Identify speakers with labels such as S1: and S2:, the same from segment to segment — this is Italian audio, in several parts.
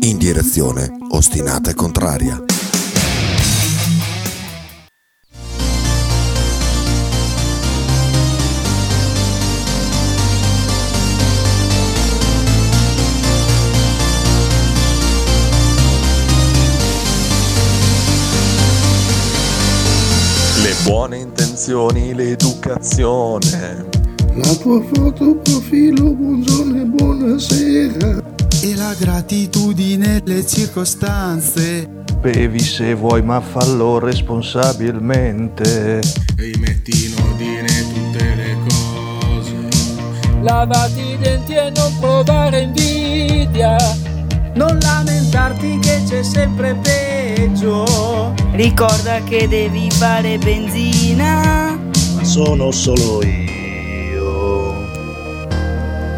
S1: in direzione ostinata e contraria.
S2: Le buone intenzioni, l'educazione.
S3: La tua foto profilo, buongiorno e buonasera.
S4: E la gratitudine, le circostanze.
S5: Bevi se vuoi, ma fallo responsabilmente.
S6: Rimetti in ordine tutte le cose.
S7: Lavati i denti e non provare invidia.
S8: Non lamentarti che c'è sempre peggio.
S9: Ricorda che devi fare benzina.
S10: Ma sono solo io.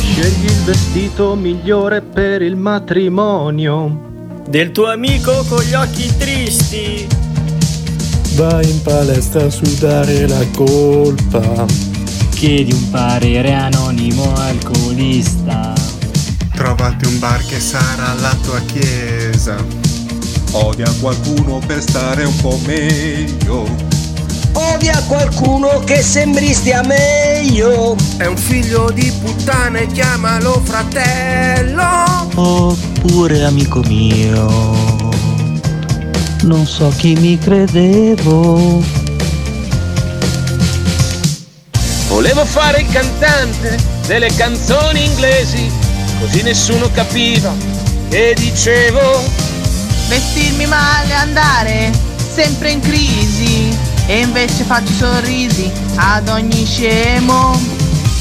S11: Scegli il vestito migliore per il matrimonio.
S12: Del tuo amico con gli occhi tristi.
S13: Vai in palestra a sudare la colpa.
S14: Chiedi un parere anonimo alcolista.
S15: Trovati un bar che sarà la tua chiesa.
S16: Odia qualcuno per stare un po' meglio.
S2: Odia qualcuno che sembri stia meglio.
S9: È un figlio di puttana e chiamalo fratello.
S14: Oh,
S8: Oppure amico mio. Non so chi mi credevo.
S1: Volevo fare il cantante delle canzoni inglesi così nessuno capiva che dicevo
S5: vestirmi male, andare sempre in crisi e invece faccio sorrisi ad ogni scemo.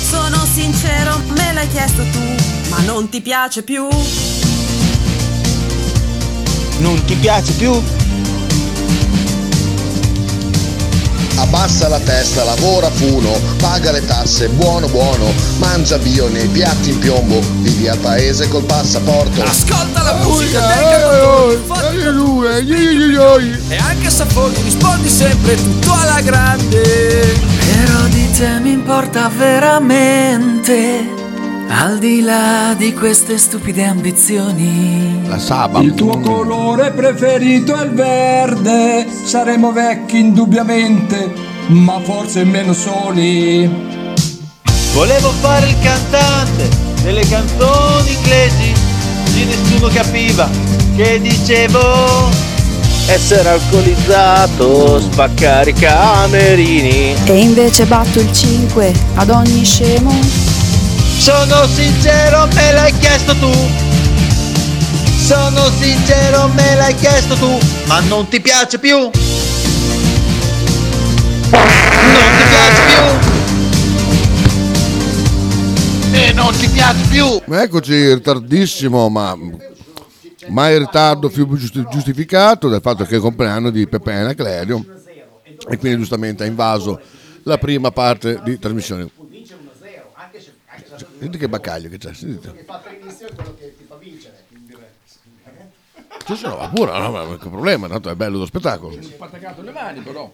S17: Sono sincero, me l'hai chiesto tu, ma non ti piace più.
S18: Non ti piace più?
S12: abbassa la testa, lavora funo, paga le tasse, buono buono, mangia bio nei piatti in piombo, vivi al paese col passaporto.
S19: Ascolta la musica del cantatore, e anche se foto rispondi sempre tutto alla grande.
S6: Però di te mi importa veramente. Al di là di queste stupide ambizioni,
S18: la saba.
S11: Il tuo colore preferito è il verde. Saremo vecchi indubbiamente, ma forse meno soli.
S4: Volevo fare il cantante delle canzoni inglesi, così nessuno capiva che dicevo.
S8: Essere alcolizzato, spaccare i camerini.
S3: E invece batto il 5 ad ogni scemo.
S4: Sono sincero, me l'hai chiesto tu. Sono sincero, me l'hai chiesto tu. Ma non ti piace più. Non ti piace più. E non ti piace più.
S17: Eccoci, ritardissimo, ma... Ma in ritardo più giustificato dal fatto che è il compleanno di Pepe Anaclerio e quindi giustamente ha invaso la prima parte di trasmissione. Senti che baccaglio che c'è. Senti. Che fa benissimo quello che ti fa vincere. Cioè, se no, va pure, no, ma che problema, tanto è bello lo spettacolo.
S19: le mani però.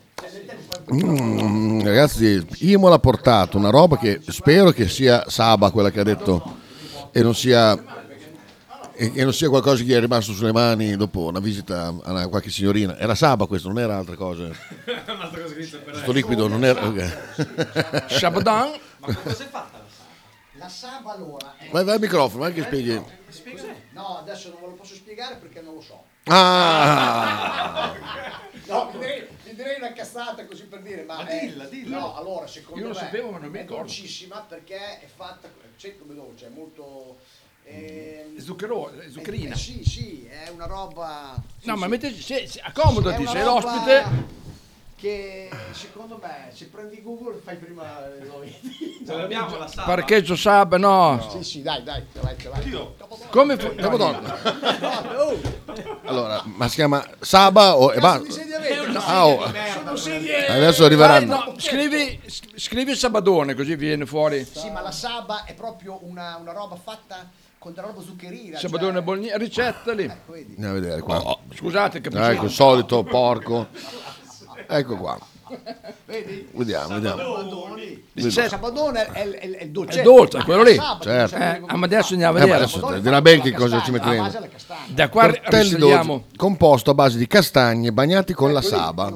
S17: Mm, ragazzi, Imola ha portato una roba che spero che sia Saba quella che ha detto e non sia, e, e non sia qualcosa che gli è rimasto sulle mani dopo una visita a una, qualche signorina. Era Saba questo, non era altre cose. Questo liquido non era... Okay.
S19: Shabadan.
S17: Ma cosa hai fatto? La Saba allora. È... Vai, vai al microfono, anche spieghi. No.
S14: Eh, no, adesso non ve lo posso spiegare perché non lo so.
S17: Ah!
S14: no, mi direi, mi direi, una cazzata così per dire, ma.
S19: ma dilla, dilla.
S14: No, allora, secondo
S19: Io
S14: me.
S19: lo sapevo, ma non mi
S14: È
S19: ricordo.
S14: dolcissima perché è fatta. C'è come dolce, è molto.
S19: Mm.
S14: Eh,
S19: Zucchero, zuccherina.
S14: Eh, sì, sì, è una roba. Sì,
S19: no, ma
S14: sì.
S19: metteci, se, se, accomodati,
S14: È una
S19: sei
S14: roba-
S19: l'ospite.
S14: che secondo me se prendi Google fai prima lo vedi.
S20: Ce l'abbiamo la sala.
S11: Parcheggio Sab, no.
S14: Sì, sì, dai, dai, ce l'hai, ce l'hai.
S11: Come fu- Capodanno.
S17: Allora, ma si chiama Saba o e basta. Ah, oh.
S14: Sono sedie.
S17: Adesso arriveranno.
S11: Dai, no,
S14: certo.
S11: scrivi, s- scrivi Sabadone così viene fuori.
S14: Sì, ma la saba è proprio una, una roba fatta con della roba zuccherina.
S11: Sabadone Bologna, ricetta
S14: Ah,
S11: lì.
S14: ecco,
S17: Andiamo a vedere qua.
S11: Oh, Scusate che
S17: Ecco, il solito porco. Ecco qua.
S14: cioè- Vedi?
S17: Vediamo, vediamo.
S14: Sabadoni.
S11: Ricetta.
S14: Sabadone è, è- è il dolce.
S11: È dolce, è quello lì.
S14: Sabato,
S17: Certo.
S14: sai
S11: Eh, ah, ma adesso andiamo a
S17: Eh, ma
S11: vedere.
S17: adesso dirà ben che cosa ci metteremo.
S11: Da qua
S17: Tortelli
S11: risaliamo.
S17: dolci, composto a base di castagne bagnati con la saba. Eh,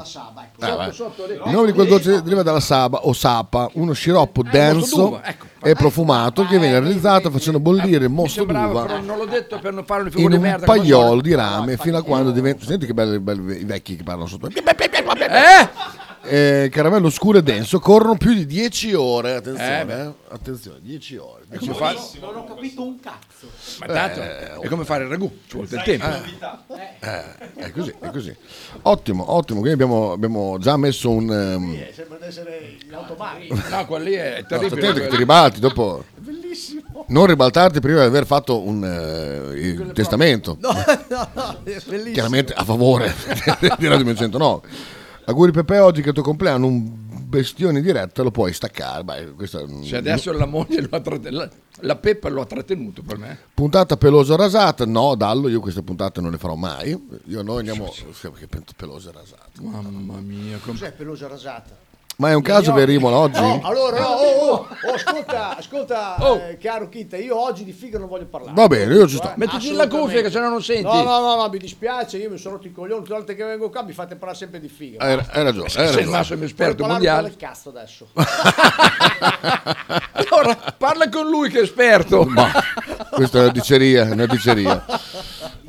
S17: vabbè. Il nome di
S11: Eh,
S17: quel dolce deriva dalla saba o sapa, uno sciroppo denso
S11: d'uva, Eh, ecco. Eh,
S17: e profumato che viene realizzato facendo bollire il
S11: Mi
S17: mosto
S11: sembrava, però
S17: d'uva
S11: non l'ho detto per non fare una figura
S17: in
S11: di
S17: un
S11: merda.
S17: paiolo di rame fino a quando diventa... Senti che belli, belli i vecchi che parlano sotto. Eh, caramello scuro e denso corrono più di 10 ore. Attenzione,
S11: Eh,
S17: eh. attenzione, 10 ore.
S11: È come fare-
S20: Non ho capito un cazzo.
S11: Ma tanto
S17: Eh,
S11: è come fare il ragù, ci vuole del
S17: Sai,
S11: tempo.
S17: Eh, è così, è così. Ottimo, ottimo. Quindi abbiamo, abbiamo già messo un. ehm,
S14: eh, Sembra di essere l'automatico.
S11: No, quello lì è
S17: no, stai
S11: terribile.
S17: attento che ti ribalti dopo.
S14: Bellissimo.
S17: Non ribaltarti prima di aver fatto un eh, il testamento.
S14: No, no, no, è bellissimo.
S17: Chiaramente a favore di Radio 1909. Auguri Pepe, oggi che è il tuo compleanno, un bestione diretta lo puoi staccare. Beh, questa,
S11: Se Cioè, adesso la moglie lo ha tratte- la, la Peppa lo ha trattenuto per me.
S17: Puntata pelosa rasata? No, Dallo, io queste puntate non le farò mai. Io noi andiamo. Che pelosa rasata.
S11: Mamma mia, com-
S14: Cos'è pelosa rasata?
S17: Ma è un caso che arrivano oggi?
S14: No, allora, no, oh, oh, oh, ascolta, ascolta, eh, caro Kita, io oggi di figa non voglio parlare.
S17: Oh. Va bene, io ci sto.
S14: Mettiti
S11: la cuffia, che sennò non senti.
S14: No, no, no, no, mi dispiace, io mi sono rotto i coglioni, tutte le volte che vengo qua mi fate parlare sempre di figa.
S17: Hai, hai ragione.
S11: Sei
S17: Hai
S11: il
S17: ragione.
S11: massimo esperto
S14: Voglio parlare
S11: mondiale.
S14: del cazzo adesso.
S11: Allora, parla con lui che è esperto.
S17: Questa è una diceria, è una diceria.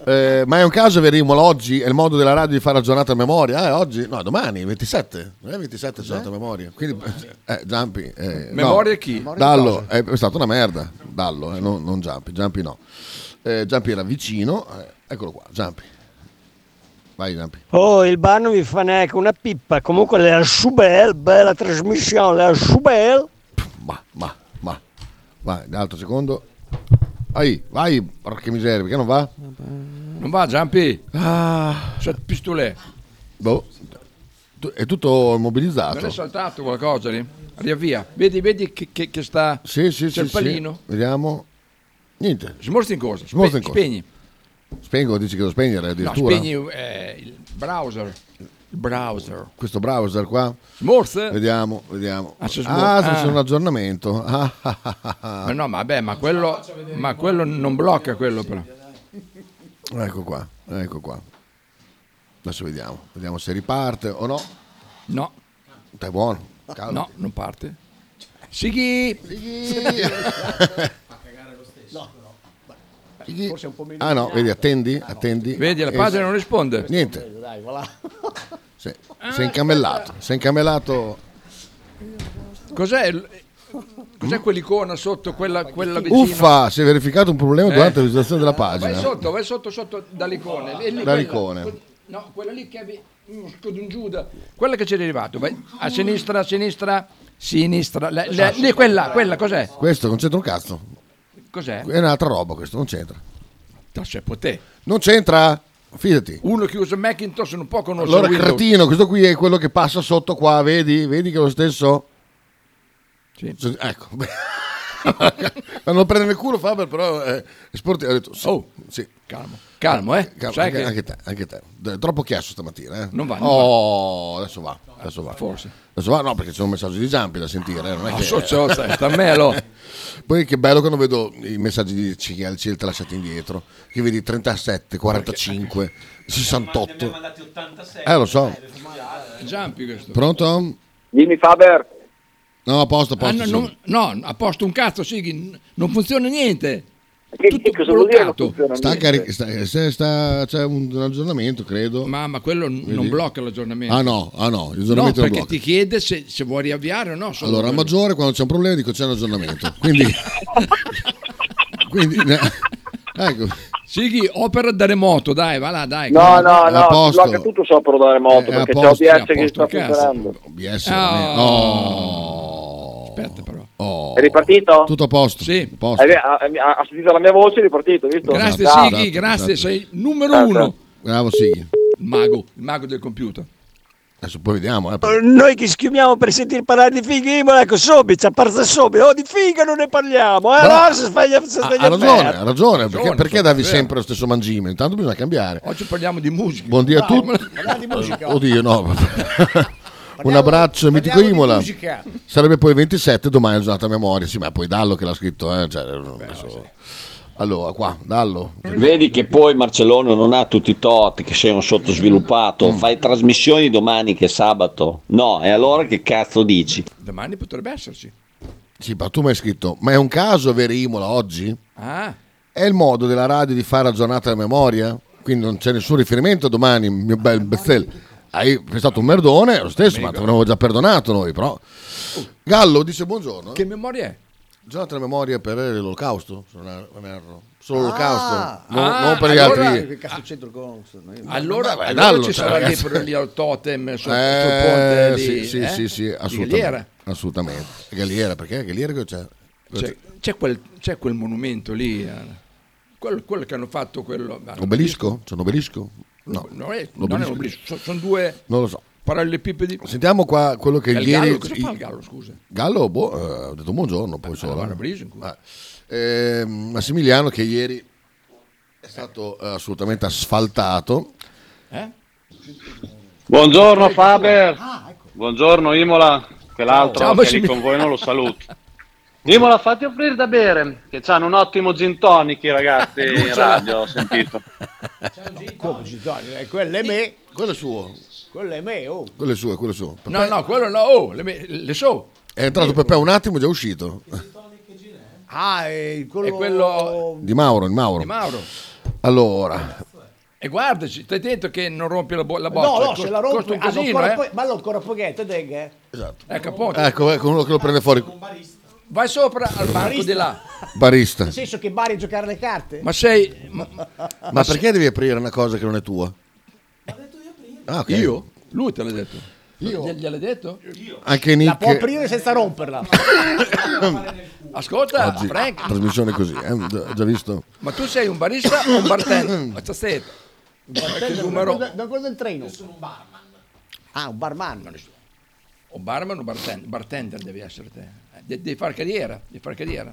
S17: Eh, ma è un caso Verimolo oggi è il modo della radio di fare la giornata a memoria? Ah, è oggi? No, domani, 27. Non è 27 giornata a memoria. Quindi, eh, Giampi. eh,
S11: Memoria
S17: no.
S11: chi?
S17: Dallo, è stata una merda. Dallo, eh, non, non Giampi, Giampi no. Eh, Giampi era vicino, eh, eccolo qua, Giampi. Vai Giampi.
S12: Oh, il bar non mi fa neanche una pippa. Comunque le bel, bella trasmissione, le bel.
S17: Ma, ma, ma. Vai, un altro secondo. Vai, vai, porca miseria, perché non va?
S11: Non va, Giampi?
S17: Ah.
S11: C'è pistolè.
S17: Boh. Tu- È tutto
S11: Non
S17: mobilizzato.
S11: è saltato qualcosa lì? Riavvia. Vedi, vedi che, che- che sta.
S17: Sì, sì,
S11: C'è
S17: sì,
S11: il palino.
S17: sì. Vediamo. Niente.
S11: Smorzi in cosa.
S17: Smorza in
S11: Spe-
S17: cosa.
S11: Spegni.
S17: Spengo, dici che devo spegnere
S11: No,
S17: addirittura.
S11: spegni eh, il browser. Il browser.
S17: Questo browser qua.
S11: Smorza?
S17: Vediamo, vediamo. Ah, se
S11: c'è smor-
S17: c'è
S11: ah.
S17: un aggiornamento. Ah, ah, ah, ah, ah.
S11: Ma no, ma vabbè, ma quello, ma quello non blocca quello però.
S17: Ecco qua, ecco qua. Adesso vediamo, vediamo se riparte o no.
S11: No.
S17: Stai buono. Calmo.
S11: No, non parte. Sighi!
S17: Sighi!
S14: No,
S17: Beh,
S14: forse è un po' meno.
S17: Ah no, vedi, attendi, attendi.
S11: Vedi, la
S17: Eh,
S11: padre non risponde.
S17: Niente,
S14: Dai, voilà.
S17: si si è incamellato, si è incamellato.
S11: Cos'è, il- cos'è quell'icona sotto quella, quella vicino?
S17: Uffa, si è verificato un problema
S11: Eh.
S17: durante la visualizzazione della
S11: Vai
S17: pagina.
S11: sotto, vai sotto, sotto dall'icona. E lì quella-
S17: Dall'icone.
S11: No, quella lì che avevi... un Giuda. Quella che c'è arrivato. Vai. A sinistra, a sinistra, sinistra. Le- le-
S17: Esatto.
S11: lì, quella, quella, cos'è?
S17: Questo non c'entra un cazzo.
S11: Cos'è?
S17: È un'altra roba questo, non c'entra.
S11: No, c'è potè.
S17: Non c'entra, fidati.
S11: Uno che usa Macintosh non può conoscere
S17: Allora,
S11: Windows.
S17: cretino, questo qui è quello che passa sotto qua, vedi? Vedi che è lo stesso? Cioè, Ecco. Ma non prendere il culo Faber, però eh, sportivo. Ho detto, sì, sì.
S11: Calmo, calmo, eh. Sai
S17: anche,
S11: che-
S17: anche te, anche te. D- Troppo chiasso stamattina, eh.
S11: Non va, non
S17: Oh, adesso va, adesso va.
S11: Forse.
S17: Adesso va, no, perché c'è un messaggio di Giampi da sentire, eh, non è
S11: Ah,
S17: che...
S11: so, so, sta- sta a me, lo.
S17: Poi che bello quando vedo i messaggi di Cigliel, Cigliel te lasciati indietro, che vedi 37, 45, 68.
S20: mandati 87.
S17: Eh, lo so.
S11: Giampi questo.
S17: Pronto?
S21: Dimmi Faber.
S17: No, a posto, a
S11: Ah,
S17: posto.
S11: no,
S17: sì.
S11: non- no, a posto un cazzo, Sighi, n- non funziona niente.
S21: Che, che cosa vuol dire non
S11: bloccato.
S21: funziona
S17: Sta
S21: niente?
S17: caric- sta- eh, se sta- c'è un, un aggiornamento, credo.
S11: Ma, ma quello n- non
S17: Vedi?
S11: blocca l'aggiornamento.
S17: Ah no, ah no,
S11: No,
S17: l'aggiornamento non
S11: perché
S17: blocca.
S11: ti chiede se, se vuoi riavviare o no. solo
S17: Allora, a
S11: quello.
S17: maggiore, quando c'è un problema, dico c'è un aggiornamento. Quindi, quindi eh, ecco,
S11: Sighi, opera da remoto, dai, va là, dai.
S21: No, no,
S11: Eh, A
S21: no,
S11: posto.
S21: l'ho tutto sopra da remoto
S11: Eh,
S21: perché
S11: a
S21: c'è
S11: posto,
S21: OBS
S11: a
S21: che
S11: posto,
S21: sta
S11: cazzo.
S21: funzionando.
S17: OBS,
S11: Ah,
S21: veramente.
S11: Aspetta però.
S21: È ripartito?
S17: Oh. Tutto a posto.
S11: Sì.
S17: A posto.
S21: Eh, beh, ha, ha- ha sentito la mia voce, è ripartito, visto?
S11: Grazie
S21: Ciao.
S11: Sighi, grazie,
S17: esatto.
S11: sei il numero uno.
S17: Bravo Sighi.
S11: Il mago, il mago del computer.
S17: Adesso poi
S11: Ah,
S17: vediamo. eh.
S12: Noi che schiumiamo per sentire parlare di fighi, ma ecco, Sobic, a parte Sobic, oh di figa non ne parliamo, eh,
S17: Bravo.
S12: allora si sveglia, si
S17: Ha,
S12: sveglia
S17: ha ragione,
S11: eh.
S12: Alberto.
S17: ha ragione. Perché,
S12: Ragione,
S17: perché
S12: sono
S17: davi
S12: vero.
S17: sempre lo stesso mangime? Intanto bisogna cambiare.
S11: Oggi parliamo di musica.
S17: Buongiorno a
S11: Dai,
S17: tutti.
S11: parliamo di musica.
S17: Oddio, no. Un abbraccio, mitico
S11: parliamo di
S17: Imola.
S11: musica.
S17: Sarebbe poi il 27, domani è usata a memoria. Sì, ma poi Dallo che l'ha scritto. eh, cioè, non so. Allora, qua, Dallo.
S7: Vedi che poi Marcellone non ha tutti i tot, che sei un sottosviluppato, fai trasmissioni domani che è sabato. No, e allora che cazzo dici?
S11: Domani potrebbe esserci.
S17: Sì, ma tu mi hai scritto, ma è un caso avere Imola oggi?
S11: Ah,
S17: È il modo della radio di fare la giornata della memoria? Quindi non c'è nessun riferimento a domani, mio bel Bestel. Hai pensato un merdone, lo stesso, ma te l'avevo già perdonato noi, però. Gallo dice buongiorno.
S11: che memoria è?
S17: Giornata della memoria per l'olocausto, se non er- non erro. Solo
S14: Ah.
S17: l'olocausto, non,
S11: Ah,
S17: non per gli
S11: allora-
S17: altri.
S14: Che cazzo c'entra il Gonzo? No, io-
S11: Allora,
S17: vabbè,
S11: allora
S17: dallo, cioè,
S11: ci sarà lì,
S17: ragazzi.
S11: per lì al totem sul, sul ponte
S17: Eh,
S11: di,
S17: sì, sì,
S11: eh?
S17: sì, sì,
S11: di
S17: assolutamente.
S11: Galliera.
S17: assolutamente. Galliera, perché? Galliera che c'è?
S11: C'è, c'è quel, c'è quel monumento lì, eh, quello, quello che hanno fatto quello...
S17: Obelisco? C'è un obelisco? No,
S11: No, non è,
S17: L'obelisco.
S11: non è un obelisco, so- sono due
S17: non lo so.
S11: parallelepipedi.
S17: Sentiamo qua quello che
S11: È il
S17: ieri...
S11: gallo, cosa fa il gallo, scusa?
S17: Gallo, boh, eh, ho detto buongiorno, poi solo.
S11: vanno a presa in culo.
S17: Ah, eh, Massimiliano che ieri è stato eh, assolutamente asfaltato.
S10: Buongiorno Faber,
S20: Ah, ecco.
S10: buongiorno Imola, che l'altro
S17: Ciao,
S10: che è lì
S17: Massimiliano.
S10: con voi non lo saluto. Imola, fate offrire da bere, che hanno un ottimo gin tonic i ragazzi in radio, ho sentito.
S14: Come ci sono? Eh, Quello è me.
S17: Quello è suo.
S14: Quello è me, oh.
S17: Quello è suo, quello è suo. Pepe-
S11: No, no, quello no, oh, le, me- le so.
S17: È entrato Pepe un attimo, è già uscito.
S14: Ah, è quello...
S11: È quello...
S17: Di Mauro, di Mauro.
S11: Di Mauro.
S17: Allora,
S11: E guardaci, stai attento che non rompi la, bo- la
S14: No,
S11: boccia.
S14: no, se
S11: costa-
S14: la rompo...
S11: costa un
S14: ah,
S11: casino,
S14: ancora
S11: eh.
S14: poi- Ma l'ho ancora pochetto, Degga, eh.
S17: Esatto.
S11: Ecco, appunto.
S17: ecco, ecco uno che lo prende fuori.
S11: Vai sopra al banco di là.
S17: Barista.
S14: Nel senso che Bari a giocare le carte?
S11: Ma sei...
S17: Ma perché devi aprire una cosa che non è tua? Ah, ok.
S11: Io? Lui te l'ha detto. Io? Gliel'hai detto? Io.
S17: Anche
S14: La può
S17: Nick.
S14: aprire senza romperla.
S11: Ascolta,
S17: Oggi,
S11: Frank,
S17: trasmissione così, eh, già, già visto?
S11: ma tu sei un barista o un bartender? Ma stasera.
S14: Aspetta,
S11: Che
S14: da
S11: numero?
S14: quello- Da quello del treno. Io sono un barman. Ah, un barman.
S11: O barman o bartender? Bartender devi essere te. Eh, de- Devi fare carriera, devi fare carriera.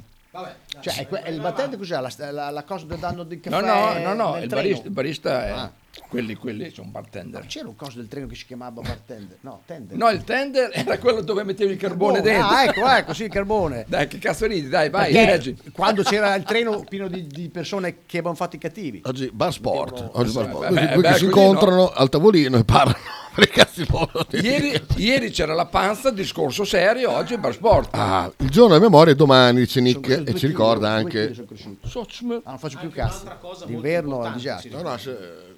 S14: Cioè, è que- è il battente cos'è? La, la, la cosa del danno del
S11: No,
S14: caffè?
S11: no, no, no,
S14: nel
S11: il
S14: treno?
S11: barista, il barista è...
S14: Ah.
S11: Quelli, quelli sono bartender.
S14: C'era un coso del treno che si chiamava bartender. No, tender.
S11: No, il tender era quello dove mettevi il carbone dentro.
S14: Ah, ecco, ecco, sì, il carbone.
S11: Dai, che cazzo ridi, dai, vai,
S14: Perché
S11: reggi.
S14: Quando c'era il treno pieno di, di persone che avevano fatto i cattivi.
S17: Oggi bar sport. Oggi bar sport. Così,
S11: beh, beh,
S17: due
S11: beh,
S17: che si
S11: così,
S17: incontrano al tavolino e parlano. per i cazzi loro.
S11: Ieri, ieri c'era la panza, discorso serio, oggi è bar sport.
S17: Ah, il giorno della memoria è domani, dice Nick, e ci ricorda anche...
S11: Socm-
S14: Ah, non faccio più cazzo. D'inverno è un disastro.
S17: No, no, se-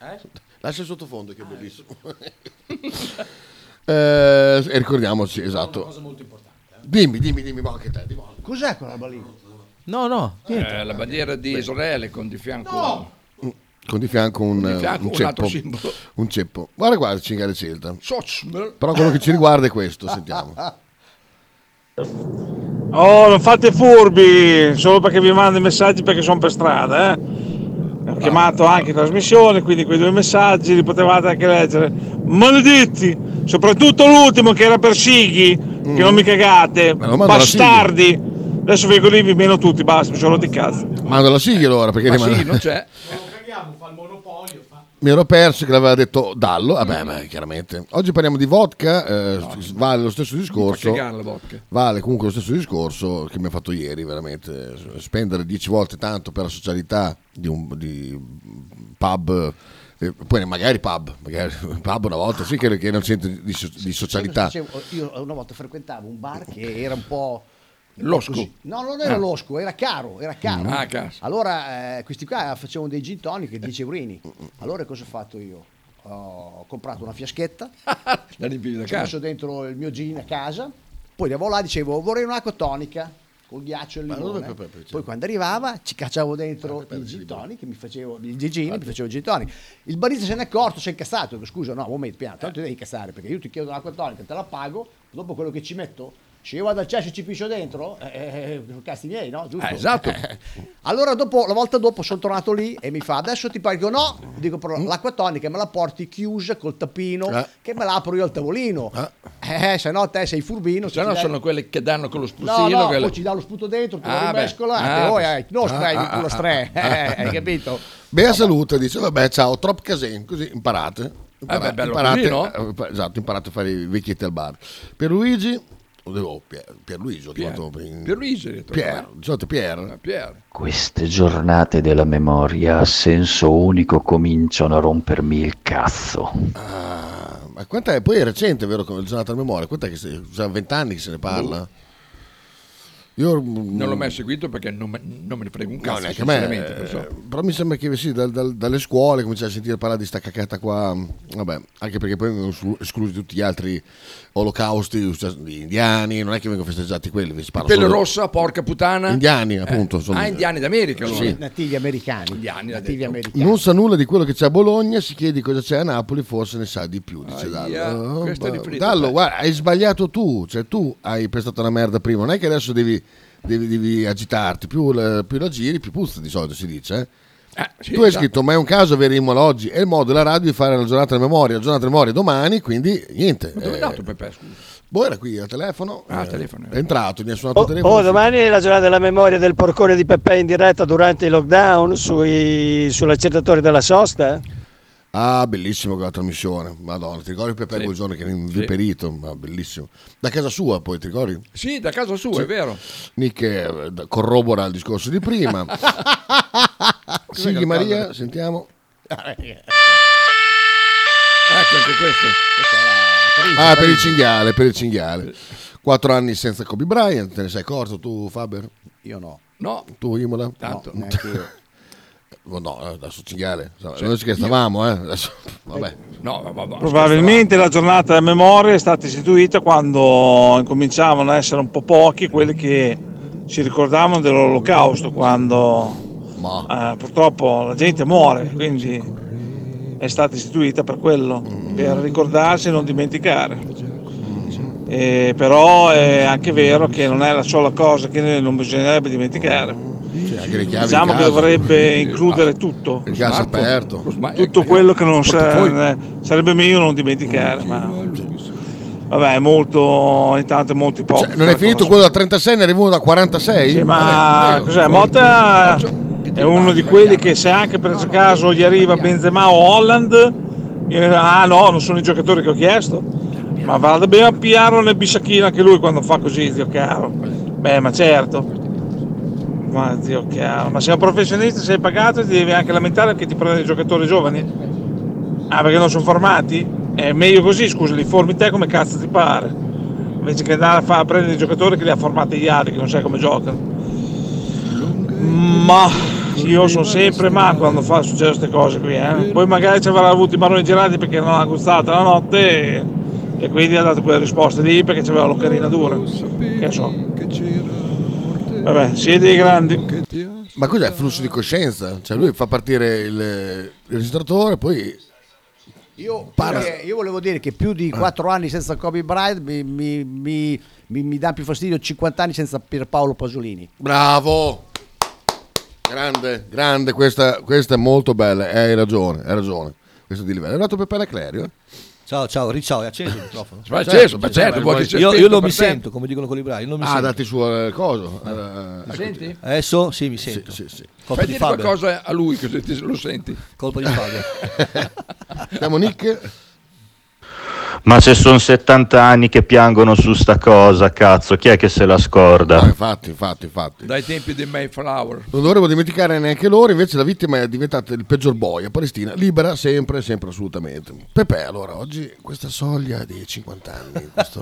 S11: Eh?
S17: Lascia il sottofondo che è bellissimo. Eh, e ricordiamoci, esatto.
S11: eh.
S17: Dimmi, dimmi, dimmi, ma anche te. Dimmi.
S14: Cos'è quella roba lì?
S11: No, no. Eh, la bandiera di Israele con di fianco...
S17: Con di fianco un,
S11: Di fianco
S17: un
S11: un
S17: ceppo.
S11: altro simbolo.
S17: Un ceppo. Guarda qua il cingare celta.
S11: Socm-
S17: Però quello che ci riguarda è questo, sentiamo.
S22: Oh, non fate furbi, solo perché vi mando i messaggi perché sono per strada, eh. Ho
S17: Ah.
S22: chiamato anche in trasmissione, quindi quei due messaggi li potevate anche leggere. Maledetti, soprattutto l'ultimo che era per Sighi, che non mi cagate,
S17: Mm. lo mando alla Sighi.
S22: bastardi. Adesso vengo lì, vi meno tutti, basta, mi sono rotto i cazzi.
S17: Mando la sigla allora perché
S22: Ma
S17: rimane-
S22: sì, non c'è.
S17: Mi ero perso che l'aveva detto Dallo. Vabbè, beh, chiaramente. Oggi parliamo di vodka, eh, vale lo stesso discorso.
S11: fa cagare la vodka.
S17: Vale comunque lo stesso discorso che mi ha fatto ieri, veramente. Spendere dieci volte tanto per la socialità di un di pub. eh, Poi magari pub, magari pub una volta sì che, che non sento di, so- di socialità.
S14: Dicevo, Cioè, Io una volta frequentavo un bar che era un po'.
S17: Losco.
S14: così. No, non era
S17: Ah. Mm.
S14: losco, era caro, era caro.
S11: Ah, cazzo.
S14: Allora eh, questi qua facevano dei gin tonic e 10 eurini.
S17: Mm,
S14: Allora cosa ho fatto io? Ho comprato una fiaschetta,
S11: La riempivi da
S14: ci ho messo
S11: casa.
S14: dentro il mio gin a casa, poi andavo là e dicevo vorrei un'acqua tonica. col ghiaccio e il
S17: Ma
S14: limone.
S17: dove per- per- per-
S14: Poi quando arrivava ci cacciavo dentro i gin tonic, mi facevo il gigini, mi facevo il gin tonic. Il barista se n'è accorto, si è incassato, dico, scusa no, un momento, piano,
S17: Eh.
S14: tanto ti devi incassare perché io ti chiedo l'acqua tonica, te la pago, dopo quello che ci metto, se io vado al cesso e ci piscio dentro, eh, eh, sono cazzi miei, no? Giusto?
S11: Eh, esatto.
S14: Allora dopo, la volta dopo sono tornato lì e mi fa adesso ti pago no, dico però l'acqua tonica me la porti chiusa col tappino che me la apro io al tavolino. Eh, se no te sei furbino.
S11: Se no
S14: ci dai-
S11: sono quelle che danno con lo
S14: No,
S11: spruzzino.
S14: no,
S11: quelle-
S14: poi ci dà lo sputo dentro, te
S11: Ah,
S14: lo
S11: beh.
S14: rimescola
S11: Ah,
S14: e poi
S11: beh.
S14: hai, no spray
S17: Ah,
S14: di culo
S17: ah,
S14: stre,
S17: ah, ah,
S14: hai capito?
S17: Bea salute, dice vabbè ciao, troppo casino, così imparate. Imparate,
S11: Eh, beh, bello
S17: imparate,
S11: così,
S17: eh, esatto, imparate a fare i vecchietti al bar. Per Luigi, oh, Pier, Pierluigi, ho
S11: Pier-
S17: chiamato in-
S11: Pierluigi, Ah, hai detto,
S17: Pier, di solito Pier.
S11: Pier.
S23: Queste giornate della memoria a senso unico cominciano a rompermi il cazzo.
S17: Ah, ma quant'è? Poi è recente, vero, con il giornata della memoria, quant'è che se- sono vent'anni che se ne parla? Io
S11: Boh.
S17: mm,
S11: Non l'ho mai seguito perché non, me- non me ne frega un
S17: No,
S11: cazzo,
S17: neanche a me,
S11: sinceramente.
S17: eh,
S11: perciò.
S17: però mi sembra che sì, dal- dal- dalle scuole cominciare a sentire parlare di sta cacata qua, vabbè, anche perché poi vengono esclu- esclusi tutti gli altri olocausti, cioè, gli indiani, non è che vengono festeggiati quelli, vi parlo
S11: Pelle
S17: solo-
S11: rossa, porca puttana.
S17: Indiani, appunto, sono-
S11: Ah, indiani d'America allora.
S17: Sì.
S14: Nativi americani.
S11: Indiani, l'ha
S14: Nativi
S11: detto.
S14: americani.
S17: Non sa nulla di quello che c'è a Bologna, si chiede cosa c'è a Napoli, forse ne sa di più, dice
S11: Aia,
S17: Dallo. Ah,
S11: questo è di Frito,
S17: Dallo,
S11: beh.
S17: guarda, hai sbagliato tu, cioè tu hai prestato una merda prima, non è che adesso devi, devi- devi agitarti, più la, più la giri più puzza di solito si dice. eh.
S11: sì,
S17: tu hai
S11: esatto.
S17: scritto, ma è un caso Verimolo oggi, è il modo della radio di fare la giornata della memoria, la giornata della memoria è domani, quindi niente.
S11: Ma dove è
S17: eh,
S11: andato Pepe, scusa?
S17: boh, era qui al telefono.
S11: Ah, al
S17: eh,
S11: telefono.
S17: È entrato, gli ha suonato il telefono.
S12: Oh, domani è la giornata della memoria del porcone di Peppe in diretta durante il lockdown sui, sull'accertatore della sosta? eh?
S17: Ah, bellissimo quella trasmissione. Madonna, ti ricordi Peppe
S11: Sì.
S17: quel giorno che era inviperito? Ma bellissimo. Da casa sua, poi ti ricordi?
S11: Sì, da casa sua,
S17: Sì.
S11: è vero.
S17: Nick eh, d- corrobora il discorso di prima.
S11: Cos'è che
S17: Sighi
S11: la
S17: Maria,
S11: parla?
S17: sentiamo. eh,
S11: Ecco anche questo.
S17: Ah, per il cinghiale, per il cinghiale. Quattro anni senza Kobe Bryant, te ne sei accorto tu Faber?
S14: Io no.
S11: No.
S17: Tu Imola?
S14: Tanto.
S17: No,
S14: neanche io.
S17: Oh, no, adesso cinghiale. Insomma,
S11: Cioè,
S17: noi scherzavamo, eh. Adesso, vabbè.
S11: No, ma- ma- ma-
S24: Probabilmente la giornata della memoria è stata istituita quando incominciavano a essere un po' pochi quelli che si ricordavano dell'olocausto, quando eh, purtroppo la gente muore, quindi è stata istituita per quello, per ricordarsi e non dimenticare. Eh, però è anche vero che non è la sola cosa che non bisognerebbe dimenticare.
S17: Cioè, anche le chiavi
S24: Diciamo
S17: di
S24: che
S17: casa. Eh.
S24: dovrebbe includere tutto,
S17: Il gas aperto.
S24: tutto quello che non sa- eh,
S17: Portafoglio.
S24: sarebbe meglio non dimenticare. Ma... Vabbè, è molto, ogni tanto è molto ipocrita.
S17: Cioè, Non è finito quello da 36, ne arrivo da 46?
S24: Sì, ma cos'è? Motta è uno di quelli che se anche per caso gli arriva Benzema o Holland, io ne- ah no, non sono i giocatori che ho chiesto, ma vada bene a Piaro nel bisacchino anche lui quando fa così, zio caro. Beh, ma certo. Ma zio caro, ma sei un professionista, sei pagato e ti devi anche lamentare che ti prendono i giocatori giovani? Ah, perché non sono formati? È meglio così, scusa, li formi te come cazzo ti pare. Invece che andare a, fa- a prendere i giocatori che li ha formati gli altri, che non sai come giocano. Ma io sono sempre ma quando fa succedono queste cose qui, eh. Poi magari ci avrà avuto i marroni girati perché non ha gustato la notte e, e quindi ha dato quelle risposte lì perché c'aveva l'occarina dura. Che so. Vabbè, siete dei grandi.
S17: Ma cos'è il flusso di coscienza? Cioè lui fa partire il, il registratore, poi
S14: Io,
S17: Parla.
S14: perché io volevo dire che più di 4 anni senza Kobe Bryant mi, mi, mi, mi- mi dà più fastidio 50 anni senza Pierpaolo Pasolini.
S17: Bravo! Grande, grande, questa, questa è molto bella, eh, hai ragione, hai ragione. Questo di livello. È arrivato Peppe Clerio?
S5: Ciao, ciao, Ricciao, è acceso il microfono?
S17: Ma è acceso, ma certo, vuoi che sia
S5: io, io
S17: spento
S5: non mi
S17: per te?
S5: sento, come dicono quelli bravi, non mi
S17: Ah,
S5: sento.
S17: dati su eh, coso. Eh,
S5: Ah. Mi
S17: eccoci.
S5: senti? Adesso sì, mi sento.
S17: Sì, sì, sì.
S5: Colpa
S11: Fai
S5: di
S11: dire
S5: Faber.
S11: qualcosa a lui così ti- lo senti.
S5: Colpa di Faber.
S17: Siamo Nick?
S4: Ma se sono 70 anni che piangono su sta cosa, cazzo, chi è che se la scorda?
S17: No, Ah, infatti, infatti, infatti.
S11: Dai tempi dei Mayflower.
S17: Non dovremmo dimenticare neanche loro, invece la vittima è diventata il peggior boia, Palestina, libera sempre, sempre assolutamente. Pepe, allora, oggi questa soglia dei 50 anni, questo...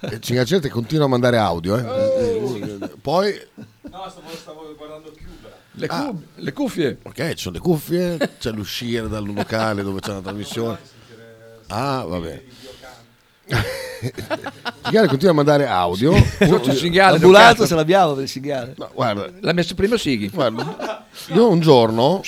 S17: E Cingacete continua a mandare audio, eh. Poi
S3: No, stavo, guardando Cubra.
S11: Le, cu- le cuffie.
S17: Ah. Ok, ci sono le cuffie, c'è l'uscire dal locale dove c'è la trasmissione. Ah, vabbè. Cinghiale continua a mandare audio.
S11: Sotto il cinghiale, Don
S5: L'ambulante
S11: Castro.
S5: se l'abbiamo per il cinghiale.
S17: guarda.
S11: L'ha messo prima Sighi.
S17: Guarda, io un giorno...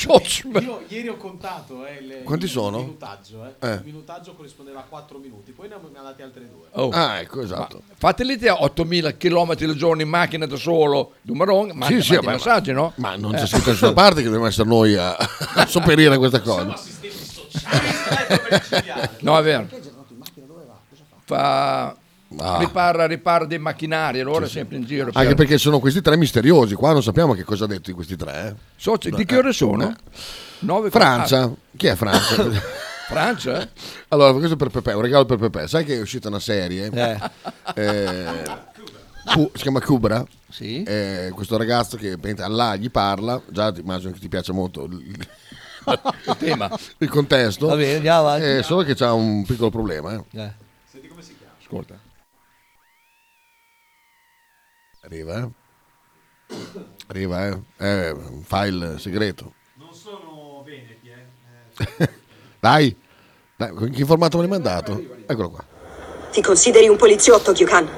S20: Io ieri ho contato eh, le-
S17: Quanti
S20: il
S17: sono?
S20: minutaggio. eh.
S17: Eh.
S20: Il minutaggio corrispondeva a 4 minuti, poi ne abbiamo andati altri due.
S11: Oh.
S17: Ah, ecco, esatto.
S11: Ma fate l'idea 8000 km al giorno in macchina da solo, di un maron, ma
S17: Sì, sì,
S11: ma-
S17: ma-
S11: massaggi, no?
S17: Ma non
S11: Eh.
S17: c'è scritto da nessuna parte che dobbiamo essere noi a, a sopperire a questa cosa.
S11: No, è vero. Fa...
S17: Ah.
S11: Ripara, ripara dei macchinari, allora è sempre in giro.
S17: Anche
S11: per-
S17: perché sono questi tre misteriosi, qua non sappiamo che cosa ha detto di questi tre. eh.
S11: Soci, di che ore sono?
S17: Eh.
S11: Nove-
S17: Francia,
S11: Ah,
S17: chi è Francia?
S11: Francia?
S17: allora, questo è per Pepe, un regalo per Pepe. Sai che è uscita una serie?
S11: Eh.
S17: Eh, Cu- si chiama Cubra? Eh,
S11: Sì.
S17: questo ragazzo che praticamente Allah gli parla, già ti immagino che ti piaccia molto il,
S5: Il
S3: Eh,
S5: tema.
S17: il contesto.
S5: Va bene, andiamo avanti.
S17: Eh, solo che c'ha un piccolo problema. eh.
S5: Eh.
S11: Ascolta.
S17: Arriva, eh. Arriva, eh. È un file segreto.
S20: Non sono veneti, eh.
S17: Dai, dai, in che formato me l'hai mandato? Eccolo qua.
S3: Ti consideri un poliziotto, Kyokan?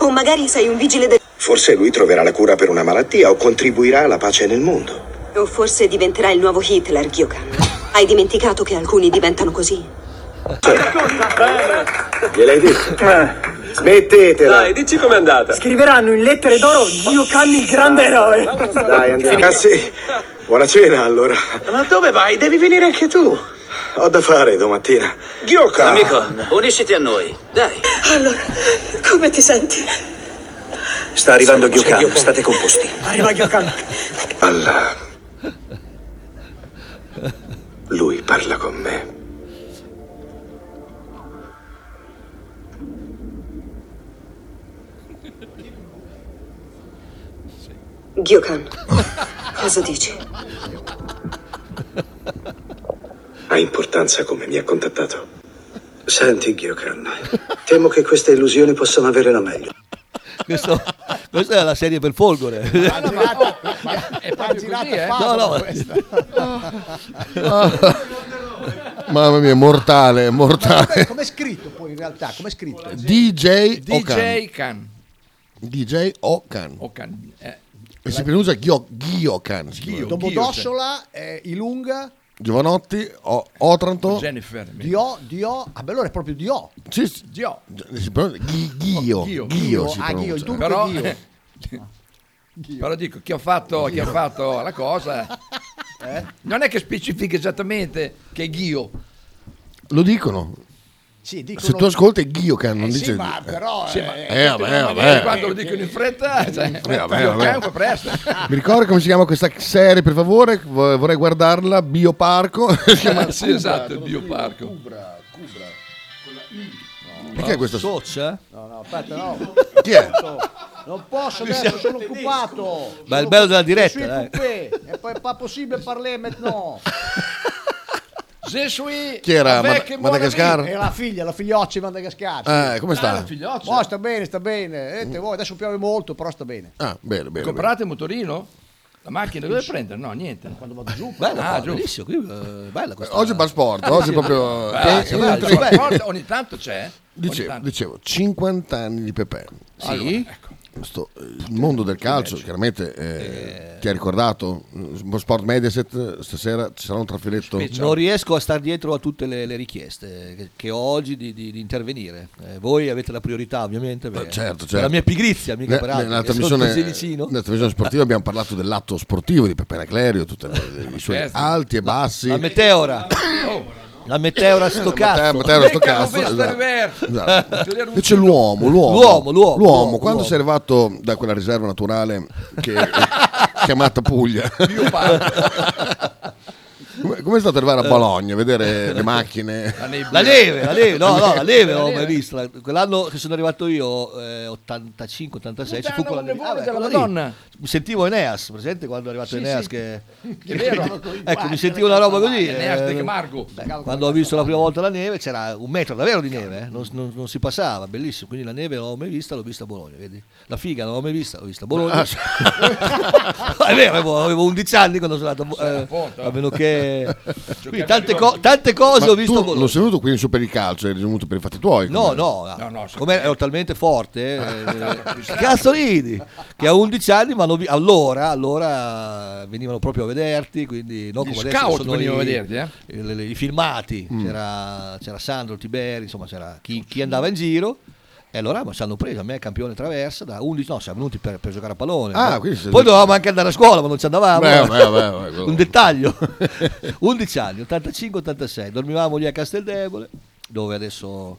S3: O magari sei un vigile del...
S25: Forse lui troverà la cura per una malattia o contribuirà alla pace nel mondo.
S3: O forse diventerai il nuovo Hitler, Kyokan. Hai dimenticato che alcuni diventano così?
S25: Gliel'hai detto? Eh. Smettetela. Dai, dici com'è andata.
S26: Scriveranno in lettere d'oro Giocan il grande eroe.
S25: Dai, andiamo. Ragazzi, buona cena allora.
S26: Ma dove vai? Devi venire anche tu.
S25: Ho da fare domattina. Gioca.
S15: Amico, unisciti a noi. Dai.
S26: Allora, come ti senti?
S25: Sta arrivando Gioca, state composti.
S26: Arriva Giocan.
S25: Allah. Lui parla con me.
S3: Gyokan, cosa dici?
S25: Ha importanza come mi ha contattato. Senti, Giocan, temo che queste illusioni possano avere la meglio.
S5: Questo- questa è la serie per Folgore.
S11: È proprio così, eh?
S5: No, no.
S17: Mamma mia, mortale,
S14: Ma vabbè,
S17: mortale.
S14: com'è scritto poi in realtà? Com'è scritto?
S17: DJ
S11: DJ
S17: Okan.
S11: Khan.
S17: DJ Okan.
S11: Okan. eh.
S17: E si pronuncia Ghio- Ghiocan. si chiama.
S14: Domodossola, eh, Ilunga,
S17: Giovanotti, O- Otranto.
S11: Jennifer.
S14: Dio, Dio. Ah, beh, allora è proprio Dio.
S17: Sì, sì.
S11: Dio.
S17: Si pronuncia Ghi- Ghio. Ghio. si
S14: Ah, Ghio, il
S17: pronuncia.
S14: turco
S11: Però,
S14: è Ghio.
S11: però dico, chi ha fatto, chi ha fatto la cosa eh? non è che specifica esattamente che è Ghio.
S17: Lo dicono.
S14: Sì, dicono-
S17: Se tu ascolti Ghiocan, non
S14: Eh sì,
S17: dice.
S14: ma però,
S11: Sì, ma-
S17: eh, vabbè,
S11: magari
S17: vabbè.
S11: quando lo dicono in fretta, cioè,
S17: Eh, vabbè,
S11: Ghio
S17: vabbè.
S11: Khan fa presto.
S17: Eh, Mi ricordo come si chiama questa serie, per favore? Vo- Vorrei guardarla. Bioparco. Si chiama
S11: sì,
S17: Cobra.
S11: esatto, il bioparco.
S17: Perché questo?
S5: Socia?
S14: No, no, aspetta, no.
S17: Chi è?
S14: Non posso, adesso sono occupato.
S5: Ma il bello della diretta,
S14: Je suis
S5: dai.
S14: coupé. E poi pas possibile parler maintenant.
S11: Je suis
S17: Chi era?
S14: avec
S17: Mad-
S14: mon
S17: Madagascar?
S14: ami. Era la figlia, la figlioccia di Madagascar.
S17: Eh, come sta? Mm. Ah, la
S11: figlioccia.
S14: Oh, sta bene, sta bene. Eh, te vuoi, adesso piove molto, però sta bene.
S17: Ah, bene, bene. bene.
S11: Comprate il motorino? La macchina dove prendere? No, niente. Quando vado giù,
S5: Bella, qua,
S11: giù.
S5: Ah, bellissimo, qui, eh, bella questa.
S17: Oggi è passport, oggi è proprio.
S11: Ah,
S17: Eh,
S11: c'è bello,
S17: entri-
S11: c'è bello. Forte, ogni tanto c'è. ogni
S17: Dicevo,
S11: tanto.
S17: dicevo, 50 anni di Pepe.
S11: Sì. Allora, ecco.
S17: Questo, eh, il mondo del calcio, chiaramente, eh, ti ha ricordato? Eh, Sport Mediaset, stasera ci sarà un trafiletto.
S5: Non riesco a star dietro a tutte le, le richieste che, che ho oggi di, di- di intervenire. Eh, voi avete la priorità, ovviamente. perché-
S17: Certo,
S5: per
S17: certo.
S5: La mia pigrizia, mica
S17: Ne-
S5: per altro,
S17: nella
S5: che sono
S17: trasmissione,
S5: così vicino.
S17: nella trasmissione sportiva abbiamo parlato dell'atto sportivo di Pepe Anaclerio, tutti i suoi
S5: Certo.
S17: alti e bassi.
S5: La meteora. La meteora sto
S17: La mete-
S5: cazzo.
S17: meteora sto
S5: Beccano
S17: cazzo,
S5: questo
S17: esatto.
S5: reverso.
S17: Esatto. Invece l'uomo, l'uomo,
S5: L'uomo, l'uomo,
S17: L'uomo,
S5: l'uomo,
S17: quando
S5: l'uomo.
S17: sei arrivato da quella riserva naturale che è chiamata Puglia, come come è stato arrivare a Bologna, vedere le macchine?
S5: La neve, la neve, no, no, la neve l'ho mai vista. Quell'anno che sono arrivato io, eh, 85-86, ci fu quella neve. Ah,
S11: nevone della
S5: quella lì.
S11: Madonna.
S5: Mi sentivo Eneas, presente quando è arrivato
S11: Sì,
S5: Eneas
S11: sì.
S5: che...
S11: È vero.
S5: ecco, mi sentivo una roba così.
S11: Eneas
S5: eh,
S11: de Camargo.
S5: beh, quando ho visto la prima volta la neve c'era un metro davvero di neve, eh, non, non- non si passava, bellissimo. Quindi la neve non l'ho mai vista, l'ho vista a Bologna, vedi? La figa non l'ho mai vista, l'ho vista a Bologna.
S17: Ah, sì.
S11: Ah.
S5: è vero, avevo, avevo 11 anni quando sono andato a Bo- eh,
S11: appunto.
S5: a meno che Quindi tante, co- tante cose
S17: Ma
S5: ho visto a
S17: Tu
S5: Bologna.
S17: l'ho venuto qui in su per il calcio, eri venuto per i fatti tuoi.
S5: No,
S17: come-
S5: no, come ero talmente forte, eh, che cazzo ridi? Che a 11 anni, ma allora, allora venivano proprio a vederti, quindi non
S11: Gli
S5: come adesso
S11: scout
S5: sono i-
S11: venivano a vederti, eh?
S5: i- le- le- i filmati,
S11: Mm.
S5: c'era, c'era Sandro, Tiberi, insomma c'era chi, chi andava in giro. E allora ma ci hanno preso, a me campione traversa, da 11, no, siamo venuti per, per giocare a pallone.
S17: Ah,
S5: No?
S17: quindi siete-
S5: Poi dovevamo anche andare a scuola, ma non ci andavamo.
S17: Beh, beh, beh, beh, quello-
S5: Un dettaglio. 11 anni, 85-86, dormivamo lì a Casteldebole, dove adesso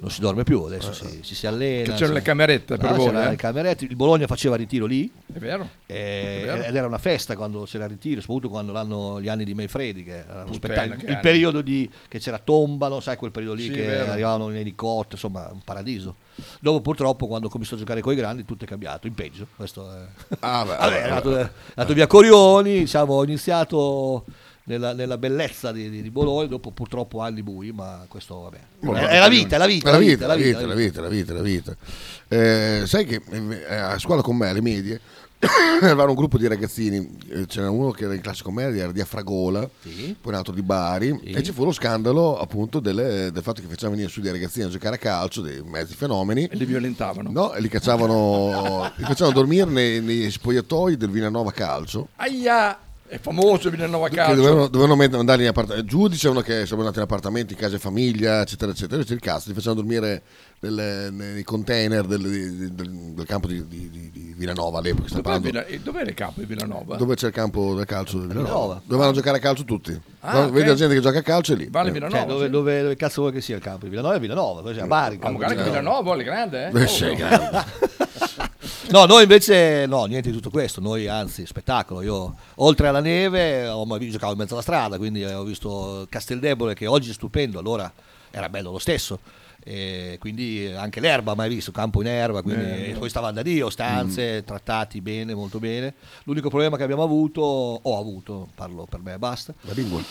S5: non si dorme più, adesso si, si, si allena.
S11: Che c'erano
S5: si-
S11: le camerette per
S5: Ah,
S11: voi,
S5: c'erano
S11: eh?
S5: le camerette, il Bologna faceva ritiro lì.
S11: È vero.
S5: Eh,
S11: È vero.
S5: ed era una festa quando c'era il ritiro, soprattutto quando l'hanno gli anni di Mayfredi, che era uno
S11: Puttana,
S5: spettacolo-
S11: che
S5: il
S11: anni.
S5: periodo di, che c'era Tombalo, sai quel periodo lì
S11: Sì,
S5: che
S11: vero.
S5: arrivavano in elicottero, insomma un paradiso. Dopo purtroppo quando ho cominciato a giocare con i grandi tutto è cambiato, in peggio. Questo è...
S17: Ah, beh,
S5: Vabbè,
S17: vabbè.
S5: è andato, è andato via Corioni, diciamo, ho iniziato nella, nella bellezza di, di- di Bologna, dopo purtroppo anni bui, ma questo vabbè. È, è la vita, è la vita.
S17: È la vita, la vita, la vita, la vita, la vita. Eh, sai che eh, a scuola con me, alle medie, avevano un gruppo di ragazzini, eh, c'era uno che era in classe con me, era di Afragola, poi un altro di Bari, e ci fu lo scandalo appunto delle- del fatto che facevano venire su dei ragazzini a giocare a calcio, dei mezzi fenomeni. E
S11: li violentavano.
S17: No, e li cacciavano, li facevano dormire nei, nei spogliatoi del Villanova Calcio.
S11: Aia, è famoso il Villanova
S17: Che
S11: Calcio.
S17: dovevano, dovevano met- mandarli in appartamento. Giù dicevano che siamo andati in appartamenti, case famiglia, eccetera, eccetera. Invece il cazzo, li facevano dormire nel- nei container del, del- del campo di, di, di- di Villanova all'epoca. stiamo
S11: Dov'è, il
S17: parlando.
S11: Villa- e dov'era il campo di Villanova?
S17: Dove c'è il campo del calcio del Villanova?
S5: Villanova.
S17: Dovevano giocare a calcio tutti.
S11: Ah,
S17: Guarda,
S11: ok.
S17: Vedi la gente che gioca a calcio è lì.
S11: Vale
S17: Eh.
S11: Villanova,
S5: Cioè, dove, dove- dove cazzo vuoi che sia il campo? Villanova è Villanova, poi c'è a Bari. il
S11: Ah,
S5: campo
S11: magari
S5: di
S11: che Villanova, le grande, eh?
S5: Beh,
S11: Oh,
S5: sì,
S11: no.
S5: grande. No, noi invece no, niente di tutto questo, noi anzi spettacolo, io oltre alla neve ho mai vi- giocavo in mezzo alla strada, quindi eh, ho visto Casteldebole che oggi è stupendo, allora era bello lo stesso. E quindi eh, anche l'erba mai visto, campo in erba, quindi
S11: Eh.
S5: e poi stava da Dio, stanze,
S17: Mm.
S5: trattati bene, molto bene. L'unico problema che abbiamo avuto, ho avuto, parlo per me e basta.
S17: La lingua.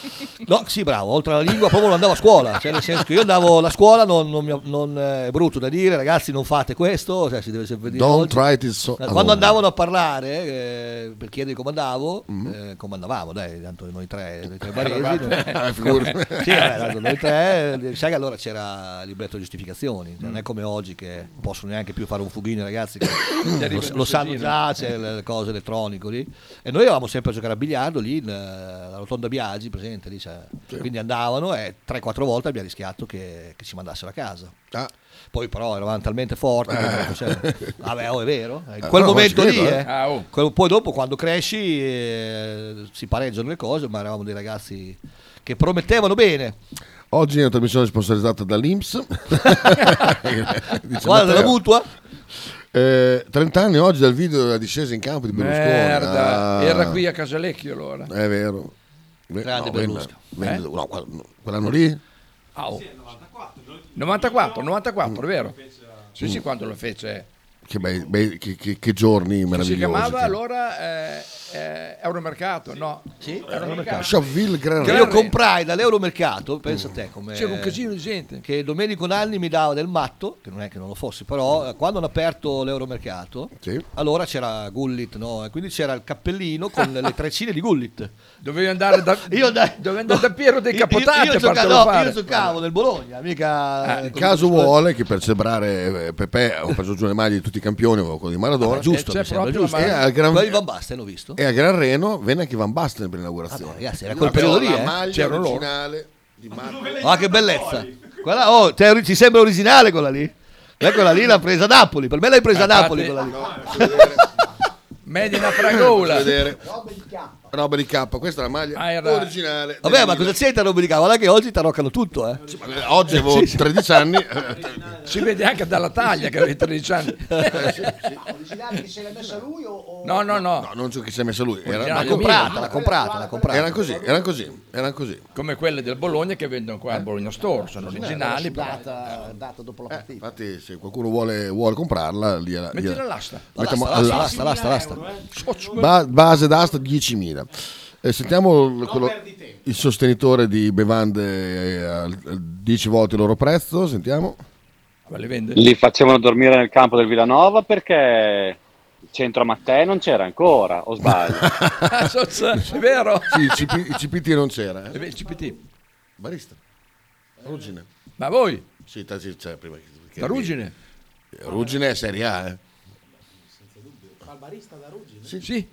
S5: No, sì, bravo, oltre alla lingua proprio non andavo a scuola, cioè nel senso che io andavo alla scuola, non, non mi- non, eh, è brutto da dire, ragazzi non fate questo, cioè, si deve sempre dire
S17: Don't
S5: oggi.
S17: try this so-
S5: Quando
S17: alone.
S5: andavano a parlare, eh, per chiedere come andavo, eh, comandavamo, dai, tanto noi tre, noi tre baresi, cioè,
S17: Ah, figurati.
S5: Sì, vabbè, tanto noi tre, eh, sai che allora c'era il libretto di giustificazioni, cioè, non è come oggi che possono neanche più fare un fughino i ragazzi, che lo, lo sanno già, c'è le cose elettroniche lì, e noi eravamo sempre a giocare a biliardo lì, in, eh, alla rotonda Biagi, presente lì, c'è- quindi andavano e 3-4 volte abbiamo rischiato che, che ci mandassero a casa. Poi però eravamo talmente forti, che non facevamo- vabbè oh, è vero, in
S17: Eh,
S5: quel
S17: no,
S5: momento
S17: ci
S5: lì,
S17: credo, eh.
S5: eh.
S11: Ah, oh.
S5: Quello- poi dopo quando cresci eh, si pareggiano le cose, ma eravamo dei ragazzi che promettevano bene.
S17: Oggi è una trasmissione sponsorizzata dall'Inps. Dice
S5: Guarda la
S17: Matteo.
S5: mutua,
S17: Eh, 30 anni oggi dal video della discesa in campo di Berlusconi.
S11: Merda,
S17: Ah.
S11: era qui a Casalecchio allora.
S17: È vero. Beh,
S11: Grande
S17: venne-
S11: Berlusca.
S17: venne-
S11: Eh?
S17: no, quel- no, quell'anno lì?
S11: Ah, oh. 94, 94, è vero? Sì,
S17: Mm.
S11: sì, quando lo fece.
S17: Che, bei- bei- che- che- che giorni
S11: Si
S17: meravigliosi.
S11: chiamava
S17: che-
S11: allora eh, eh, Euromercato, no? Sì, Euromercato.
S17: Sciavville Gran
S5: che io comprai dall'euromercato, pensa a
S17: Mm.
S5: te come...
S11: C'era un casino di gente.
S5: Che Domenico Nanni mi dava del matto, che non è che non lo fossi, però eh, quando hanno aperto l'euromercato,
S17: Sì.
S5: allora c'era Gullit, no? E quindi c'era il cappellino con le treccine di Gullit.
S11: Dovevi andare da,
S5: io andai-
S11: dovevi andare da Piero dei
S5: Io- io-
S11: Capotati
S5: io,
S11: a
S5: gioca-
S11: fartelo
S5: no,
S11: fare.
S5: io giocavo nel Bologna, mica... eh,
S17: Il Ah, Eh, caso vuole che per celebrare eh, Pepe ho preso giù le maglie di tutti i campioni, avevo quello di Maradona.
S5: Ah, giusto, Eh, c'è mi sembra proprio giusto. la
S17: E
S5: maglia.
S17: al Gran,
S5: Quello di Van Basten l'ho visto.
S17: E a Gran Reno venne anche Van Basten per l'inaugurazione.
S5: Vabbè, ragazzi, era
S17: Io
S5: quel
S17: avevo
S5: periodo lì,
S17: la
S5: eh.
S17: maglia
S5: C'erano loro.
S17: originale di Marco.
S5: Ah, che bellezza! Quella, oh, te- ti sembra originale quella lì? Eh, quella lì l'ha presa a Napoli, per me l'hai presa a Napoli quella lì.
S11: Medi una fragola.
S17: Faccio vedere. Roba di K, questa è la maglia originale.
S5: Ah, Vabbè, ma cosa c'entra Robi di Cavola? Che oggi ti roccano tutto, eh?
S17: Eh, Oggi avevo
S5: Sì, sì.
S17: 13 anni. eh.
S11: Si vede anche dalla taglia che avevi 13 anni.
S17: Eh,
S14: Originale che se l'è messa lui o... o-
S11: No, no, no.
S17: non so chi si è messo lui. Era,
S11: Originale
S17: ma-
S11: comprata,
S5: l'ha comprata, l'ha comprata.
S17: Erano così, erano così, erano così.
S11: Come quelle del Bologna che vendono qua al Bologna Store, sono originali. però-
S14: Data, data dopo la partita.
S17: Eh, Infatti, se qualcuno vuole, vuole comprarla, lì alla, lì
S14: Mettila
S17: alla-
S14: all'asta.
S17: Mettiamo
S5: All'asta,
S17: all'asta.
S5: all'asta, all'asta,
S11: Oh,
S17: Ba- base d'asta 10.000. Eh, sentiamo il- quello- il sostenitore di bevande eh, al- al 10 volte il loro prezzo. Sentiamo.
S11: Ma le vende?
S6: Li facevano dormire nel campo del Villanova perché
S10: Il centro Mattei non c'era ancora, o sbaglio?
S11: Ah, so- so- è vero?
S17: Sì, il, CP il CPT non c'era.
S11: Eh beh, il CPT.
S17: Barista. Ruggine.
S11: Ma voi?
S17: Sì, ta- sì, c'è prima. che- Eh,
S11: Da Ruggine?
S17: Ruggine è Serie A, eh.
S20: Barista da Ruggine.
S17: Sì.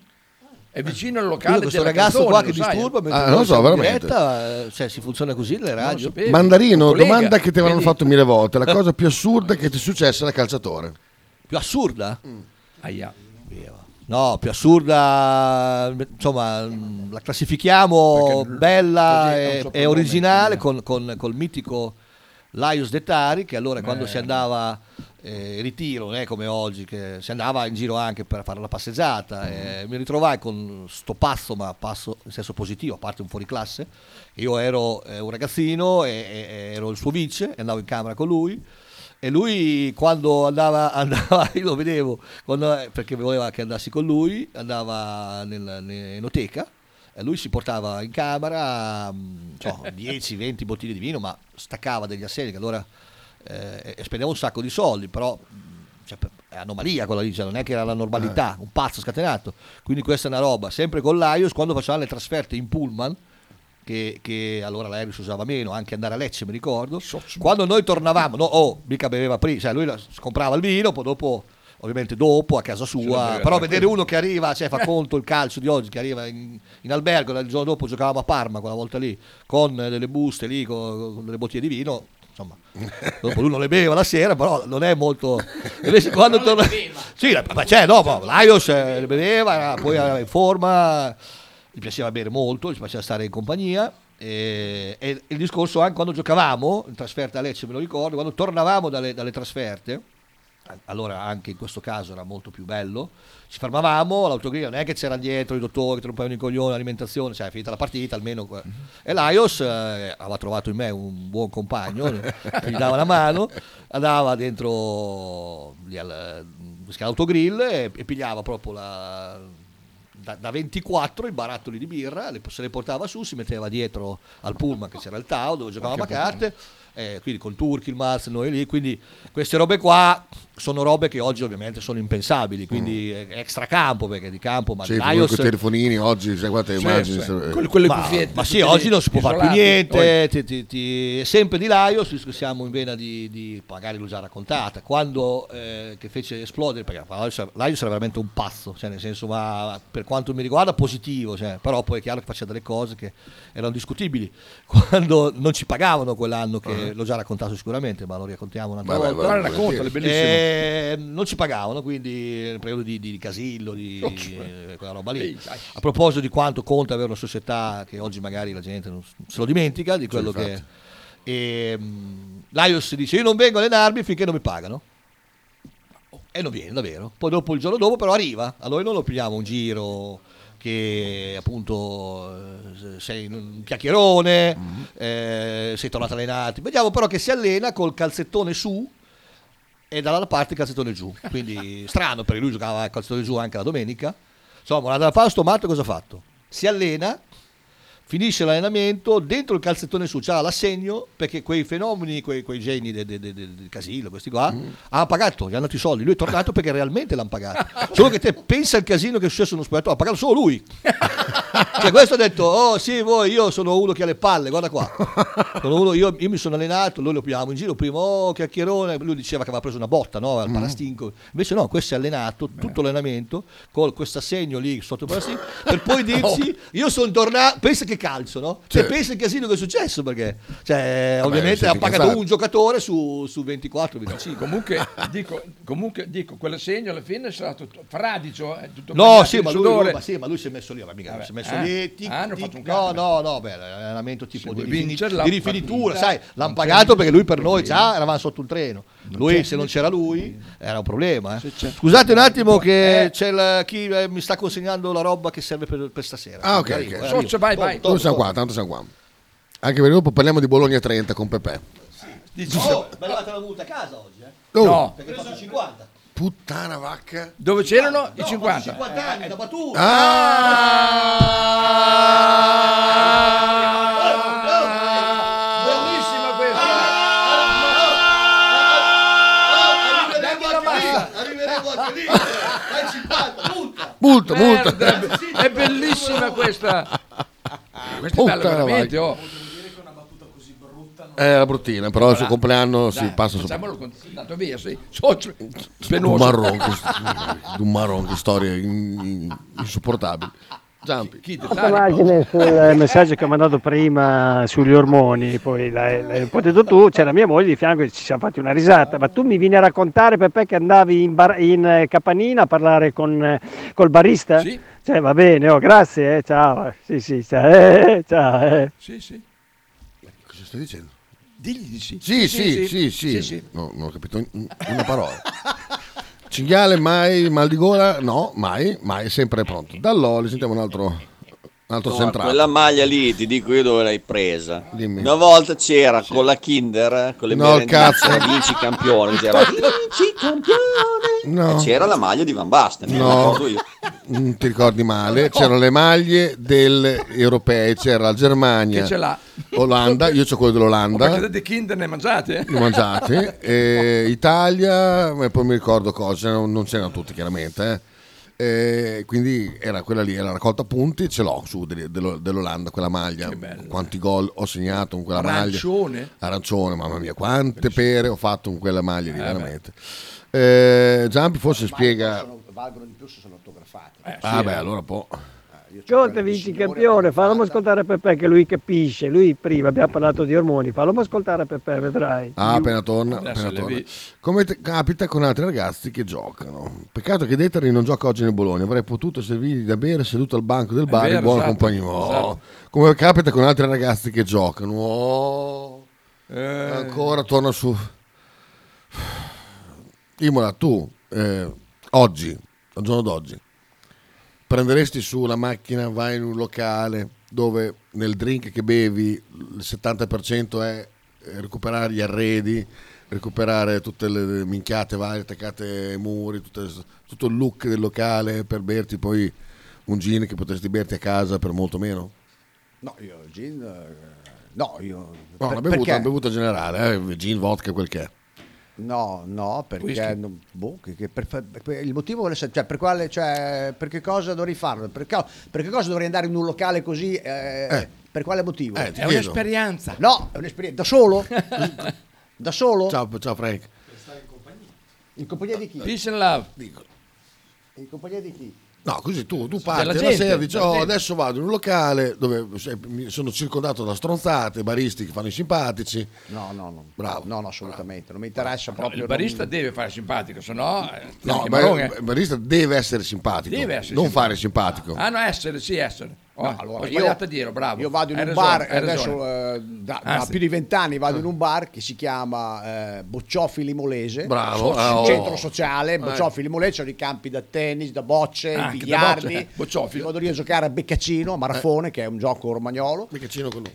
S11: È vicino al
S5: Io
S11: locale
S5: questo
S11: della
S5: ragazzo
S11: canzone,
S5: qua
S11: lo
S5: che
S11: sai? eh?
S5: disturba mentre
S17: Ah, non lo so,
S5: siamo in
S17: veramente.
S5: diretta, eh, cioè, si funziona così le radio.
S11: Eh,
S17: Mandarino,
S5: Collega,
S17: domanda che ti avranno
S5: vedi?
S17: fatto mille volte. La cosa più assurda che ti è successa da calciatore.
S5: Più assurda? Mm. No, più assurda, insomma, mh, la classifichiamo bella
S11: così non
S5: e,
S11: so
S5: e
S11: come eh.
S5: originale con, con- col mitico Laius Detari che allora quando si andava eh, in ritiro, non è come oggi, che si andava in giro anche per fare la passeggiata, eh, mi ritrovai con sto passo, ma passo in senso positivo, a parte un fuoriclasse, io ero eh, un ragazzino e, e- ero il suo vice e andavo in camera con lui. E lui quando andava, andava io lo vedevo quando- eh, perché voleva che andassi con lui, andava nel- nell'enoteca e Eh, lui si portava in camera mh, so, 10-20 bottiglie di vino, ma staccava degli assegni che allora eh, e spendevo un sacco di soldi, però mh, cioè, per- è anomalia quella lì, cioè, non è che era la normalità, un pazzo scatenato. Quindi questa è una roba, sempre con l'Aios quando facevamo le trasferte in pullman, che, che allora l'aereo si usava meno, anche andare a Lecce mi ricordo, quando noi tornavamo, no, oh, mica beveva prima, cioè lui la- comprava il vino, poi dopo... Ovviamente dopo a casa sua,
S11: beveva
S5: però
S11: tranquillo.
S5: vedere uno che arriva, cioè fa conto il calcio di oggi, che arriva in, in albergo, il giorno dopo giocavamo a Parma quella volta lì, con eh, delle buste lì, con, con delle bottiglie di vino, insomma, Dopo lui non le beveva la sera, però non è molto. Invece quando torna. Sì, la- ma c'è, no, ma Laios eh, le beveva, era- poi era in forma, gli piaceva bere molto, gli piaceva stare in compagnia. E, e il discorso anche quando giocavamo in trasferta a Lecce, me lo ricordo, quando tornavamo dalle, dalle trasferte, a- allora anche in questo caso era molto più bello. Ci fermavamo all'autogrill, non è che c'erano dietro i dottori che rompevano i coglioni, l'alimentazione, cioè è finita la partita almeno. que- E Laios eh, aveva trovato in me un buon compagno, che gli dava la mano, andava dentro lì al- come si chiama, l'autogrill e, e pigliava proprio la, da, da 24 i barattoli di birra, le- se le portava su, si metteva dietro al pullman che c'era il tavolo dove giocavamo a
S11: Che puttana.
S5: carte. eh, quindi con Turchi, il Mars, noi lì, quindi queste robe qua sono robe che oggi ovviamente sono impensabili, quindi eh, extracampo perché di campo, ma
S17: Sì,
S5: di
S17: con
S5: Laios-
S17: i telefonini oggi, sai qua te
S5: Sì,
S17: immagini.
S5: sì.
S17: se-
S5: Quelle- quelle Ma- cuffiette, ma sì, tutte oggi lì, non si può fare più isolati. niente, ti- ti- ti- è sempre di Laios, visto che siamo in vena di, di- magari l'ho già raccontata, quando eh, che fece esplodere, perché Laios, Laios era veramente un pazzo, cioè nel senso, ma per quanto mi riguarda positivo, cioè, però poi è chiaro che faceva delle cose che erano discutibili, quando non ci pagavano quell'anno, che l'ho già raccontato sicuramente, ma lo raccontiamo un'altra
S17: Vabbè,
S5: volta.
S17: vabbè, Raccontalo, è bellissimo.
S5: Eh, non ci pagavano, quindi nel periodo di, di, di Casillo, di
S11: Oh,
S5: eh, quella roba lì. A proposito di quanto conta avere una società che oggi magari la gente non, se lo dimentica, di quello che...
S17: infatti.
S5: E, mh, Laios dice io non vengo a allenarmi finché non mi pagano. E non viene, davvero. Poi dopo il giorno dopo però arriva, a noi non lo pigliamo un giro che appunto eh, sei un chiacchierone, eh, sei tornato a allenarti. Vediamo però che si allena col calzettone su e dall'altra parte il calzettone giù. Quindi strano perché lui giocava il calzettone giù anche la domenica. Insomma, una dalla fa sto matto cosa ha fatto? Si allena, finisce l'allenamento, dentro il calzettone su c'ha l'assegno perché quei fenomeni, quei, quei geni de- de- de- de- del Casillo, questi qua, hanno pagato, gli hanno dato i soldi. Lui è tornato perché realmente l'hanno pagato. Solo che te pensa al casino che è successo uno spogliatoio, ha pagato solo lui. Cioè questo ha detto, oh sì, voi, io sono uno che ha le palle, guarda qua. Sono uno- io, io mi sono allenato, noi lo pigliavamo in giro, prima, oh chiacchierone, lui diceva che aveva preso una botta no, al parastinco, invece no, questo si è allenato, tutto l'allenamento, con questo assegno lì sotto il parastinco, per poi dirci, io sono tornato, pensa che calcio, no? Cioè, pensa il casino che è successo, perché cioè,
S11: eh? Vabbè,
S5: ovviamente
S11: siete
S5: ha pagato
S11: incazzati.
S5: un giocatore su, su 24-25.
S11: Comunque, dico, comunque dico, quell'assegno alla fine sarà tutto fradicio, eh, tutto bagnato
S5: No, sì
S11: di
S5: ma, lui,
S11: sudore.
S5: lui- ma sì, ma lui si è messo lì, ma mica
S11: Vabbè,
S5: si è messo
S11: eh?
S5: lì. tic,
S11: Ah, hanno
S5: tic,
S11: fatto un
S5: no,
S11: cazzo.
S5: no, no, beh, allenamento tipo di,
S11: vuoi
S5: rifini-
S11: vincere la
S5: di rifinitura,
S11: partita,
S5: sai,
S11: non
S5: l'hanno
S11: c'è
S5: pagato
S11: nessun
S5: perché lui per noi
S11: problema.
S5: già eravamo sotto un treno. Lui,
S11: c'è
S5: se non c'era lui, era un problema. eh. Scusate un attimo
S11: Eh.
S5: che c'è il- chi eh, mi sta consegnando la roba che serve per, per stasera.
S17: Ah, ok,
S5: Arrivo,
S17: ok.
S5: eh,
S17: Socio,
S5: arrivo.
S11: vai,
S5: Torno,
S11: vai.
S5: torno,
S17: Tanto siamo qua,
S5: torno.
S17: tanto siamo qua. Anche perché dopo parliamo di Bologna 30 con Pepe.
S5: Oh, ma è arrivata la multa a casa oggi, eh?
S17: Oh.
S11: No.
S5: Perché faccio 50.
S17: Puttana vacca.
S11: Dove c'erano i
S5: No,
S11: 50?
S5: 50 anni, la battuta.
S17: Ah!
S11: Ah. Bellissima questa!
S5: Arriveremo anche lì. Dai 50.
S17: Multa, multa.
S11: Merda, È bellissima questa. Questa è bella
S17: Puttana
S11: veramente.
S17: vacca.
S11: Oh.
S17: È la Eh, bruttina, però il suo compleanno si
S11: Dai,
S17: passa sopra.
S11: Facciamolo con tanto via, sì. cioè, Socio-
S17: Un
S11: penoso.
S17: marron, questo- un marron, che storia in- in- insopportabile. Zampi.
S12: Questa immagine sul messaggio che ho mandato prima sugli ormoni, poi l'hai, l'hai detto tu, c'era mia moglie di fianco e ci siamo fatti una risata, ma tu mi vieni a raccontare Peppe che andavi in, bar- in eh, Capanina a parlare con, eh, col barista? Cioè va bene, oh, grazie, eh, ciao, sì sì, ciao, eh, ciao. eh.
S11: Sì, sì.
S17: Cosa stai dicendo?
S11: Digli di sì.
S17: Sì, sì, sì, sì. No, non ho capito un- una parola. Cinghiale mai, mal di gola? No, mai, mai, sempre pronto. Dall'Oli sentiamo un altro, un
S7: Guarda,
S17: altro centrale.
S7: quella maglia lì ti dico io dove l'hai presa una volta c'era con la Kinder eh, con le
S17: No,
S7: merendine,
S17: cazzo.
S7: vinci campione c'era,
S17: No.
S7: e c'era la maglia di Van Basten mi
S17: No,
S7: ricordo io.
S17: mm, ti ricordi
S11: Oh.
S17: male. C'erano le maglie delle europee, c'era la Germania,
S11: Che ce l'ha. Oh,
S17: Olanda, io ho quello
S11: Perché
S17: dell'Olanda,
S11: dei Kinder ne mangiate?
S17: li ho mangiati, e Italia, ma poi mi ricordo cosa, non non c'erano tutti chiaramente. eh. E quindi era quella lì, era la raccolta punti, ce l'ho su delle- dello- dell'Olanda quella maglia. Quanti gol ho segnato con quella maglia.
S11: Arancione.
S17: Arancione, mamma mia, quante pere ho fatto con quella maglia lì, veramente. Eh, Giampi forse spiega...
S14: Sono- valgono di più se sono autografati. Eh,
S11: Eh,
S17: Ah beh, allora può.
S12: Conte vinci campione, fallo ascoltare Peppe che lui capisce, lui prima abbiamo parlato di ormoni, fallo ascoltare Peppe, vedrai.
S17: Ah, appena torna,
S12: Adesso
S17: appena
S12: le
S17: torna.
S12: vi-
S17: Come te- capita con altri ragazzi che giocano. Peccato che Detari non gioca oggi nel Bologna. Avrei potuto servirgli da bere seduto al banco del bar
S11: vero,
S17: in buona
S11: esatto,
S17: compagnia. Oh,
S11: esatto.
S17: Come capita con altri ragazzi che giocano. Oh,
S11: Eh.
S17: Ancora torna su. Imola, tu eh, oggi, al giorno d'oggi, prenderesti su una macchina, vai in un locale dove nel drink che bevi il 70% è eh, recuperare gli arredi, recuperare tutte le minchiate varie attaccate ai muri, tutte- tutto il look del locale per berti poi un gin che potresti berti a casa per molto meno?
S14: No, io il gin... eh, No, io...
S17: No,
S14: per-
S17: una bevuta,
S14: perché?
S17: una bevuta generale, eh, gin, vodka, quel che è.
S14: No, no, perché
S17: Whisky.
S14: non- boh, che- che per- per- il motivo vuole essere, cioè, per quale, cioè, per che cosa dovrei farlo? Per, ca- per che cosa dovrei andare in un locale così? eh, Per quale motivo?
S17: Eh, ti È chiedo.
S14: un'esperienza. No, è un'esperienza. Da solo? da solo?
S17: Ciao, ciao Frank.
S14: In compagnia di chi?
S11: Peace and love.
S14: In compagnia di chi?
S17: No, così tu, tu parti la
S14: Della gente,
S17: sera e dici,
S14: della
S17: oh,
S14: gente."
S17: adesso vado in un locale dove se- mi sono circondato da stronzate, baristi che fanno i simpatici.
S14: No, no, no.
S17: Bravo.
S14: No, no, assolutamente. Non mi interessa
S11: No,
S14: Cioè, proprio.
S11: il barista
S14: non-
S11: deve fare simpatico, sennò eh,
S17: No,
S11: anche
S17: ma
S11: Marone.
S17: il barista deve essere simpatico,
S11: Deve essere
S17: non
S11: simpatico.
S17: fare simpatico.
S11: Ah no, essere, sì, essere. Oh,
S14: No, allora,
S11: ho
S14: io-
S11: sbagliato a dire, bravo.
S14: Io vado in
S11: Hai
S14: un
S11: ragione,
S14: bar,
S11: hai
S14: adesso
S11: ragione. Ah,
S14: eh, da, da
S11: Anzi.
S14: più di vent'anni vado
S11: Ah.
S14: in un bar che si chiama eh, Boccioffi Limolese,
S17: Bravo,
S14: so-
S17: ah, oh.
S14: centro sociale,
S17: Eh.
S14: Boccioffi Limolese, c'erano i campi da tennis, da bocce,
S11: Ah, anche da
S14: biliardi,
S11: bocce, Eh. Boccioffi.
S14: vado lì a giocare a Beccacino, a Marafone, che è un gioco romagnolo,
S17: Beccaccino con lui.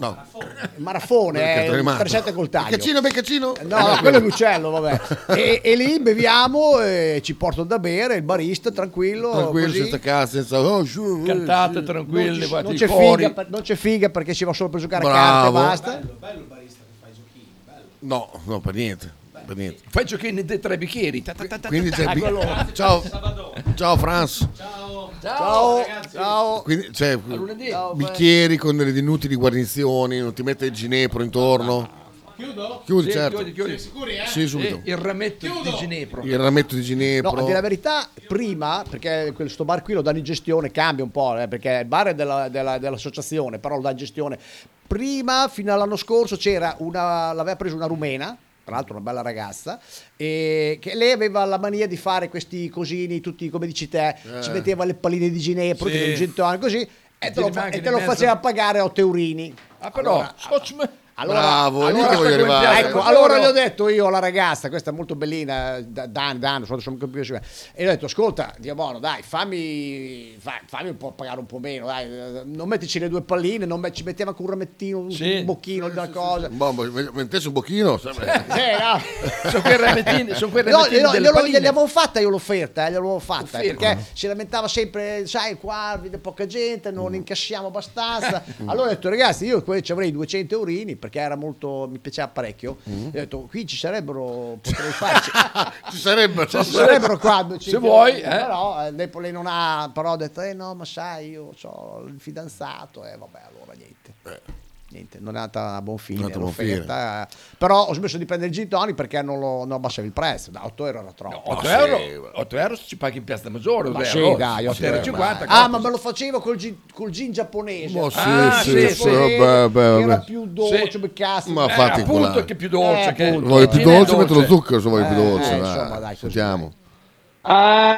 S17: No,
S14: Marafone,
S17: Quello che
S14: è
S17: è
S14: il
S17: remato.
S14: 37 col taglio.
S17: Beccaccino, Beccaccino.
S14: Eh,
S11: Ah,
S14: No, quello è l'uccello, vabbè. E, e lì beviamo, e ci portano da bere, il barista tranquillo.
S17: Tranquillo,
S14: così.
S17: senza cazzo, senza... Oh, su, eh,
S11: Cantate
S17: sì.
S14: Non
S11: tranquilli,
S14: ci-
S11: guardi
S14: non
S11: i
S14: c'è,
S11: cori.
S14: figa, per- non c'è figa perché si va solo per giocare a carte e
S17: Bravo.
S14: basta.
S17: No, no, per niente, per niente.
S11: Fai giochini dei tre bicchieri. ta, ta, ta, ta,
S17: Quindi
S11: ta,
S17: c'è...
S11: ta, quello-
S17: Ciao, ciao Franz.
S14: Ciao, ciao.
S17: Quindi, cioè,
S11: A lunedì.
S17: bicchieri con delle inutili guarnizioni, non ti mette il ginepro intorno.
S11: Chiudo?
S17: Chiudi,
S11: Sì,
S17: certo.
S11: Chiudi, chiudi.
S17: Sì, subito.
S11: Sì, Eh, il rametto di Ginepro.
S17: Il rametto di
S14: No,
S17: ginepro.
S14: a dire la verità, prima, perché questo bar qui lo danno in gestione, cambia un po', eh, perché il bar è della- della- dell'associazione, però lo dà in gestione. Prima, fino all'anno scorso, c'era una, l'aveva preso una rumena, tra l'altro una bella ragazza, e che lei aveva la mania di fare questi cosini, tutti come dici
S11: Eh.
S14: te, ci metteva le palline di ginepro,
S11: Sì.
S14: di un gentone, così, e te lo, fa-
S11: Rimane
S14: e te lo
S11: in mezzo.
S14: faceva pagare a 8 eurini.
S11: Ah, però,
S14: Allora, allora-
S17: Bravo, è lì che voglio
S14: ecco,
S17: arrivare.
S14: Ecco, allora gli ho detto io alla ragazza, questa è molto bellina, da- Dan, Dan, non so come si chiama, e gli ho detto, ascolta, Dio buono, dai, fammi, fa- fammi un po' pagare un po' meno, dai, eh, non mettici le due palline, non me- ci mettiamo anche un ramettino, un
S17: Sì.
S14: bocchino, una cosa.
S17: Bombo, mettessi un bocchino. sai-
S14: Sono
S11: quei ramettini- sono quei ramettini delle
S14: glielo,
S11: palline.
S14: gliel'avevo fatta io l'offerta, eh, gliel'avevo fatta eh,
S11: Offerta.
S14: perché si lamentava sempre, sai, qua
S17: Mm.
S14: vede poca gente, non incassiamo abbastanza. Allora ho detto, ragazzi, io que- ci avrei 200 eurini per perché era molto, mi piaceva parecchio. E ho detto, qui ci sarebbero, potrei farci.
S17: Mm. ci sarebbero,
S14: Cioè, ci sarebbero quando ci
S17: Se vuoi, eh.
S14: però eh, dopo lei non ha però ha detto eh no ma sai io ho il fidanzato e vabbè allora niente niente non è andata a buon fine,
S17: Eh. Non è andata a buon
S14: l'offerta. però ho smesso di prendere il gin tonic perché non, lo, non abbassavo il prezzo da 8 euro era troppo
S11: 8 euro, 8 euro se ci paghi in piazza Maggiore,
S14: Ma
S11: due
S14: sì,
S11: euro.
S14: dai,
S11: 8,50
S14: 8
S11: euro.
S14: euro, ah ma me lo facevo col gin, col gin giapponese
S17: Ma sì,
S14: Ah,
S17: sì, sì,
S14: giapponese,
S17: vabbè, vabbè,
S14: che era
S17: vabbè.
S14: più dolce
S11: Sì.
S14: ma cazzo
S17: Ma fatti inculare.
S11: più dolce
S14: Eh,
S11: che-
S14: appunto.
S17: Vuoi più
S14: Eh,
S17: dolce,
S14: dolce.
S17: metto lo zucchero se vuoi più
S14: Eh,
S17: dolce.
S14: eh,
S17: dai.
S14: insomma, dai, così.
S17: Sentiamo.
S10: Ah,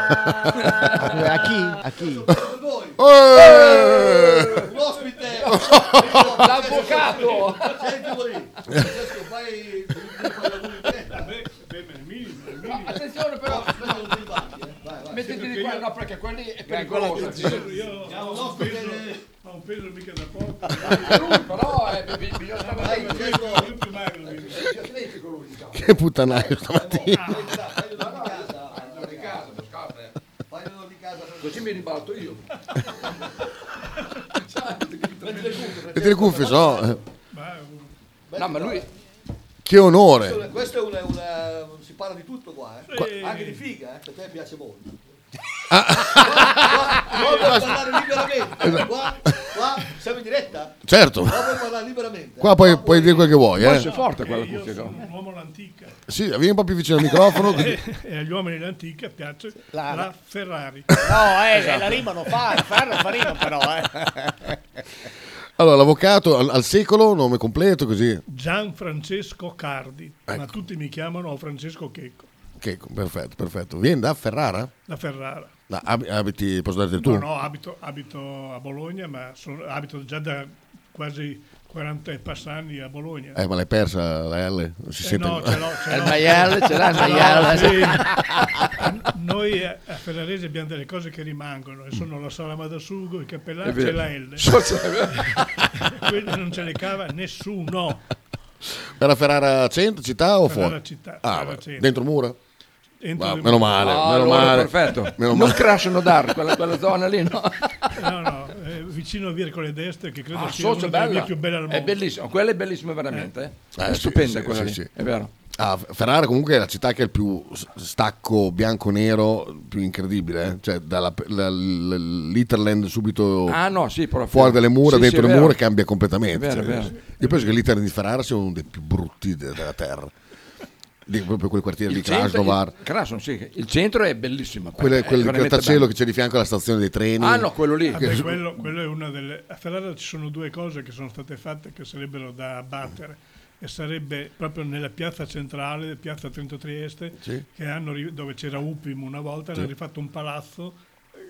S14: a chi? a chi?
S17: Eh!
S13: Un ospite!
S11: L'avvocato!
S13: Senti voi! Francesco, fai...
S11: Ma attenzione però,
S14: Ah,
S11: mettiti di qua, no perché quelli è pericoloso.
S13: Io ho un ospite... Ho un peso mica da poco.
S11: Lui però eh, bi- bi- bisogna stare
S13: Lui più magro.
S17: Che puttanaio stamattina.
S11: Così mi ribalto io.
S17: Metti le cuffie, so. eh.
S11: No, ma
S5: eh.
S11: lui
S17: Che onore.
S6: Questo è un, è un-
S5: eh,
S6: un- si parla di tutto qua, eh.
S17: Qua-
S6: anche di figa, eh, che a te piace molto.
S17: Ah.
S6: Qua- qua puoi parlare liberamente.
S17: Esatto.
S6: Qua, qua siamo in diretta.
S17: Certo.
S6: Qua puoi parlare liberamente.
S17: Qua puoi, puoi dire quel che vuoi.
S11: Poi
S17: Eh.
S11: c'è forte quella cuffia.
S13: sono
S11: no?
S13: un uomo all'antica.
S17: Sì, vieni un po' più vicino al microfono. così.
S13: e Eh, agli uomini all'antica piace la, Ferrari.
S14: No, eh,
S13: Esatto.
S14: la rima non fa, la Ferrari fa rima però, eh.
S17: Allora, l'avvocato al, al secolo, nome completo, così.
S13: Gianfrancesco Cardi, ma tutti mi chiamano Francesco Checco,
S17: Che, perfetto, perfetto. Vieni da Ferrara?
S13: da Ferrara.
S17: Da- ab- abiti, posso darti il
S13: No,
S17: tuo?
S13: no, abito, abito a Bologna, ma sono- abito già da quasi 40 e passanni a Bologna.
S17: Eh, ma l'hai persa la L? Non si
S13: Eh
S17: sente.
S13: no, ce l'ho, ce l'ho. Ce l'ho, sì. Noi a a Ferrarese abbiamo delle cose che rimangono, e sono la salama da sugo, i
S17: È
S13: cappellacci
S17: vero.
S13: e la L.
S17: So, so, è vero.
S13: Quelle non ce le cava nessuno.
S17: Era Ferrara centro, città o
S13: Ferrara
S17: fuori?
S13: città,
S17: Ah,
S13: Ferrara
S17: beh,
S13: centro.
S17: dentro mura?
S13: Entro
S17: Ah,
S13: le-
S17: meno male,
S11: Ah,
S17: meno
S11: allora,
S17: male.
S11: perfetto.
S17: Meno
S11: non
S17: male.
S11: crashano d'ar, quella, quella zona lì, no?
S13: No, no, eh, vicino a Virgole d'Este, che credo
S11: Ah,
S13: sia
S11: so,
S13: una
S11: c'è
S13: delle vie
S11: bella.
S13: più belle al mondo.
S11: È bellissimo, quella è bellissima veramente. eh.
S17: Eh,
S11: è
S17: sì,
S11: stupenda
S17: sì,
S11: quella
S17: sì,
S11: lì,
S17: sì.
S11: è vero.
S17: Ah, Ferrara comunque è la città che ha il più s- stacco bianco-nero più incredibile, eh. cioè dalla- dal- l'Itterland subito
S11: Ah, no, sì, proprio.
S17: fuori dalle mura,
S11: Sì,
S17: dentro
S11: sì, è
S17: le
S11: vero.
S17: mura cambia completamente.
S11: È
S17: cioè,
S11: vero, è vero.
S17: Io penso che l'Itterland di Ferrara sia uno dei più brutti de- della terra, di, proprio quel quartiere di
S11: centro,
S17: Krasnovar,
S11: il, Krasno, sì, il centro è bellissimo.
S17: quel,
S11: è
S17: quel
S11: veramente
S17: grattacielo
S11: bello.
S17: che c'è di fianco alla stazione dei treni.
S11: Ah, no, quello lì.
S13: Ah, beh, quello, quello è una delle... A Ferrara ci sono due cose che sono state fatte che sarebbero da abbattere e sarebbe proprio nella piazza centrale, piazza 33 Est,
S17: Sì.
S13: che hanno ri- dove c'era Upim una volta,
S17: Sì.
S13: hanno rifatto un palazzo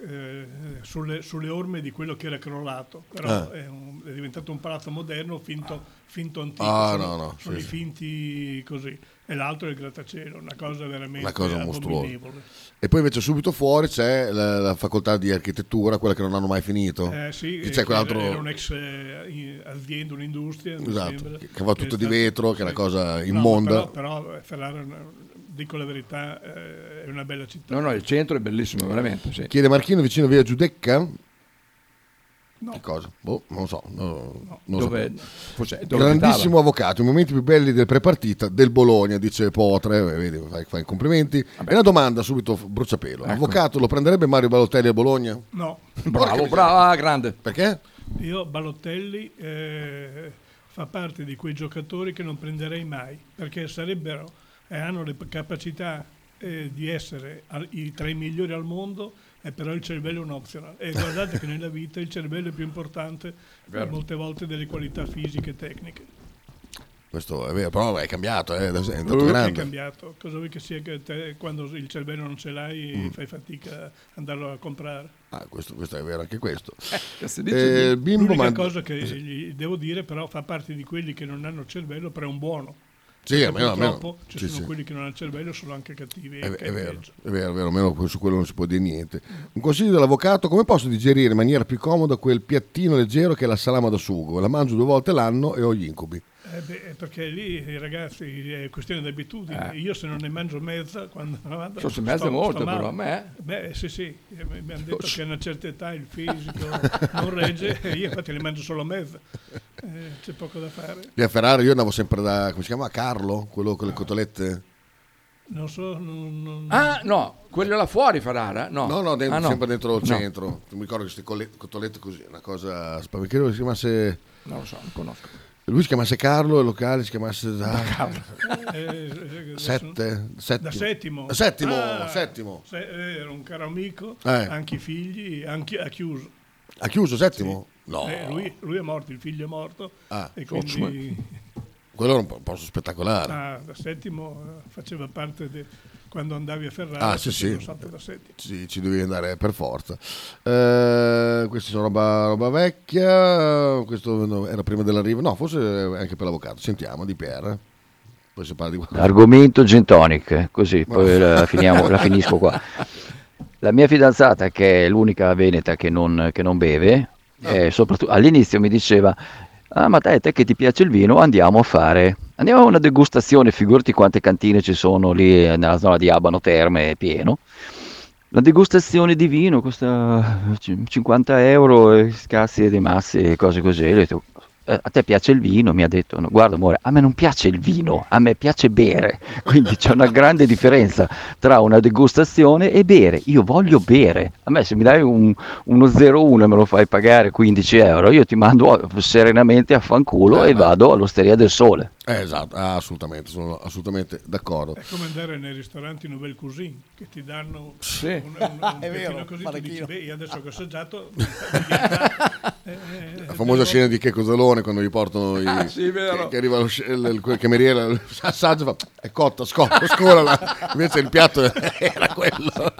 S13: eh, sulle, sulle orme di quello che era crollato, però
S17: Ah.
S13: è, un- è diventato un palazzo moderno finto, finto antico,
S17: Ah,
S13: sono,
S17: no, no,
S13: sono
S17: sì,
S13: i
S17: sì.
S13: finti così, e l'altro è il grattacielo, una cosa veramente
S17: una cosa mostruosa.
S13: Eh, abominevole.
S17: E poi invece subito fuori c'è la, la facoltà di architettura, quella che non hanno mai finito.
S13: Eh, sì,
S17: ecco. Che
S13: eh,
S17: c'è
S13: che
S17: quell'altro
S13: era un'ex eh, i- azienda, un'industria. mi
S17: esatto,
S13: sembra,
S17: che che va
S13: è
S17: tutto di
S13: stata-
S17: vetro, che è una cosa
S13: No,
S17: immonda.
S13: però, però, eh, Ferrara, è una- dico la verità, eh, è una bella città.
S11: No, no, il centro è bellissimo, veramente. Sì.
S17: Chiede Marchino vicino a via Giudecca?
S13: No.
S17: Che cosa? Boh, non lo so. no, non lo
S11: Dove,
S17: so.
S11: forse, dove
S17: Grandissimo avvocato, i momenti più belli del prepartita del Bologna, dice Potre, eh, vedi, fai, fai i complimenti. E una domanda subito, bruciapelo. Avvocato, lo prenderebbe Mario Balotelli a Bologna?
S13: No.
S11: Bravo, bravo, ah, grande.
S17: Perché?
S13: Io, Balottelli, eh, fa parte di quei giocatori che non prenderei mai, perché sarebbero e hanno le capacità eh, di essere al- i- tra i migliori al mondo, e però il cervello è un optional. E guardate che nella vita il cervello è più importante
S11: Vero.
S13: molte volte delle qualità fisiche e tecniche.
S17: Questo è vero, però è cambiato, eh, adesso è diventato
S13: Uh, è
S17: grande.
S13: cambiato. Cosa vuoi che sia che te, quando il cervello non ce l'hai
S17: Mm.
S13: fai fatica a andarlo a comprare?
S17: Ah, questo, questo è vero, anche questo.
S11: si
S17: Eh, il bimbo eh.
S13: L'unica
S17: manda-
S13: cosa che gli devo dire però fa parte di quelli che non hanno cervello però è un buono.
S17: Sì,
S13: Perché
S17: almeno- almeno-
S13: purtroppo ci
S17: sì,
S13: sono
S17: sì.
S13: quelli che non hanno cervello sono anche cattivi.
S17: È,
S13: e
S17: è
S13: che-
S17: vero, è vero, è vero, almeno su quello non si può dire niente. Un consiglio dell'avvocato, come posso digerire in maniera più comoda quel piattino leggero che è la salama da sugo? La mangio due volte l'anno e ho gli incubi.
S13: eh, Eh beh, è perché lì eh, ragazzi è questione di abitudine.
S11: Eh.
S13: Io se non ne mangio mezza quando vado,
S11: Forse mezza è molto,
S13: male.
S11: però, a me,
S13: Beh, sì, sì, eh, mi mi hanno detto che a una certa età il fisico non regge e io infatti ne mangio solo mezza. Eh, c'è poco da fare.
S17: Lì a Ferrara io andavo sempre da, come si chiama, Carlo, quello con le cotolette.
S13: Non so, non- non-
S11: Ah, no, quello là fuori Ferrara? No,
S17: No, no, dentro-
S11: Ah,
S17: sempre dentro il
S11: No.
S17: centro. Non mi ricordo queste colle- cotolette così, una cosa spaventevole. Credo che si chiamasse...
S11: Non lo so, non conosco.
S17: Lui si chiamasse Carlo, il locale si chiamasse... Ah,
S13: Eh,
S17: Sette,
S13: Da
S17: settimo.
S13: settimo.
S17: Settimo,
S13: Ah,
S17: settimo.
S13: se- eh, era un caro amico,
S17: Eh.
S13: anche i figli, anche, ha chiuso.
S17: Ha chiuso settimo? No.
S13: Eh, lui, lui è morto, il figlio è morto.
S17: Ah,
S13: e quindi
S17: Quello era un po- un posto spettacolare.
S13: ah, da settimo eh, faceva parte di quando andavi a Ferrara.
S17: Ah, sì, sì.
S13: facevo salto da settimo.
S17: Sì, ci devi andare per forza. Eh, queste sono roba, roba vecchia. Questo no, era prima dell'arrivo. No, forse anche per l'avvocato. Sentiamo di Pierre. Poi si parla di
S23: Argomento gin tonic, eh, così poi la, finiamo- la finisco qua. La mia fidanzata, che è l'unica veneta che non, che non beve,
S17: Ah.
S23: eh, soprattutto all'inizio mi diceva: Ah, ma dai, te che ti piace il vino, andiamo a fare. Andiamo a una degustazione, figurati quante cantine ci sono lì eh, nella zona di Abano Terme, è pieno. La degustazione di vino costa cin- 50 euro, e cazzi e dei massi e cose così. Io ho detto, "Eh, a te piace il vino? Mi ha detto, "No, guarda amore, a me non piace il vino, a me piace bere. Quindi c'è una grande differenza tra una degustazione e bere. Io voglio bere. A me se mi dai un- uno 01 e me lo fai pagare 15 euro, io ti mando oh, serenamente a fanculo e vado all'Osteria del Sole.
S17: Eh, esatto, ah, assolutamente, sono assolutamente d'accordo.
S13: È come andare nei ristoranti Nouvelle Cuisine che ti danno
S17: Sì.
S13: un, un, un pettino
S17: È vero,
S13: così, tu
S17: parecchino.
S13: dici, beh, io adesso che ho assaggiato... eh,
S17: La famosa scena di Checco Zalone quando gli portano i,
S13: Ah, sì, vero.
S17: Che, che arriva lo, sce- il, il- quel cameriere, il- assaggio fa, è cotta, scotta, scolala. Invece il piatto era quello.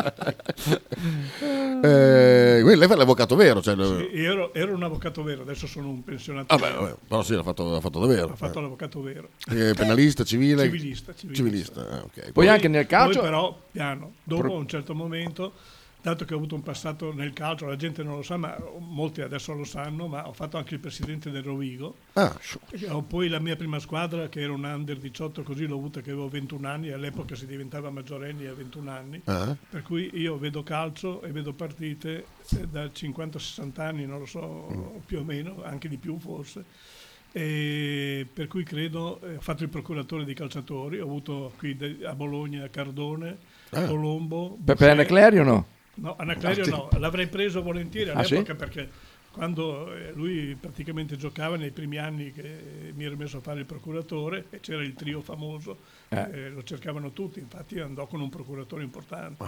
S17: eh, quindi lei fa l'avvocato vero, cioè,
S13: Sì, ero, ero un avvocato vero, adesso sono un pensionato.
S17: Vabbè, vabbè, però sì, l'ha fatto, l'ha fatto davvero.
S13: Ho fatto l'avvocato vero.
S17: Eh, penalista, civile?
S13: Civilista. civilista.
S17: Civilista, eh, ok.
S13: Poi-
S17: Poi-
S13: Poi però, piano, dopo a un certo momento, dato che ho avuto un passato nel calcio, la gente non lo sa, ma molti adesso lo sanno, ma ho fatto anche il presidente del Rovigo.
S17: Ah.
S13: E Ho poi la mia prima squadra, che era un under 18, così l'ho avuta che avevo 21 anni, all'epoca si diventava maggiorenni a 21 anni,
S11: Eh?
S17: Ah.
S13: per cui io vedo calcio e vedo partite eh, da 50-60 anni, non lo
S11: Mm.
S13: so, più o meno, anche di più forse. E per cui credo, eh, ho fatto il procuratore dei calciatori, ho avuto qui de- a Bologna Cardone,
S11: Ah.
S13: Colombo.
S11: Pepe Anaclerio no?
S13: No, Anaclerio
S11: Ah, sì.
S13: no, l'avrei preso volentieri
S11: Ah,
S13: all'epoca
S11: sì?
S13: perché quando eh, lui praticamente giocava nei primi anni che eh, mi ero messo a fare il procuratore e c'era il trio famoso,
S17: Eh.
S13: eh, lo cercavano tutti, infatti andò con un procuratore importante.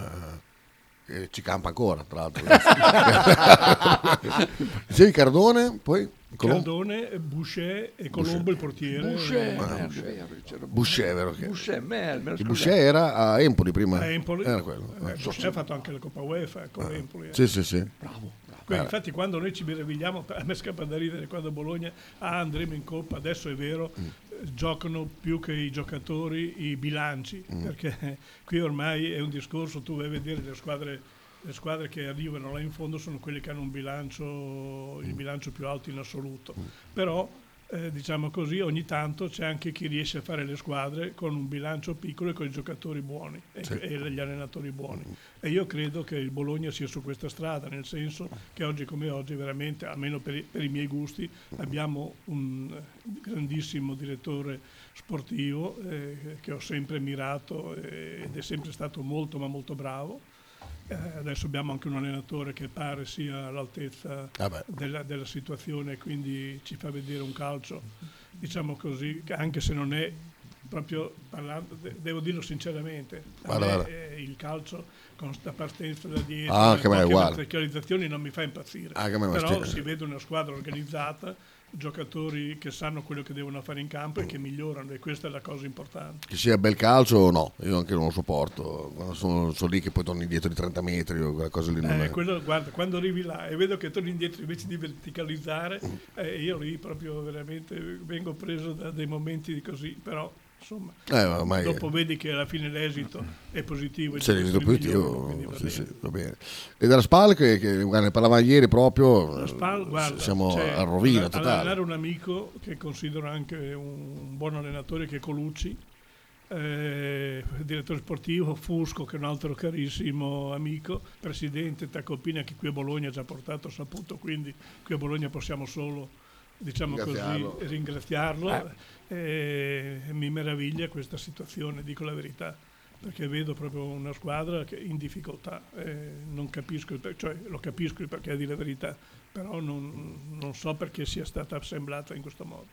S17: Eh, ci campa ancora, tra l'altro. Dicevi Cardone, poi Colombo.
S13: Cardone, Boucher e Colombo il portiere.
S11: Boucher,
S13: Eh,
S17: Ah,
S11: merda,
S17: certo. Boucher, vero che?
S11: Boucher, merda,
S17: Il Boucher era a Empoli prima.
S13: a Empoli.
S17: Era quello.
S13: Eh, Boucher ha fatto anche la Coppa UEFA con Empoli. eh.
S17: Ah. Sì, sì, sì.
S13: Que-
S17: Eh,
S13: infatti, quando noi ci meravigliamo, a me scappa da ridere quando a Bologna "Ah, andremo in coppa. Adesso è vero,
S17: Mm.
S13: eh, giocano più che i giocatori i bilanci
S11: Mm.
S13: perché eh, qui ormai è un discorso. Tu vai a vedere le squadre, le squadre che arrivano là in fondo sono quelle che hanno un bilancio,
S17: Mm.
S13: il bilancio più alto in assoluto, però. eh, diciamo così, ogni tanto c'è anche chi riesce a fare le squadre con un bilancio piccolo e con i giocatori buoni e,
S17: Sì.
S13: e gli allenatori buoni. E io credo che il Bologna sia su questa strada, nel senso che oggi come oggi, veramente, almeno per i, per i miei gusti, abbiamo un grandissimo direttore sportivo eh, che ho sempre mirato eh, ed è sempre stato molto ma molto bravo. Eh, adesso abbiamo anche un allenatore che pare sia all'altezza
S17: Ah beh.
S13: della, della situazione, quindi ci fa vedere un calcio, diciamo così, che anche se non è proprio parlando, de- devo dirlo sinceramente, a
S17: Guarda,
S13: me,
S17: guarda.
S13: eh, il calcio con sta partenza da dietro,
S17: Ah,
S13: le
S17: che me è
S13: poche
S17: uguale.
S13: verticalizzazioni non mi fa impazzire,
S17: Ah, che me è
S13: però
S17: impazzire.
S13: si vede una squadra organizzata, giocatori che sanno quello che devono fare in campo e che migliorano e questa è la cosa importante.
S17: Che sia bel calcio, no, io anche non lo sopporto. Quando sono, sono lì che poi torni indietro di 30 metri o quella cosa lì. Non
S13: Eh,
S17: è...
S13: quello, guarda, quando arrivi là e vedo che torni indietro invece di verticalizzare, eh, io lì proprio veramente vengo preso da dei momenti così, però insomma.
S17: Eh, ma ormai-
S13: Dopo vedi che alla fine l'esito è positivo. e
S17: Se
S13: di
S17: l'esito
S13: questo il migliore,
S17: positivo,
S13: quindi va
S17: sì,
S13: bene.
S17: sì, va bene. E dalla SPAL, che, che guarda, ne parlavamo ieri proprio,
S13: La Spal,
S17: eh,
S13: guarda,
S17: siamo
S13: cioè,
S17: a
S13: ad-
S17: rovina
S13: ad
S17: totale.
S13: allenare un amico che considero anche un buon allenatore che è Colucci, eh, direttore sportivo, Fusco che è un altro carissimo amico, presidente Tacopina che qui a Bologna ci ha portato saputo, quindi qui a Bologna possiamo solo diciamo
S17: Ringraziarlo.
S13: così ringraziarlo Eh, mi meraviglia questa situazione, dico la verità, perché vedo proprio una squadra che è in difficoltà, eh, non capisco, il per- cioè lo capisco il perché di la verità, però non, non so perché sia stata assemblata in questo modo.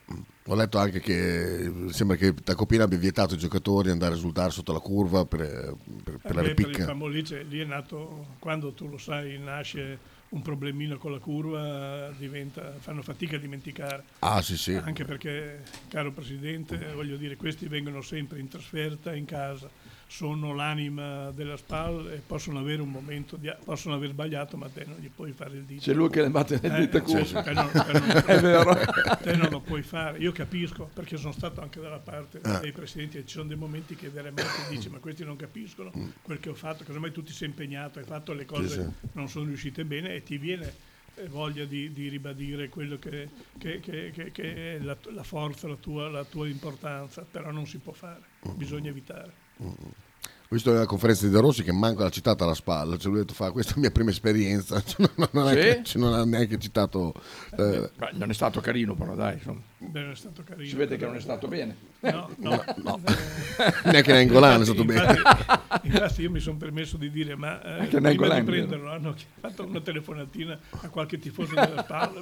S17: Ho letto anche che sembra che Tacopina abbia vietato ai giocatori di andare a risultare sotto la curva per, per- per la
S13: Eh, per il
S17: ripicca.
S13: famo- lì, c'è- lì è nato, quando tu lo sai, nasce un problemino con la curva, diventa- fanno fatica a dimenticare.
S17: Ah, sì, sì.
S13: Anche perché, caro Presidente, eh, voglio dire, questi vengono sempre in trasferta, in casa, sono l'anima della SPAL e possono avere un momento, di, possono aver sbagliato, ma te non gli puoi fare il dito.
S27: C'è lui che le batte nel
S13: Eh,
S27: dito
S13: sì,
S27: curvo.
S13: sì, te non- te non-
S27: È vero.
S13: Te non lo puoi fare, io capisco, perché sono stato anche dalla parte
S17: Ah.
S13: dei Presidenti e ci sono dei momenti che veramente dici, ma questi non capiscono quel che ho fatto, che ormai tu ti sei impegnato, hai fatto le cose
S17: Sì, sì.
S13: non sono riuscite bene e ti viene eh, voglia di, di ribadire quello che, che- che- che- che è la, la forza, la tua, la tua importanza, però non si può fare,
S17: Mm.
S13: bisogna evitare.
S17: Ho visto nella conferenza di De Rossi che manco l'ha citata alla spalla, cioè lui ha detto fa questa è la mia prima esperienza, Cioè, non, non è
S27: Sì?
S17: che- cioè, non ha neanche citato... eh,
S27: Beh, non è stato carino, però dai. insomma.
S13: Beh, non è stato carino.
S27: Si vede che non è stato bene.
S13: No, no.
S27: No, no.
S17: Neanche l'angolano è stato
S13: Infatti-
S17: bene.
S13: Infatti io mi sono permesso di dire, ma eh,
S17: Anche
S13: prima
S17: l'angolano,
S13: di prenderlo hanno fatto una telefonatina a qualche tifoso della spalla.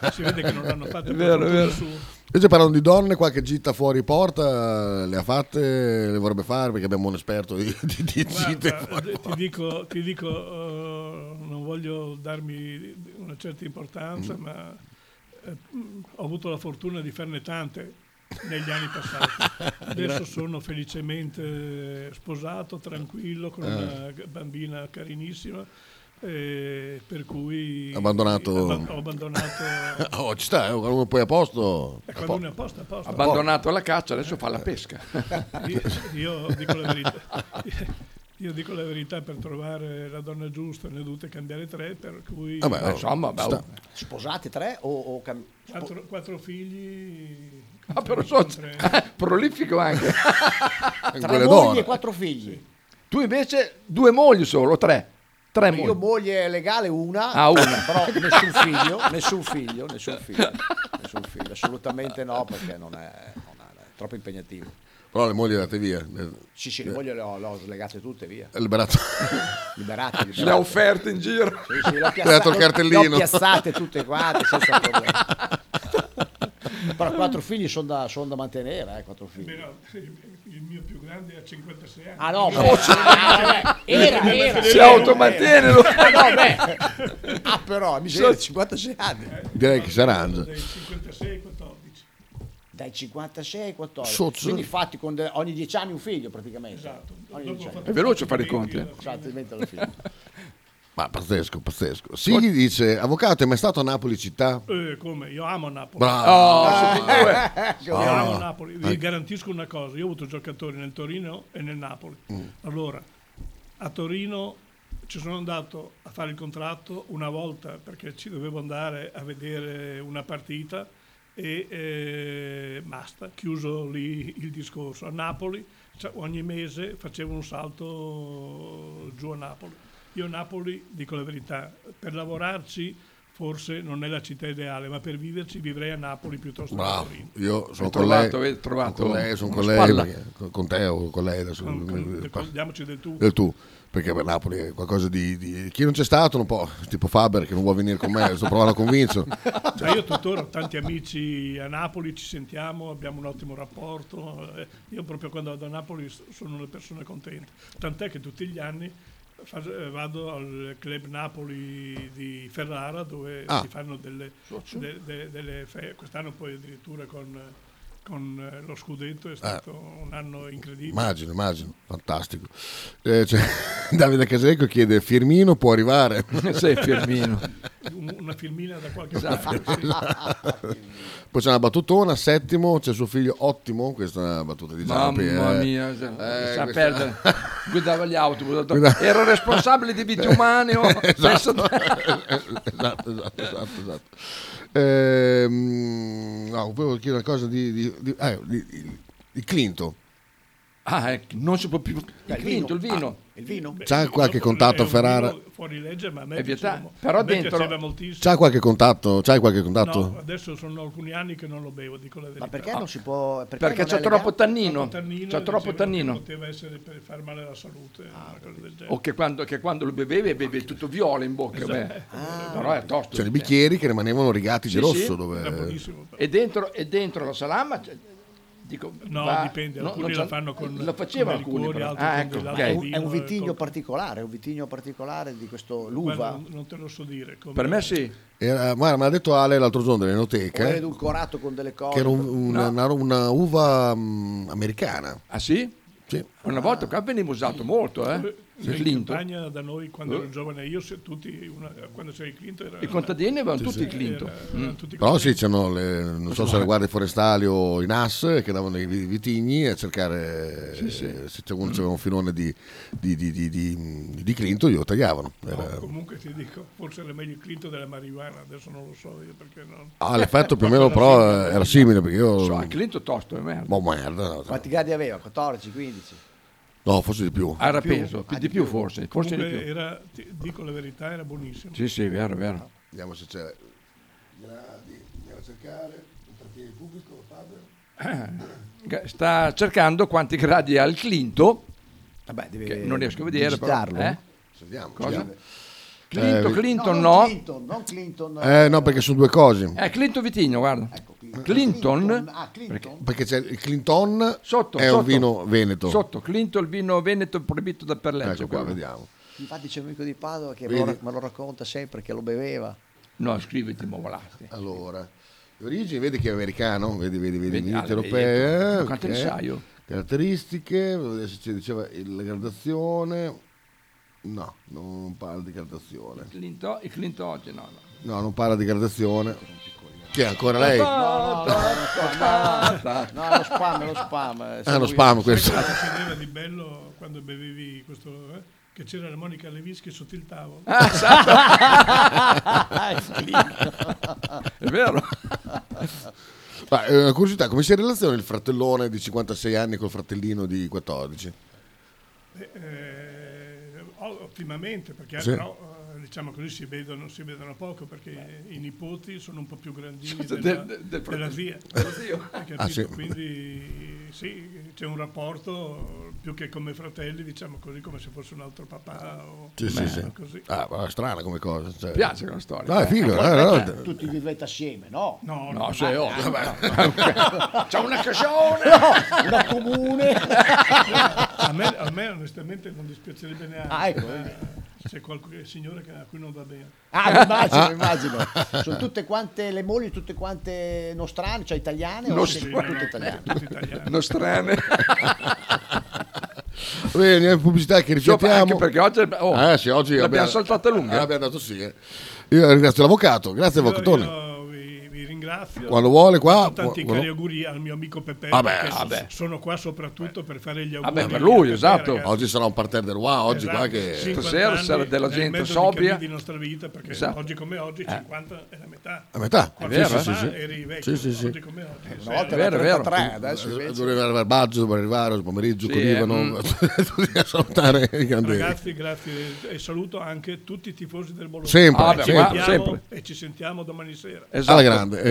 S13: ma si vede che non l'hanno fatto. per fortuna sua.
S17: Invece parlando di donne, qua che gita fuori porta, le ha fatte, le vorrebbe fare perché abbiamo un esperto di, di, di gite
S13: Guarda,
S17: fuori
S13: ti dico, ti dico, eh, non voglio darmi una certa importanza,
S17: Mm.
S13: ma eh, mm, ho avuto la fortuna di farne tante negli anni passati. Adesso
S17: Grazie.
S13: sono felicemente sposato, tranquillo, con
S17: Eh.
S13: una g- bambina carinissima. eh, per cui
S17: Abbandonato.
S13: abba- ho abbandonato
S17: oh, ci sta, eh, uno poi a posto.
S13: Eh, quando uno è a posto, è a posto.
S27: Abbandonato la caccia, adesso fa la pesca.
S13: Io, io dico la verità. Io dico la verità, per trovare la donna giusta ne ho dovute cambiare tre, per cui
S27: Vabbè, oh, Insomma, beh, sta.
S14: Sposate tre o, o cam-
S13: quattro, quattro figli.
S27: Ah, però so-
S13: tre.
S27: prolifico anche.
S17: Eh,
S14: tre mogli e quattro figli?
S27: Tu invece due mogli solo, tre. Tre
S14: Io
S11: boh,
S27: mogli.
S14: moglie legale una,
S27: Ah, una.
S14: però nessun figlio, nessun figlio, nessun figlio, nessun figlio, assolutamente no perché non è, non è- è troppo impegnativo.
S17: Però le mogli le date via. Le-
S14: Sì, sì,
S17: le-
S14: le moglie le ho, le ho slegate tutte via.
S17: È liberato.
S14: Liberate, liberate.
S27: Le ha offerte in giro.
S14: Sì, sì, le ho
S17: Le ha dato il
S14: piazza-
S17: cartellino.
S14: le ho piazzate tutte quante senza problemi. Però quattro figli sono da, son da mantenere, eh, quattro figli.
S13: Però, eh, il mio più grande ha 56 anni.
S14: Ah, no, beh, ah, beh, era, era.
S13: Si
S14: automantiene, lo- Ah, no,
S13: beh.
S14: Ah, però, miseria, 56 anni.
S17: Direi che si arrangia.
S13: Dai 56 ai 14.
S14: Dai 56 ai 14.
S17: Sozzo.
S14: Quindi fatti con de- ogni 10 anni un figlio praticamente. Ogni
S13: Esatto. Dopo
S14: 10
S13: ho
S14: anni.
S17: fatto È veloce fare i conti, eh.
S14: Esatto, diventa la fine.
S17: Ma pazzesco, pazzesco. Sighi dice, avvocato, è mai stato a Napoli città?
S13: Eh, come? Io amo Napoli.
S17: Bravo.
S27: Oh,
S17: siete due.
S13: Io
S17: Ah.
S13: amo Napoli. Vi
S17: Eh.
S13: garantisco una cosa: io ho avuto giocatori nel Torino e nel Napoli.
S17: Mm.
S13: Allora, a Torino ci sono andato a fare il contratto una volta perché ci dovevo andare a vedere una partita e eh, basta, chiuso lì il discorso. A Napoli cioè, ogni mese facevo un salto giù a Napoli. Io a Napoli, dico la verità, per lavorarci forse non è la città ideale, ma per viverci vivrei a Napoli piuttosto che a
S17: Bravo,
S13: Torino.
S17: io sono
S27: Hai
S17: con
S27: trovato,
S17: lei.
S27: hai trovato
S17: sono con lei, sono
S27: una
S17: con lei,
S27: spalla?
S17: perché- con- con te o con lei adesso. eh,
S13: Con- con- con- diamoci del tu.
S17: Del tu, perché per Napoli è qualcosa di, di- Chi non c'è stato non può, tipo Faber che non vuole venire con me, sto provando a convincerlo.
S13: Ma Cioè, io tuttora ho tanti amici a Napoli, ci sentiamo, abbiamo un ottimo rapporto. eh, Io proprio quando vado a Napoli s- sono una persona contenta. Tant'è che tutti gli anni fa- eh, vado al Club Napoli di Ferrara dove
S17: Ah.
S13: si fanno delle, de- de- delle fe- quest'anno poi addirittura con, con, eh, lo scudetto è stato un anno incredibile.
S17: Ah. Immagino, immagino, fantastico. Eh, c'è- Davide Casecco chiede: Firmino può arrivare?
S27: Sì, Firmino.
S13: Un- Una filmina da qualche
S17: Esatto.
S13: parte.
S17: Poi c'è una battutona, settimo, c'è suo figlio ottimo, questa è una battuta di
S11: diciamo
S17: Zampi.
S11: Mamma
S17: eh.
S11: mia, sa-
S17: Eh,
S11: sa
S17: questa-
S11: perdere. Guidava gli autobus. ha detto,
S17: Guida-
S11: Ero responsabile di vite umane. oh, adesso-
S17: esatto. esatto, esatto, esatto, esatto. Ehm, no, volevo chiedere una cosa di, di, di- eh, di- di- di Clinton.
S11: Ah, ecco, non si può più. Il
S14: il
S11: vinto, il
S14: vino. Ah,
S11: vino.
S14: il vino?
S17: C'ha qualche contatto a Ferrara?
S13: Fuori legge, ma a me,
S11: È vietato.
S13: piaceva-
S11: Però
S13: a me
S11: dentro-
S13: piaceva moltissimo.
S17: C'ha qualche contatto? C'hai qualche contatto?
S13: No, adesso sono alcuni anni che non lo bevo, dico la verità.
S11: Ma perché non
S14: si può... Perché,
S11: Perché c'è troppo tannino.
S13: Troppo tannino,
S11: C'è troppo
S13: dicevano
S11: tannino.
S13: che Poteva essere per far male alla salute,
S14: Ah,
S13: una cosa del genere.
S11: O che quando, che quando lo bevevi bevevi tutto viola in bocca.
S13: Esatto.
S11: beh. Però è tosto.
S17: C'erano i bicchieri che rimanevano rigati
S11: Sì, Eh,
S17: di rosso.
S11: sì,
S17: dove-
S11: era buonissimo, però. E, dentro, e dentro la salama? c'è- Dico,
S13: No,
S11: va-
S13: dipende,
S11: no,
S13: alcuni
S11: non
S13: la
S11: c'è-
S13: fanno con-
S11: Lo
S13: con
S11: facevano
S13: i
S11: alcuni.
S13: liquori,
S11: però.
S13: altri
S11: Ah,
S13: con
S11: ecco,
S13: del
S11: ok.
S14: È un, è
S13: Vino,
S14: un vitigno
S13: col-
S14: particolare, è un vitigno particolare di questo
S13: Guarda,
S14: l'uva.
S13: ecco. non- non te lo so dire. come-
S11: sì.
S17: Era, guarda, me l'ha detto Ale l'altro giorno
S14: O
S17: dell'enoteca.
S14: è edulcorato con delle cose.
S17: Che era un- un-
S14: No.
S17: una, una uva mm, americana.
S11: Ah sì?
S17: Sì.
S11: Una volta qua veniva usato molto, eh?
S13: Sì,
S11: Il
S13: in
S11: Clinton.
S13: campagna da noi quando
S11: Eh.
S13: ero giovane io se tutti una- quando c'era il Clinton era
S11: I contadini avevano tutti il Clinton.
S13: era-
S11: Mm.
S13: erano tutti
S17: Però sì,
S13: contadini.
S17: c'erano le, non so se
S11: Cioè.
S17: le guardie forestali o i NAS che davano i vi- vitigni a cercare eh, se c'è uno c'era un filone di, di, di, di, di, di Clinton, glielo tagliavano. Era-
S13: comunque ti dico forse era meglio il Clinton della marijuana adesso non lo so io perché non
S17: ah, l'effetto più o meno però eh, era simile perché io...
S11: So, anche Cioè, Clinton tosto, è merda.
S17: Boh, merda. no,
S14: Quanti gradi aveva? 14, 15?
S17: No, forse di più.
S11: Era peso, di, più forse, forse di
S13: comunque
S11: più.
S13: era ti- dico la verità era buonissimo
S11: Sì, sì, vero, vero.
S17: Vediamo se c'è... Gradi, andiamo a cercare, intrattiene il pubblico, Fabio.
S11: Ga- Eh, Sta cercando quanti gradi ha il Clinton.
S14: Vabbè, deve
S11: che non riesco a vedere. Però,
S14: digitarlo,
S11: eh?
S17: Se Vediamo.
S11: Cosa?
S17: vediamo.
S11: Clinton,
S17: Eh,
S11: Clinton
S14: non
S11: no.
S14: Clinton, non Clinton.
S17: Eh no, perché sono due cose.
S11: Eh, Clinton Vitigno, guarda. Clinton,
S17: Eh, Perché c'è il Clinton
S11: sotto,
S17: è un
S11: sotto.
S17: vino veneto.
S11: Sotto, Clinton il vino veneto proibito da per legge.
S17: Ecco qua,
S11: quello.
S17: vediamo.
S14: Infatti c'è un amico di Padova che me
S11: Vedi?
S14: lo, rac- me lo racconta sempre che lo beveva.
S11: No, scriviti, mo volate.
S17: Allora, di origine, vedi che è americano, vedi, vedi, vedi,
S11: Vedi,
S17: vedi
S11: Ale,
S17: europea.
S11: vedi, quante ne
S17: ok.
S11: sai io?
S17: Caratteristiche, vediamo se ci diceva il- la gradazione. No, non parla di gradazione.
S11: Clinton, il Clinton oggi no. no.
S17: No, non parla di gradazione. Chi è ancora lei?
S14: No, no, no, no, no, no, lo spam, lo spam. eh,
S17: Ah, lo
S14: seguito.
S17: spam questo.
S13: Sai cosa succedeva di bello quando bevevi questo eh? che c'era la Monica Levinsky sotto il tavolo
S11: Ah,
S13: Ah,
S11: esatto.
S13: esatto.
S11: È vero.
S17: Ma eh, una curiosità, come si relaziona il fratellone di 56 anni col fratellino di 14?
S13: Eh, eh, ottimamente perché
S17: Sì.
S13: però eh, diciamo così si vedono, si vedono poco perché i nipoti sono un po' più grandini
S11: Scusa,
S13: della,
S11: del- del-
S13: della
S11: del-
S13: zia
S11: dello zio.
S13: Hai capito?
S17: Ah, sì.
S13: quindi sì c'è un rapporto più che come fratelli diciamo così come se fosse un altro
S11: Esatto.
S13: papà o
S17: Sì, sì,
S13: Beh,
S17: sì.
S13: così
S17: Ah, ma è strana come cosa. Cioè.
S11: Piace quella storia.
S17: No, è figo.
S14: Ma
S17: eh,
S14: non
S17: no,
S14: è che Tutti vivete assieme, no?
S13: No,
S11: No, sei ovvio.
S14: C'è
S11: una cagione!
S14: No, una comune!
S13: a, me, a me onestamente non dispiacerebbe neanche
S14: Ah, ecco,
S13: ma
S14: vedi.
S13: c'è qualche signore che- a cui non va bene
S14: Ah, mi immagino,
S13: Ah.
S14: mi immagino. Sono tutte quante le mogli, tutte quante nostrane, cioè italiane? o
S11: Nostra-
S14: siete tutte italiane?
S11: Nostrane.
S17: Bene, andiamo in pubblicità che
S11: Insomma,
S17: riflettiamo.
S11: anche perché oggi, oh,
S17: Eh, sì, oggi
S11: l'abbiamo
S17: abbiamo-
S11: saltata lunga.
S17: Eh, abbiamo dato sì. eh. Io ringrazio l'avvocato, grazie avvocatone.
S13: vi ringrazio.
S17: Quando vuole qua,
S13: Ho tanti
S17: vuole-
S13: cari auguri al mio amico Peppe.
S17: Vabbè,
S13: perché so-
S17: vabbè.
S13: Sono qua soprattutto per fare gli auguri.
S11: Vabbè, Ah, per lui,
S13: a Peppe,
S11: esatto.
S13: ragazzi.
S17: Oggi sarà un parterre del wow, oggi
S13: Esatto,
S17: qua che...
S13: 50
S11: Stasera
S13: anni
S11: sarà della
S13: nel
S11: gente
S13: mezzo
S11: sobria.
S13: Di, di nostra vita, perché
S11: Esatto.
S13: oggi come oggi
S11: Eh.
S13: 50 è la metà.
S17: A metà,
S13: Quando
S17: È vero,
S13: si
S17: eh?
S13: fa,
S17: Sì, sì.
S13: eri vecchio,
S17: Sì, sì, sì.
S13: oggi come oggi.
S14: Una volta
S11: vero,
S14: era
S11: vero.
S14: 33, adesso invece...
S17: Doveva arrivare Baggio, doveva arrivare il pomeriggio,
S11: Sì, eh, mm.
S17: colivano, bisogna salutare i grandi.
S13: Ragazzi, grazie e saluto anche tutti i tifosi del Bologna.
S11: Ah,
S17: Sempre,
S13: Ci
S17: sempre.
S13: vediamo
S17: sempre.
S13: E ci sentiamo domani sera.
S11: Esatto,
S17: Alla grande, eh,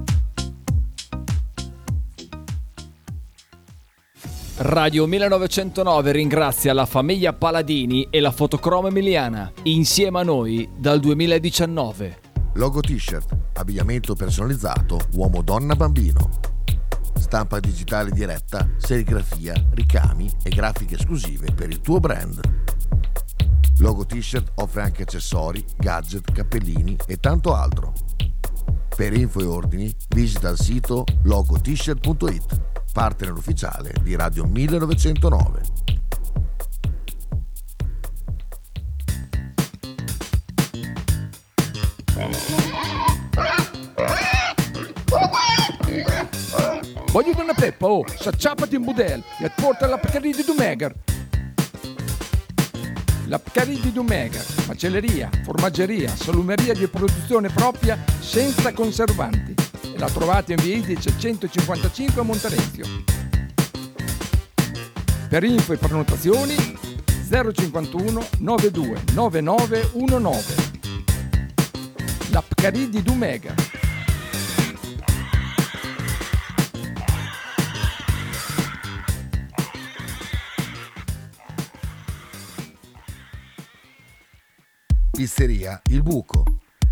S8: Radio 1909 ringrazia la famiglia Paladini e la fotocromo emiliana, insieme a noi dal 2019.
S28: Logo t-shirt, abbigliamento personalizzato, uomo, donna, bambino. stampa digitale diretta, serigrafia, ricami e grafiche esclusive per il tuo brand. Logo T-shirt offre anche accessori, gadget, cappellini e tanto altro. Per info e ordini visita il sito logotshirt.it, partner ufficiale di Radio 1909.
S11: Voglio una peppa, oh, s'acciappati in budel e porta la Pcaridi di Dumegar. La Pcaridi di Dumegar, macelleria, formaggeria, salumeria di produzione propria senza conservanti. E la trovate in via Idice 155 a Monterezio. Per info e prenotazioni 051 92 9919. La Pcaridi di Dumegar.
S28: Pizzeria Il Buco.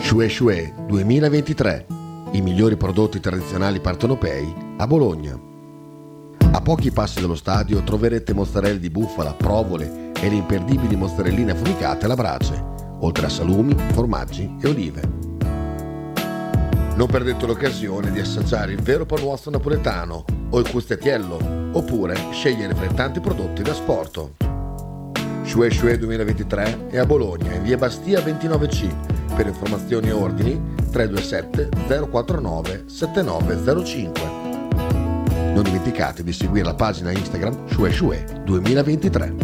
S17: Shue Shue 2023. I migliori prodotti tradizionali partenopei a Bologna.
S28: A pochi passi dallo stadio troverete mozzarella di bufala, provole e le imperdibili mozzarelline affumicate alla brace, oltre a salumi, formaggi e olive. Non perdete l'occasione di assaggiare il vero panuozzo napoletano o il custettiello, oppure scegliere fra i tanti prodotti da sporto. Shue Shue 2023 è a Bologna, in via Bastia 29C. Per informazioni e ordini 327 049 7905. Non dimenticate di seguire la pagina Instagram Shue Shue 2023.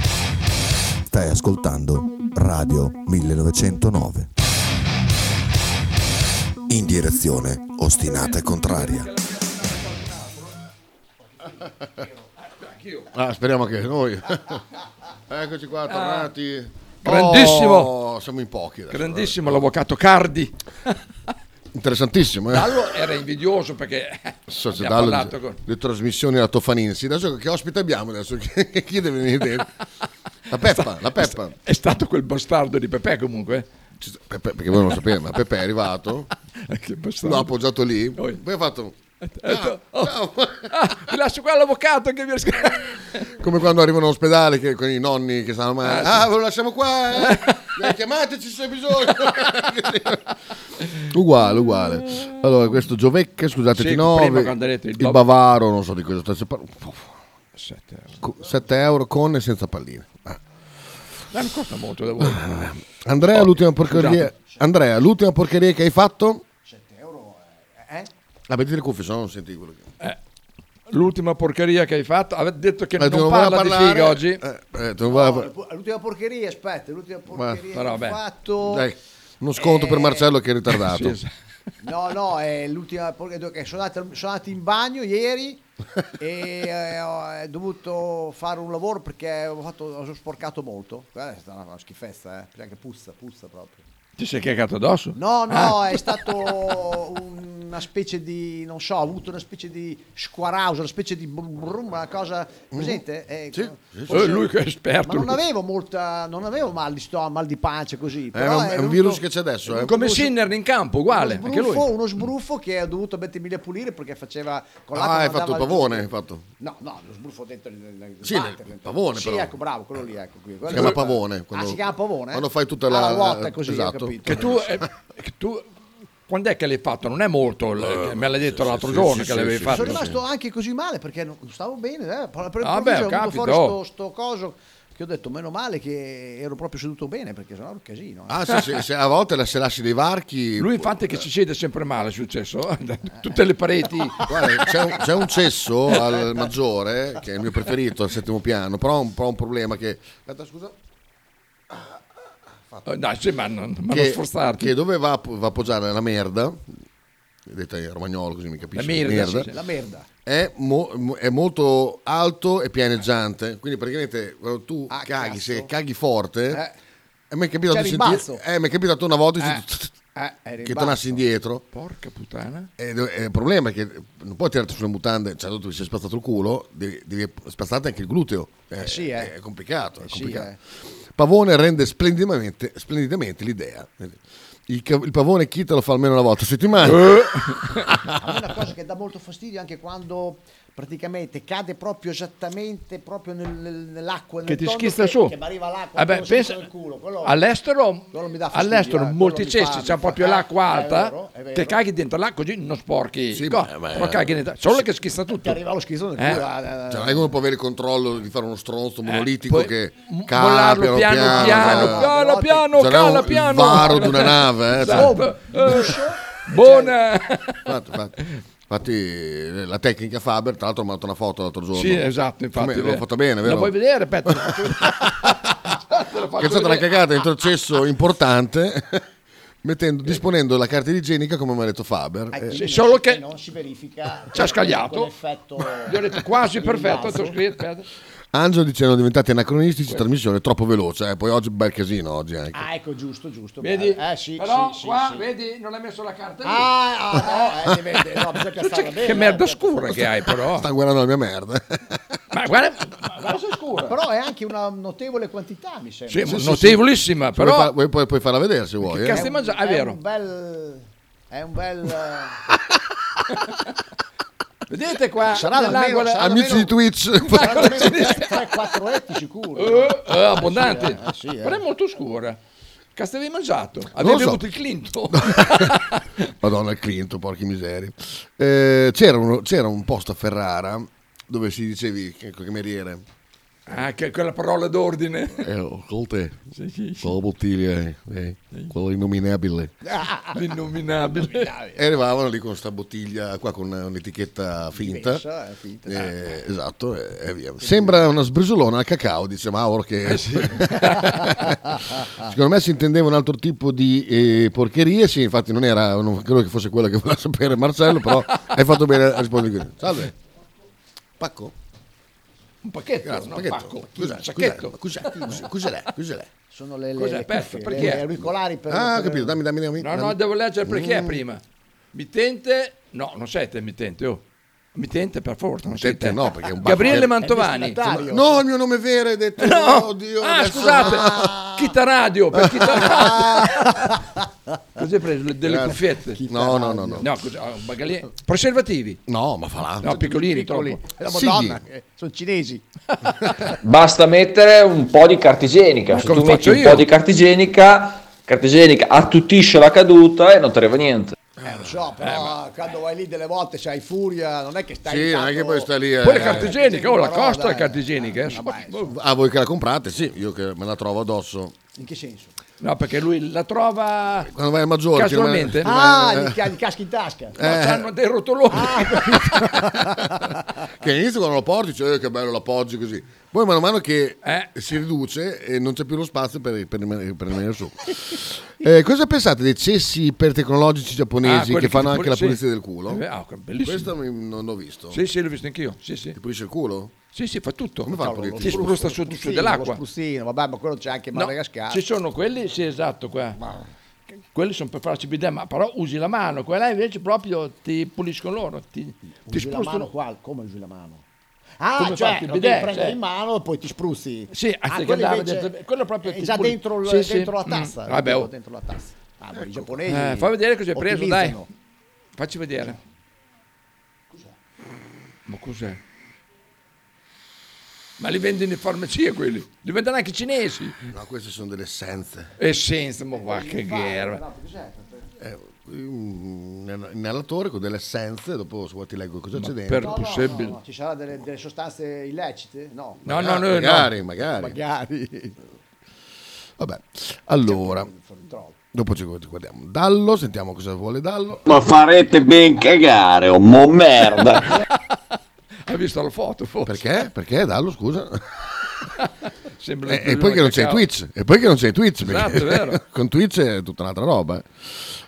S28: Stai ascoltando Radio 1909. In direzione ostinata e contraria.
S17: Ah, speriamo che noi. Eh, Eccoci qua, tornati.
S11: Ah. Grandissimo.
S17: Oh, siamo in pochi. adesso.
S11: Grandissimo l'avvocato Cardi.
S17: Interessantissimo. Eh?
S11: Dallo era invidioso perché
S17: So, c'è
S11: abbiamo
S17: Dallo
S11: parlato con...
S17: le trasmissioni alla Tofanini. Sì, adesso che ospite abbiamo adesso? Chi chi deve venire dentro? La Peppa, la Peppa.
S11: È stato quel bastardo di Pepe comunque.
S17: Pepe, perché voi non lo sapete, ma Peppe è arrivato,
S11: Eh, bastardo.
S17: l'ho appoggiato lì, poi ha fatto Ah,
S11: Vi Oh. Ah, lascio qua l'avvocato che vi ha scritto.
S17: come quando arrivano all'ospedale che, con i nonni che stanno male.
S11: Ah,
S17: Ah, ve lo lasciamo qua, eh? Eh, chiamateci se c'è bisogno. uguale, uguale. Allora, questo Giovecca, scusate,
S11: Sì,
S17: di
S11: prima
S17: 9,
S11: quando hai detto
S17: il,
S11: il Bob-
S17: Bavaro, non so di cosa sta parlando. 7 euro con e senza palline.
S11: Ma Non costa molto da voi.
S17: Andrea, l'ultima porcheria,
S11: scusate.
S17: Andrea, l'ultima porcheria che hai fatto? 7 euro, eh? Ah, mettete le cuffie, se no non senti quello che...
S11: L'ultima porcheria che hai fatto, avete detto che
S17: Eh,
S11: non,
S17: tu non
S11: parla
S17: vuoi
S11: di
S17: parlare?
S11: figa oggi.
S17: Eh, tu non vuoi-
S14: L'ultima porcheria, aspetta, l'ultima porcheria
S11: però,
S14: che
S11: beh,
S14: ho fatto.
S17: Dai, uno sconto per Marcello che è ritardato.
S14: No, no, è l'ultima porcheria che sono andato, sono andato in bagno ieri e eh, ho ho dovuto fare un lavoro perché avevo fatto, ho sporcato molto. Guarda, è stata una schifezza, eh. perché anche puzza, puzza proprio.
S11: Ti sei cagato addosso?
S14: No, no,
S11: Ah.
S14: è stato una specie di, non so, ho avuto una specie di squarauso, una specie di brum, brum, una cosa, presente? Eh,
S11: Mm-hmm. sì,
S14: forse-
S11: sì. Eh, lui che è esperto,
S14: Ma non
S11: lui.
S14: avevo molta, non avevo mal di stomaco, mal di pancia così.
S11: Eh, è
S14: Però
S11: un- è un
S14: venuto-
S11: virus che c'è adesso, eh. Come
S14: uno-
S11: Sinner in campo, uguale,
S14: Uno
S11: anche lui.
S14: sbruffo, uno sbruffo che ho dovuto mettermi lì a pulire perché faceva... Con l'acqua
S17: Ah, hai
S14: non
S17: fatto il
S14: andava-
S17: pavone, hai fatto.
S14: No, no, lo sbruffo dentro il- il
S17: Sì, nel
S14: battere, dentro-
S17: pavone,
S14: Sì,
S17: però.
S14: ecco, bravo, quello lì, ecco qui.
S17: Si chiama pavone.
S14: Ah, si chiama pavone?
S17: Quando fai tutta
S14: Ah,
S17: la...
S14: la vuota, così, ho
S17: esatto.
S14: capito.
S11: Che tu, eh, che tu- quando è che l'hai fatto? Non è molto, il- che me l'hai detto l'altro
S17: Eh, sì,
S11: giorno
S17: sì,
S11: che
S17: sì,
S11: l'avevi
S17: sì,
S11: fatto.
S14: Sono rimasto anche così male perché non non stavo bene. Eh. Per per
S11: Ah,
S14: improvviso
S11: beh,
S14: è venuto
S11: capita,
S14: fuori
S11: oh.
S14: sto, sto coso che ho detto meno male che ero proprio seduto bene perché sennò era un casino. eh.
S17: Ah, sì, sì, se a volte la- se lasci dei varchi...
S11: Lui infatti che ci siede sempre male, è successo, tutte le pareti.
S17: Guarda, c'è, un, c'è un cesso al maggiore, che è il mio preferito, al settimo piano, però ha un, però ha un problema che... Aspetta, scusa.
S11: Eh, Dai, sì, ma non, ma non
S17: che,
S11: sforzarti.
S17: che dove va, va a poggiare la merda, detta in romagnolo così mi capisci,
S11: La merda, sì, sì, la merda.
S17: È, mo- mo- è molto alto e pianeggiante, quindi praticamente quando tu
S11: Ah,
S17: caghi, se caghi forte, eh, mi è capitato,
S11: C'è
S17: di
S11: rimbalzo.
S17: sentire- eh, mi è capitato una volta di sentire- che
S14: Eh,
S11: rimbalzo.
S17: tornassi indietro.
S11: Porca puttana.
S17: E- e il problema è che non puoi tirarti sulle mutande, cioè dopo che si è spazzato il culo, devi, devi spazzarti anche il gluteo. Eh,
S14: sì, eh.
S17: È complicato, è
S14: Eh sì,
S17: complicato.
S14: eh.
S17: Pavone rende splendidamente, splendidamente l'idea. Il, ca- il pavone Kita lo fa almeno una volta a settimana.
S11: Eh.
S14: A me una cosa che dà molto fastidio anche quando praticamente cade proprio esattamente proprio nel- nel- nell'acqua nel
S11: Che ti
S14: tondo
S11: schizza su.
S14: che mi arriva l'acqua
S11: Eh beh,
S14: quello si mette
S11: pensa-
S14: nel culo, quello-
S11: all'estero,
S14: quello mi dà fastidio,
S11: all'estero
S14: eh, quello
S11: molti
S14: mi fa-
S11: cessi
S14: mi
S11: c'è
S14: fa-
S11: proprio
S14: eh,
S11: l'acqua
S14: è
S11: alta,
S14: vero, è vero.
S11: te caghi dentro l'acqua così non sporchi, il corpo,
S17: ma- ma-
S11: però caghi dentro, solo che schizza tutto.
S14: Ti arriva lo schizzo nel
S11: Eh.
S14: culo, ah, ah, ah.
S17: Cioè, non è che uno può avere il controllo di fare uno stronzo monolitico
S11: poi
S17: che
S11: m-
S17: cala
S11: mollarlo
S17: piano piano,
S11: piano, piano,
S17: cioè,
S11: piano, piano,
S17: sarà
S11: cala
S17: un-
S11: piano.
S17: il varo di una nave. Eh, cioè.
S11: Esatto. Eh, Buona.
S17: Infatti, infatti- infatti la tecnica Faber, tra l'altro, mi ha mandato una foto l'altro giorno.
S11: Sì, esatto, infatti.
S17: Come- L'ho
S11: vero.
S17: fatta bene, vero?
S11: La vuoi vedere, Petro?
S17: Che è stata una cagata in processo importante, mettendo- disponendo la carta igienica come mi ha detto Faber.
S14: Eh,
S17: Eh,
S14: quindi
S11: solo che-
S14: non si verifica
S11: Ci ha scagliato.
S14: effetto
S11: Gli ho detto quasi perfetto, ti ho
S14: rimbalzo.
S11: scritto, Petro.
S17: Angelo dice erano diventati anacronistici, trasmissione troppo veloce, eh, poi oggi bel casino oggi eh. anche.
S14: ah ecco giusto giusto
S11: Cioè, Vedi?
S14: bello. eh sì
S11: Però
S14: sì, sì,
S11: qua,
S14: sì.
S11: vedi, non hai messo la carta lì.
S14: Ah, ah, no, eh, vedi, no,
S11: Tu
S14: bisogna piazzarla
S11: c'è-
S14: bene,
S11: Cioè, Che
S14: eh,
S11: merda
S14: piazza-
S11: scura che hai, però.
S17: Sta guardando la mia merda.
S11: Ma guarda, guarda
S14: se è scura. però è anche una notevole quantità mi sembra
S11: Sì, notevolissima,
S17: Se
S11: però-
S17: Vuoi, fa- vuoi- puoi, puoi farla vedere se vuoi.
S11: Che
S17: eh.
S11: cazzo di mangia- ah, è vero.
S14: un bel è un bel eh.
S11: Vedete qua,
S14: Sarà almeno-
S11: nell'angolo-
S14: sarà
S17: Amici di Twitch,
S11: Ecco,
S14: almeno
S11: ce ne-
S14: 3-4 etti sicuro
S11: Eh, eh, abbondanti.
S14: Eh, eh, sì, eh.
S11: Però è molto scura. Cazzo avevi mangiato? Avevi
S17: lo so.
S11: bevuto il Clinton?
S17: Madonna, il Clinton, porchi miseri. Eh, c'era, uno- c'era un posto a Ferrara dove si dicevi che che cameriere.
S11: ah, che, quella parola d'ordine.
S17: Eh, oh, col te,
S11: Sì, sì, sì.
S17: con la bottiglia, eh, eh, quello innominabile. Ah.
S11: L'innominabile.
S17: E arrivavano lì con sta bottiglia qua con un'etichetta finta.
S11: Diversa, eh, finta.
S17: Eh, esatto, e e via. Sembra una sbrisolona al cacao, dice Mauro che...
S11: Eh,
S17: Secondo me si intendeva un altro tipo di eh, porcherie, sì, infatti non era, non credo che fosse quella che voleva sapere Marcello, però hai fatto bene a rispondere così. Salve. Pacco?
S11: Un pacchetto,
S17: Grazie,
S11: no,
S17: pacchetto.
S11: un pacco,
S17: Cos'è?
S11: un sacchetto.
S17: Cos'è? Cos'è? Cos'è? Cos'è?
S14: sono le, le,
S11: Cos'è?
S14: le
S11: Perfetto,
S14: cuffie,
S11: perché?
S14: le- le auricolari per
S17: Ah, ho
S14: per-
S17: capito, dammi, dammi, Mm. dammi.
S11: No, no, devo leggere
S14: Mm.
S11: perché prima. Mittente, no, non sei te mittente, oh. Mittente per forza, non sei te.
S17: no, perché è un
S11: Gabriele
S17: baffanello.
S11: Mantovani.
S17: Eh, No, il mio nome vero è detto.
S11: No.
S17: Oddio,
S11: ah,
S17: adesso-
S11: scusate. Chita radio, per Chita Radio. Così hai preso le- delle
S17: Grazie.
S11: cuffiette?
S17: No, no, no, no.
S11: No, cos'è? Ah, un bagalier- Preservativi?
S17: No, ma fa là.
S11: No, piccolini,
S14: Piccoli.
S11: troppo.
S14: Eh, la Madonna, eh, sono cinesi
S4: Basta mettere un po' di cartigenica.
S11: Ma
S4: Se
S11: come
S4: tu metti
S11: faccio
S4: un
S11: io?
S4: po' di cartigenica, cartigenica attutisce la caduta e non ti arriva niente.
S14: eh, lo so però quando vai lì delle volte c'hai furia non è che stai
S17: Sì, non è
S14: tanto-
S17: che poi sta lì.
S11: Poi
S17: eh,
S11: la carta igienica, oh, la
S14: no,
S11: costa
S14: dai.
S11: la carta igienica. eh.
S17: Ah, voi che la comprate? Sì, io che me la trovo addosso.
S14: in che senso
S11: No, perché lui la trova...
S17: Quando vai al maggiore. eh. ti rimane-
S11: Casualmente?
S17: ti
S14: ah
S17: rimane-
S14: gli, ca- gli caschi in tasca Ah.
S11: No, c'hanno dei rotoloni.
S17: Eh. che all'inizio quando lo porti, cioè "Eh, che bello l'appoggi così. Poi man mano che
S11: Eh.
S17: si riduce e non c'è più lo spazio per, per rimanere, per rimanere su. Eh, cosa pensate dei cessi ipertecnologici
S11: Ah,
S17: giapponesi
S11: quelli
S17: che fanno
S11: ti
S17: anche la
S11: pul- sì.
S17: pulizia del culo?
S11: Eh, ah, bellissimo.
S17: Questo mi- non l'ho visto.
S11: Sì, sì, l'ho visto anch'io. Sì, sì. Ti
S17: pulisce il culo?
S11: Sì, sì, fa tutto.
S17: Come fa a pulirti
S11: Ti
S17: il culo?
S11: sprusta su,
S14: Lo
S11: su
S14: spruzzino,
S11: dell'acqua.
S14: lo spruzzino vabbè ma quello c'è anche in
S11: No,
S14: Madagascar
S11: ci sono quelli, sì, esatto, qua. Quelli sono per farci bidet, ma però usi la mano, quella invece proprio ti puliscono loro, ti, ti
S14: usi la mano
S11: spostano.
S14: qua come usi la mano Ah,
S11: Come
S14: cioè,
S11: fatti il
S14: lo
S11: bidet,
S14: devi prendere
S11: cioè.
S14: in mano e poi ti spruzzi.
S11: Sì, anziché
S14: quello
S11: andare
S14: invece
S11: dentro- quello proprio
S14: è
S11: ti
S14: già
S11: puli-
S14: dentro, il-
S11: Sì, sì.
S14: dentro la
S11: Mm.
S14: tassa.
S11: Vabbè,
S14: dentro-
S11: oh.
S14: dentro la tassa. Ah,
S17: ecco.
S14: ma i giapponesi.
S11: Eh, fai vedere cosa hai preso, dai.
S14: ottimizzano.
S11: Facci vedere. Ma cos'è? Ma li vendono in farmacia quelli, li vendono anche i cinesi.
S17: No, queste sono delle essenze.
S11: Essenza, Eh, ma va che guerra.
S14: certo,
S17: Eh, un innalatore con delle essenze, dopo se vuoi ti leggo cosa c'è dentro.
S11: per No, no, possibile-
S14: No, ci saranno delle, delle sostanze illecite? No.
S17: No, no, no, Magari, no. magari.
S14: Magari.
S17: Vabbè, allora, dopo ci guardiamo Dallo, sentiamo cosa vuole Dallo.
S29: Ma farete ben cagare, oh mo merda.
S11: Hai visto la foto? Forse?
S17: Perché? Perché Dallo, scusa?
S11: Sembra
S17: E,
S11: il
S17: Eh, e poi che non c'è
S11: cacao.
S17: Twitch, e poi che non c'è Twitch, perché
S11: Esatto, è vero.
S17: con Twitch è tutta un'altra roba.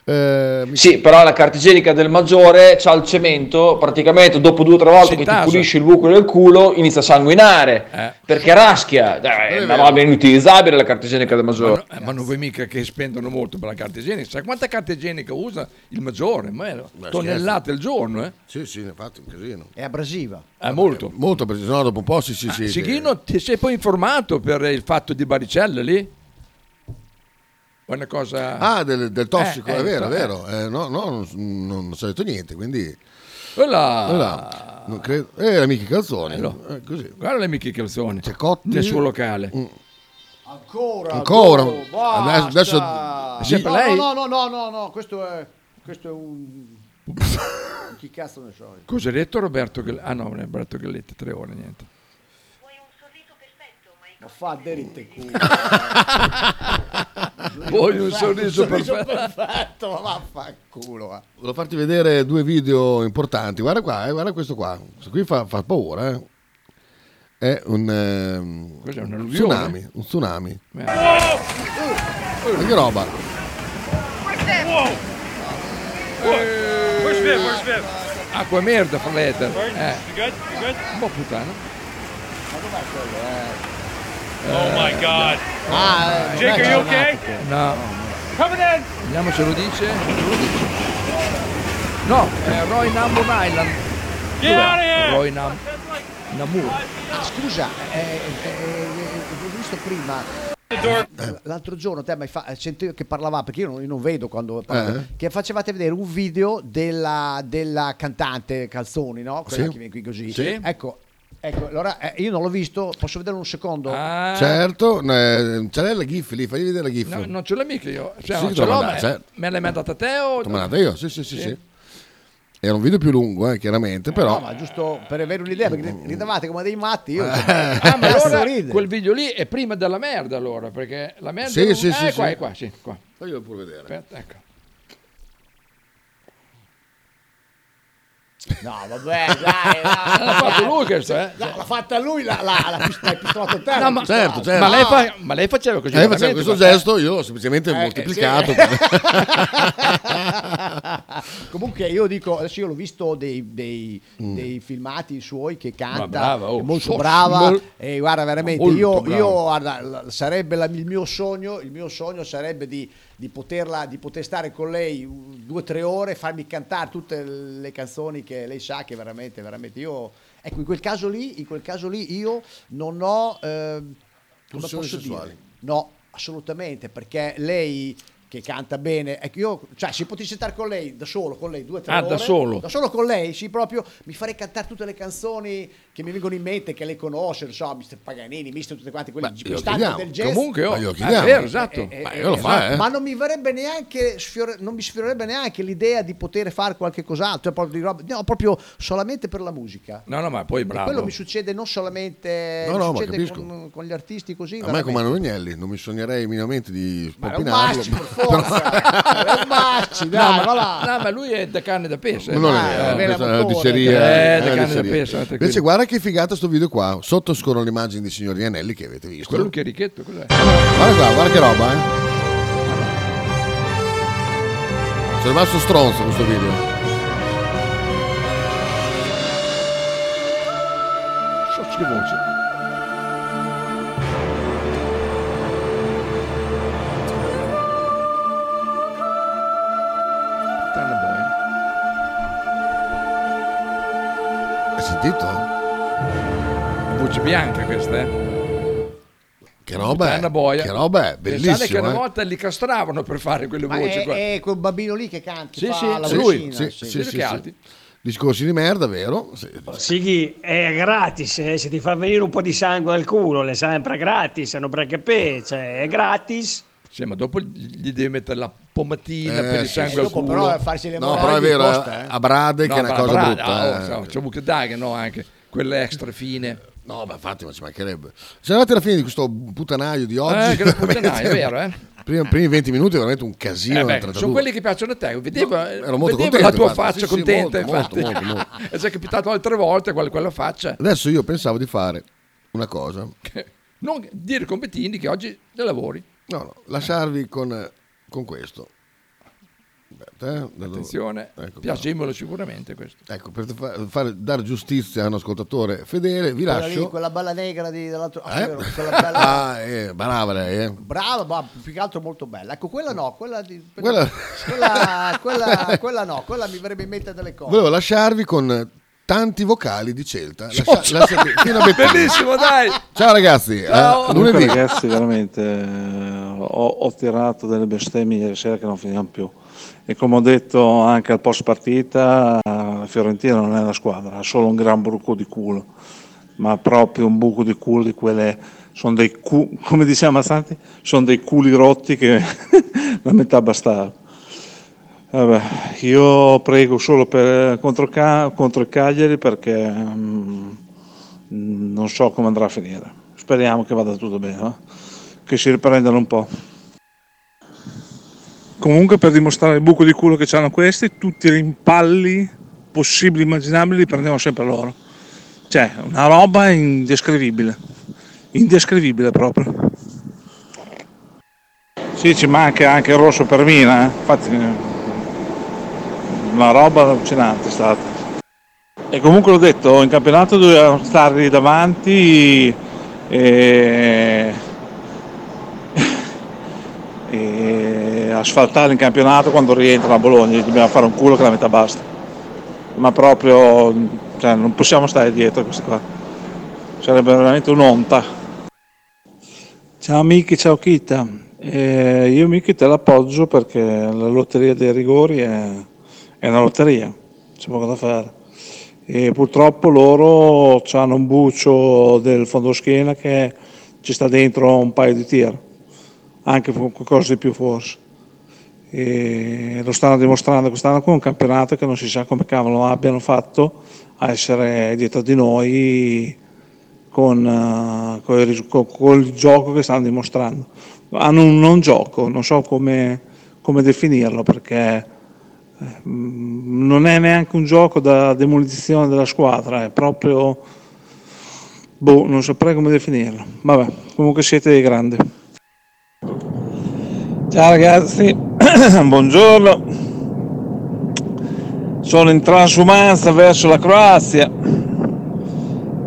S17: Eh, mi-
S4: Sì, però la carta igienica del maggiore c'ha il cemento, praticamente dopo due o tre volte che ti
S17: tasa.
S4: pulisci il buco del culo inizia a sanguinare,
S17: Eh.
S4: perché raschia, Dai, è una roba inutilizzabile la carta igienica del maggiore.
S11: Eh, ma non vuoi mica che spendono molto per la carta igienica? Sai quanta carta igienica usa il maggiore? Ma è tonnellate al giorno, eh?
S17: Sì, sì, infatti, un casino.
S14: È abrasiva.
S11: Eh, molto. Ah,
S17: Molto, perché sennò dopo un po' si... si, si
S11: Sighino, ti sei poi informato per il fatto di Baricella lì? È una cosa...
S17: Ah, del, del tossico,
S11: Eh, eh,
S17: è vero, è
S11: eh.
S17: vero. Eh, no, no, non, non, non si è detto niente, quindi...
S11: Voilà.
S17: Voilà. Non credo. Eh, la Michi Calzoni.
S11: Bello.
S17: Eh, così.
S11: Guarda le Michi Calzoni.
S17: C'è Cotti. Mm.
S11: Nel suo locale.
S14: Ancora.
S17: Ancora.
S14: dopo, basta.
S17: Adesso-
S14: No,
S17: adesso-
S14: no,
S17: lei?
S14: No, no, no, no, no, questo è, questo è un... Chi cazzo ne so.
S11: Cosa hai detto Roberto Galletti? Ah no, non è Roberto Galletti, tre ore, niente.
S14: Ma fa deritte culo.
S11: Voglio un sorriso perfetto.
S14: perfetto, ma vaffanculo. va.
S17: Volevo farti vedere due video importanti. Guarda qua, eh, guarda questo qua. Questo qui fa, fa paura. eh. È un, ehm,
S11: Cos'è, un alluvione?
S17: tsunami. Un tsunami. Ma che
S23: Questo
S17: roba?
S23: è, questo è.
S11: Acqua merda, fa l'eter.
S23: Burns,
S11: Eh,
S23: you good? You good?
S11: un po' puttana.
S23: Oh my god.
S11: Ah, eh,
S23: Jake, are you
S11: non è
S23: okay?
S11: che- No.
S23: Coming in.
S11: Vediamo se lo dice. No,
S14: Eh,
S11: è Roy Nambo Island.
S23: Get out of here!
S11: Roy Nam- Namur.
S14: Ah, Scusa, eh, eh, eh, l'ho visto prima.
S17: Eh.
S14: L'altro giorno te mi hai fa- sentivo che parlava, perché io non, io non vedo quando parla,
S17: Eh.
S14: che facevate vedere un video della, della cantante Calzoni, no? Quella
S17: Sì.
S14: che viene qui così.
S17: Sì.
S14: Ecco, ecco, allora eh, io non l'ho visto, posso vederlo un secondo?
S17: Certo, eh, c'è la GIF lì, fagli vedere la GIF.
S11: Ah, No, non ce l'ho mica io. Cioè,
S17: Sì,
S11: non
S17: te
S11: ce
S17: l'ho
S11: l'ho,
S17: mandata,
S11: ma-
S17: certo.
S11: me l'hai mandata te o...
S17: L'ho mandata io, sì, sì, sì, sì. Era un video più lungo, eh, chiaramente, però...
S14: Eh,
S17: Eh.
S14: No, ma giusto per avere un'idea, perché ridavate come dei matti. Io,
S11: Ah, ma
S14: Cazzo
S11: allora
S14: ride.
S11: quel video lì è prima della merda allora, perché la merda...
S17: Sì,
S11: è un-
S17: sì,
S11: eh,
S17: sì,
S11: qua,
S17: sì.
S11: è qua, sì, qua.
S17: Faglielo pure vedere.
S11: Aspetta, ecco.
S14: No, vabbè, dai, dai,
S11: L'ha fatto
S14: dai.
S11: lui questo, eh.
S14: No, l'ha fatta lui la, la, la, pist- la pistola a terra.
S11: No, ma,
S17: Certo, certo.
S11: ma lei, fa- ma lei faceva così.
S17: Lei faceva
S11: veramente,
S17: questo
S11: guarda.
S17: gesto, io l'ho semplicemente
S14: Eh,
S17: moltiplicato.
S14: sì. Comunque io dico, adesso io l'ho visto dei, dei-
S17: Mm.
S14: dei filmati suoi che
S17: Ma
S14: canta,
S17: brava, oh,
S14: è molto
S17: so-
S14: brava
S17: mol-
S14: e guarda veramente,
S17: Molto
S14: io,
S17: brava.
S14: io, guarda, la- sarebbe la- il mio sogno, il mio sogno sarebbe di, di poterla, di poter stare con lei uh, due o tre ore, farmi cantare tutte le canzoni che lei sa che veramente, veramente io, ecco in quel caso lì, in quel caso lì io non ho... ehm, come
S17: Pulsioni
S14: posso dire?
S17: sessuali.
S14: No, assolutamente, perché lei che canta bene, ecco io, cioè se potessi stare con lei da solo, con lei due o tre
S11: Ah,
S14: ore,
S11: da solo.
S14: con lei, sì, proprio mi farei cantare tutte le canzoni che mi vengono in mente, che lei conosce, non so, Mr. Paganini, Mister tutte quante quelle
S17: glielo
S14: gistanti
S17: chiediamo.
S14: del jazz.
S17: Comunque, oh, Ma glielo
S14: io
S17: chiediamo. è vero, esatto. Ma glielo fa, eh.
S14: Ma non mi verrebbe neanche sfiore- non mi sfiorerebbe neanche l'idea di poter fare qualche cos'altro, cioè proprio di roba- no, proprio solamente per la musica.
S11: No, no, ma poi bravo.
S14: Quello mi succede non solamente
S17: No,
S14: mi
S17: no, ma
S14: succede
S17: capisco.
S14: con, con gli artisti così.
S17: A me
S14: veramente.
S17: come Manuel Agnelli, non mi sognerei minimamente di
S14: Ma era un
S17: pompinarlo.
S14: masci, per forza. Era un masci, dai,
S11: no,
S14: va
S11: ma,
S14: là.
S11: no, ma lui è da carne da pesce.
S17: Non
S11: eh.
S17: è vero, questa è una
S11: Eh,
S17: diceria.
S11: da
S17: è una
S11: carne da
S17: diceria.
S11: pesce. guardate qui.
S17: Invece guarda che figata sto video qua, sotto scorrono le immagini di signori Anelli che avete visto.
S11: Quello è un chierichetto, cos'è?
S17: Guarda qua, guarda che roba, eh. Sono rimasto stronzo questo video.
S11: So che voce. Puttana boia.
S17: Hai sentito?
S11: Voce bianca questa, eh.
S17: Che roba è?
S11: Puttana boia.
S17: Che roba è?
S11: Pensate che una
S17: Bellissimo, eh.
S11: volta li castravano per fare quelle
S14: Ma
S11: voci
S14: è,
S11: qua.
S14: è quel bambino lì che canta.
S11: Sì,
S14: fa
S11: sì,
S14: la
S11: sì,
S14: vocina,
S17: Sì,
S14: sì.
S17: sì, sì, sì. Discorsi di merda, vero? Sì.
S12: Sighi, è gratis, eh, se ti fa venire un po' di sangue al culo, è sempre gratis, non perché pe, cioè è gratis.
S11: Sì, ma dopo gli devi mettere la pomatina
S17: Eh,
S11: per il
S17: sì,
S11: sangue
S17: sì.
S11: al
S17: Dopo
S11: culo.
S17: però farsi le No, emorroidi però è vero, costa, eh. a Brade che è una
S11: ma a
S17: cosa
S11: Brade,
S17: brutta,
S11: ah, oh,
S17: eh.
S11: so, c'è Mukedaghe, no, anche quelle extra fine.
S17: No, ma infatti, ma ci mancherebbe. Siamo arrivati alla fine di questo puttanaio di oggi.
S11: Eh, che puttanaio,
S17: veramente-
S11: è vero, eh?
S17: Prima- primi 20 minuti è veramente un
S11: Eh,
S17: casino.
S11: beh,
S17: da
S11: sono
S17: trattatura.
S11: quelli che piacciono a te, vedevo,
S17: ero molto
S11: vedevo
S17: contento,
S11: la tua
S17: guarda.
S11: faccia
S17: Sì, sì,
S11: contenta,
S17: molto,
S11: infatti.
S17: molto, molto,
S11: e ci è capitato altre volte quella, quella faccia.
S17: Adesso io pensavo di fare una cosa.
S11: Non dire con Bettini che oggi le lavori.
S17: No, no, lasciarvi con, con questo. Aspetta, eh, da dove-
S11: Attenzione,
S17: ecco qua.
S11: piacevole sicuramente questo.
S17: Ecco, per fa- fare- dare giustizia a un ascoltatore fedele, vi
S14: Quella, lì,
S17: lascio.
S14: quella bella negra di, dell'altro... ah,
S17: Eh?
S14: vero, quella bella-
S17: Ah, eh, brava lei, eh.
S14: Brava, ma più che altro molto bella. Ecco, quella no, quella, di-
S17: Quella-
S14: quella, quella- quella no, quella mi verrebbe in mente delle cose.
S17: Volevo lasciarvi con tanti vocali di Celta.
S14: Oh,
S17: Lascia-
S14: ciao.
S17: lasciate- fino a Bettini.
S14: Bellissimo, dai.
S17: Ciao ragazzi,
S14: Ciao.
S17: eh,
S24: Comunque,
S17: lunedì.
S24: ragazzi, veramente eh, ho, ho tirato delle bestemmie ieri sera che non finiamo più. E come ho detto anche al post partita, eh, la Fiorentina non è una squadra, ha solo un gran buco di culo, ma proprio un buco di culo di quelle. Sono dei cu- come diciamo a Santi, sono dei culi rotti che la metà bastava. Vabbè, io prego solo per- contro, Ca- contro il Cagliari perché mm, mm, non so come andrà a finire. Speriamo che vada tutto bene, va? che si riprendano un po'.
S30: Comunque, per dimostrare il buco di culo che hanno questi, tutti i rimpalli possibili e immaginabili li prendevano sempre loro. Cioè, una roba indescrivibile. Indescrivibile proprio.
S24: Sì, ci manca anche il rosso per Mina, eh. infatti eh, una roba allucinante è stata. E comunque l'ho detto, in campionato dovevano stargli davanti e, e asfaltare in campionato quando rientra a Bologna, gli dobbiamo fare un culo che la metà basta. Ma proprio cioè, non possiamo stare dietro a questi qua. Sarebbe veramente un'onta. Ciao Miki, ciao Kita. Eh, io Miki te l'appoggio perché la lotteria dei rigori è, è una lotteria, c'è poco da fare. E purtroppo loro hanno un bucio del fondoschiena che ci sta dentro un paio di tir, anche fu- qualcosa di più forse. E lo stanno dimostrando quest'anno con un campionato che non si sa come cavolo abbiano fatto a essere dietro di noi con, eh, coi ris- co- col gioco che stanno dimostrando. Hanno un non gioco, non so come, come definirlo perché eh, mm, non è neanche un gioco da demolizione della squadra, è proprio... Boh, non saprei come definirlo. Vabbè, comunque siete dei grandi. Ciao ragazzi, buongiorno. Sono in transumanza verso la Croazia.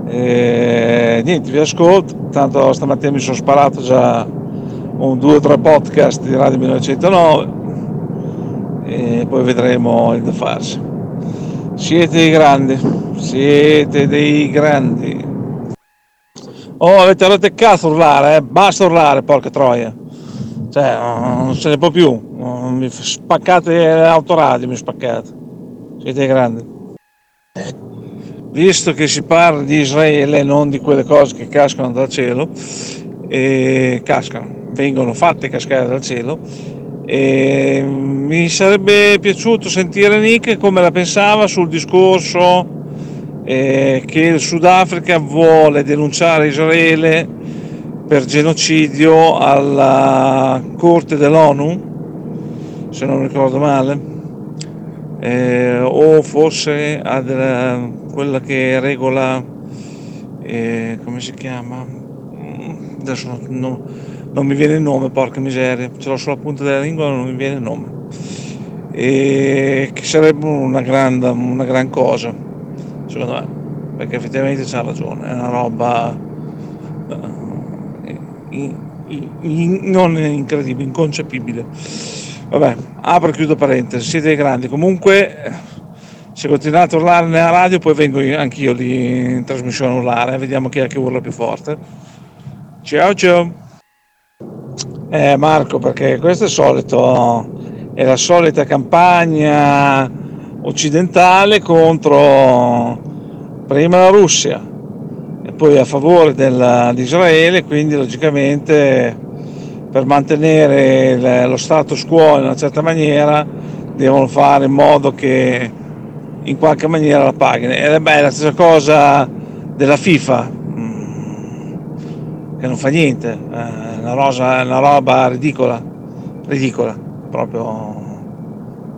S24: E niente, vi ascolto. Tanto stamattina mi sono sparato già un 2 o 3 podcast di Radio 1909 e poi vedremo il da farsi. Siete dei grandi, siete dei grandi. Oh, avete rotto il cazzo a urlare, eh? basta urlare, porca troia. Cioè, non se ne può più. Mi spaccate l'autoradio, mi spaccate. Siete grandi. Visto che si parla di Israele e non di quelle cose che cascano dal cielo, e cascano, vengono fatte cascare dal cielo, e mi sarebbe piaciuto sentire Nick come la pensava sul discorso eh, che il Sudafrica vuole denunciare Israele per genocidio alla Corte dell'ONU, se non ricordo male, eh, o forse a della- quella che regola, eh, come si chiama? Mm, Adesso non, non- non mi viene il nome, porca miseria, ce l'ho sulla punta della lingua, non mi viene il nome. E che sarebbe una, grande, una gran cosa, secondo me, perché effettivamente c'ha ragione, è una roba eh, in- in- in- non è incredibile, inconcepibile. Vabbè, apro e chiudo parentesi, siete dei grandi. Comunque, eh, se continuate a urlare nella radio, poi vengo io- anch'io lì in trasmissione a urlare, vediamo chi è che urla più forte. Ciao ciao! Eh Marco, perché questo è solito, è la solita campagna occidentale contro prima la Russia e poi a favore della- di Israele, quindi logicamente per mantenere il- lo status quo in una certa maniera devono fare in modo che in qualche maniera la paghino. E beh, è la stessa cosa della FIFA, mm, che non fa niente, eh, è una, rosa- è una roba ridicola, ridicola, proprio.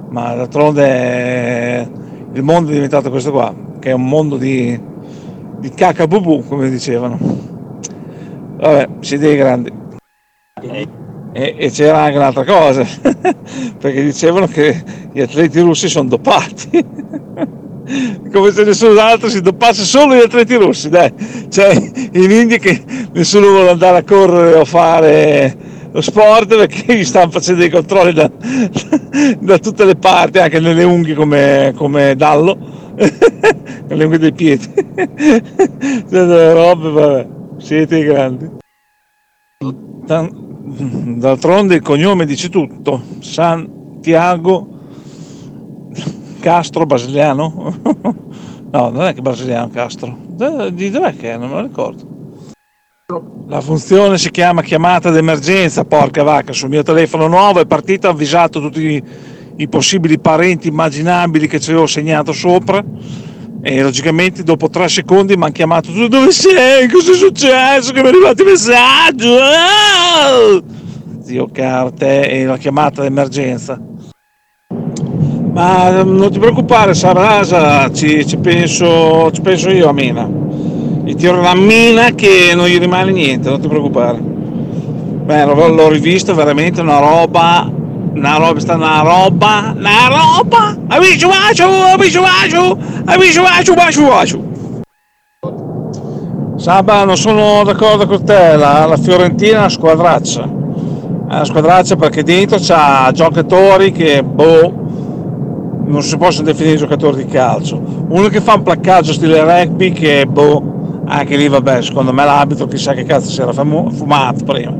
S24: Ma d'altronde eh, il mondo è diventato questo qua, che è un mondo di, di cacabubù, come dicevano. Vabbè, siete dei grandi. E, e c'era anche un'altra cosa, perché dicevano che gli atleti russi sono dopati. Come se nessun altro si dopasse solo gli atleti russi, dai. Cioè, in India che nessuno vuole andare a correre o fare lo sport perché gli stanno facendo dei controlli da, da tutte le parti, anche nelle unghie come, come Dallo, nelle unghie dei piedi. Cioè, delle robe, vabbè, siete i grandi. Dan- D'altronde il cognome dice tutto, Santiago Castro brasiliano? no, non è che brasiliano Castro, Da- di dov'è che è? Non me lo ricordo. La funzione si chiama chiamata d'emergenza, porca vacca, sul mio telefono nuovo è partita, ho avvisato tutti i, i possibili parenti immaginabili che ci avevo segnato sopra e logicamente dopo tre secondi mi hanno chiamato tu dove sei? Cosa è successo? Che mi è arrivato il messaggio? Ah! Zio Carte e la chiamata d'emergenza. Ma ehm, non ti preoccupare Sarasa, ci, ci penso, ci penso io a Mina. Gli tiro la mina che non gli rimane niente, non ti preoccupare. Beh, l'ho, l'ho rivisto veramente una roba, una roba, sta una roba, una roba! Amici bacio, amici bacio, amici bacio, bacio, bacio! Saba, non sono d'accordo con te, la, la Fiorentina è una squadraccia. È una squadraccia perché dentro c'ha giocatori che, boh, non si possono definire giocatori di calcio. Uno che fa un placcaggio stile rugby che, boh, anche lì vabbè, secondo me l'abito chissà che cazzo si era famu- fumato prima.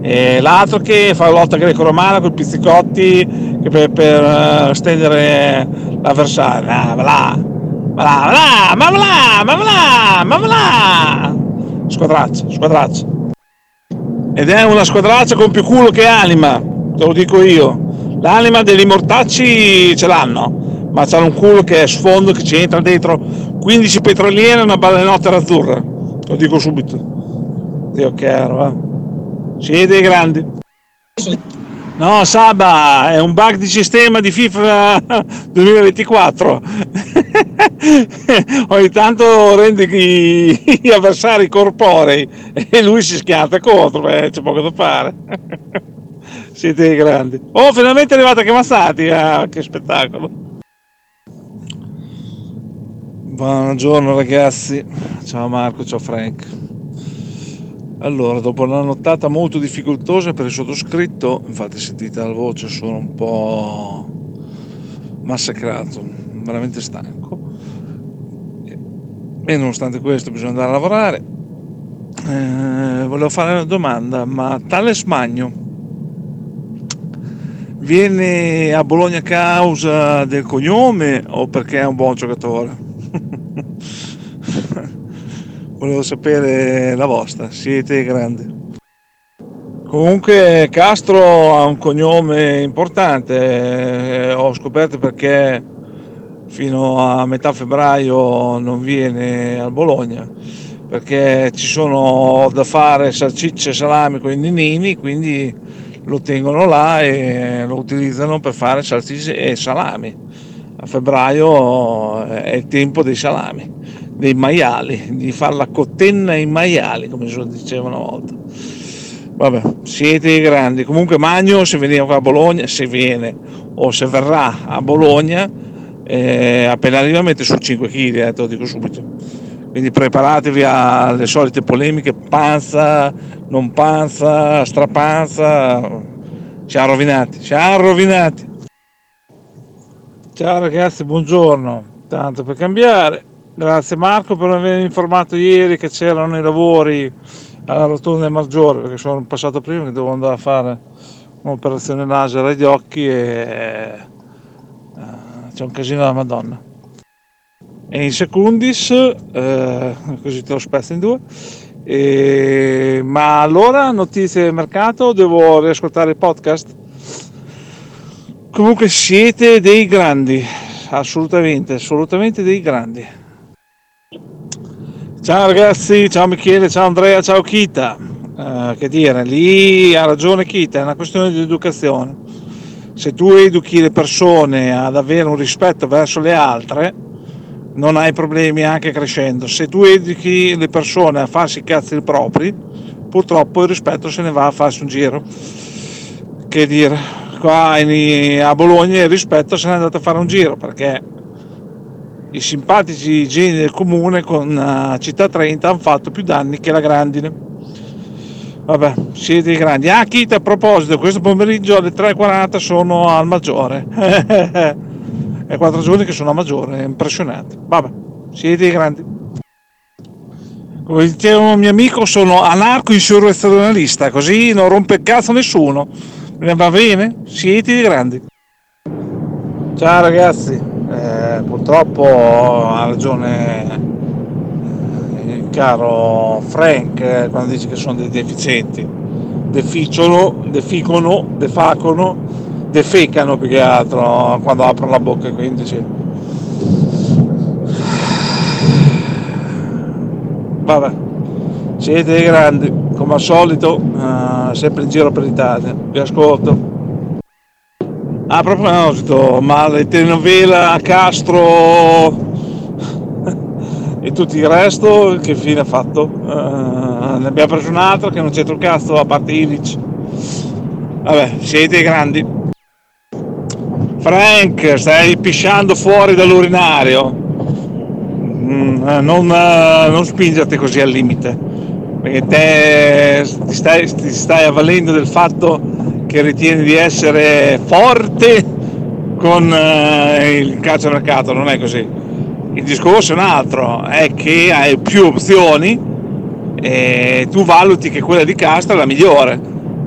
S24: E l'altro che fa lotta greco-romana con pizzicotti che per, per, eh, stendere l'avversario. Ah, va là, va là, va là, Ah, ma va là, ma va là, ma va là. Squadraccia, squadraccia. Ed è una squadraccia con più culo che anima, te lo dico io. L'anima degli mortacci ce l'hanno, ma c'hanno un culo che è sfondo, che ci entra dentro 15 petroliere e una balenottera azzurra. Lo dico subito. Dio caro, eh. Siete i grandi. No, Saba, è un bug di sistema di FIFA 2024. Ogni tanto rende gli, gli avversari corporei e lui si schianta contro, eh, c'è poco da fare. Siete dei grandi. Oh, finalmente è arrivata Chiamazzati, ah, che spettacolo. Buongiorno ragazzi, ciao Marco, ciao Frank. Allora, dopo una nottata molto difficoltosa per il sottoscritto, infatti sentite la voce, sono un po' massacrato, veramente stanco. E nonostante questo bisogna andare a lavorare. Eh, volevo fare una domanda, ma tale smagno viene a Bologna a causa del cognome o perché è un buon giocatore? Volevo sapere la vostra, siete grandi. Comunque Castro ha un cognome importante, eh, ho scoperto perché fino a metà febbraio non viene a Bologna, perché ci sono da fare salsicce e salami con i ninini, quindi lo tengono là e lo utilizzano per fare salsicce e salami. A febbraio eh, è il tempo dei salami, dei maiali, di fare la cotenna ai maiali, come si diceva una volta. Vabbè, siete i grandi. Comunque Magno se veniva qua a Bologna, se viene o se verrà a Bologna, eh, appena arriva mette su 5 kg, eh, te lo dico subito. Quindi preparatevi alle solite polemiche, panza, non panza, strapanza, ci ha rovinati, ci ha rovinati. Ciao ragazzi, buongiorno. Tanto per cambiare, grazie Marco per avermi informato ieri che c'erano i lavori alla rotonda del Maggiore, perché sono passato prima che devo andare a fare un'operazione laser agli occhi e eh, c'è un casino della Madonna. E in secundis, eh, così te lo spezzo in due, eh, ma allora notizie del mercato, devo riascoltare il podcast? Comunque siete dei grandi, assolutamente, assolutamente dei grandi. Ciao ragazzi, ciao Michele, ciao Andrea, ciao Kita. Eh, che dire, lì ha ragione Kita, è una questione di educazione. Se tu educhi le persone ad avere un rispetto verso le altre, non hai problemi anche crescendo. Se tu educhi le persone a farsi i cazzi propri, purtroppo il rispetto se ne va a farsi un giro. Che dire, qua in- a Bologna il rispetto se n'è andato a fare un giro perché i simpatici geni del comune con eh, Città 30 hanno fatto più danni che la grandine. Vabbè, siete i grandi. Ah, Kita, a proposito, questo pomeriggio alle 3.40 sono al Maggiore. È quattro giorni che sono a Maggiore, impressionante. Vabbè, siete i grandi. Come diceva un mio amico, sono anarco-insurrezionalista, così non rompe il cazzo nessuno. Va bene? Siete i grandi. Ciao ragazzi, Eh, purtroppo ha ragione eh, il caro Frank eh, quando dice che sono dei deficienti. Deficciolo, deficono, defacono, defecano più che altro quando aprono la bocca, quindi sì. Vabbè, siete dei grandi, come al solito, eh, sempre in giro per l'Italia. Vi ascolto. A proposito, ma le telenovela a Castro e tutto il resto che fine ha fatto? Eh, ne abbiamo preso un altro che non c'entra un cazzo a parte Ivic. Vabbè, siete grandi. Frank, stai pisciando fuori dall'urinario. Mm, eh, non, eh, non spingerti così al limite, perché te ti stai, ti stai avvalendo del fatto che ritieni di essere forte con eh, il calciomercato, non è così. Il discorso è un altro, è che hai più opzioni e tu valuti che quella di Castro è la migliore.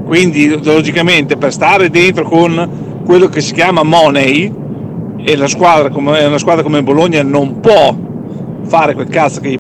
S24: Quindi logicamente per stare dentro con quello che si chiama money e la squadra come, una squadra come il Bologna non può fare quel cazzo che gli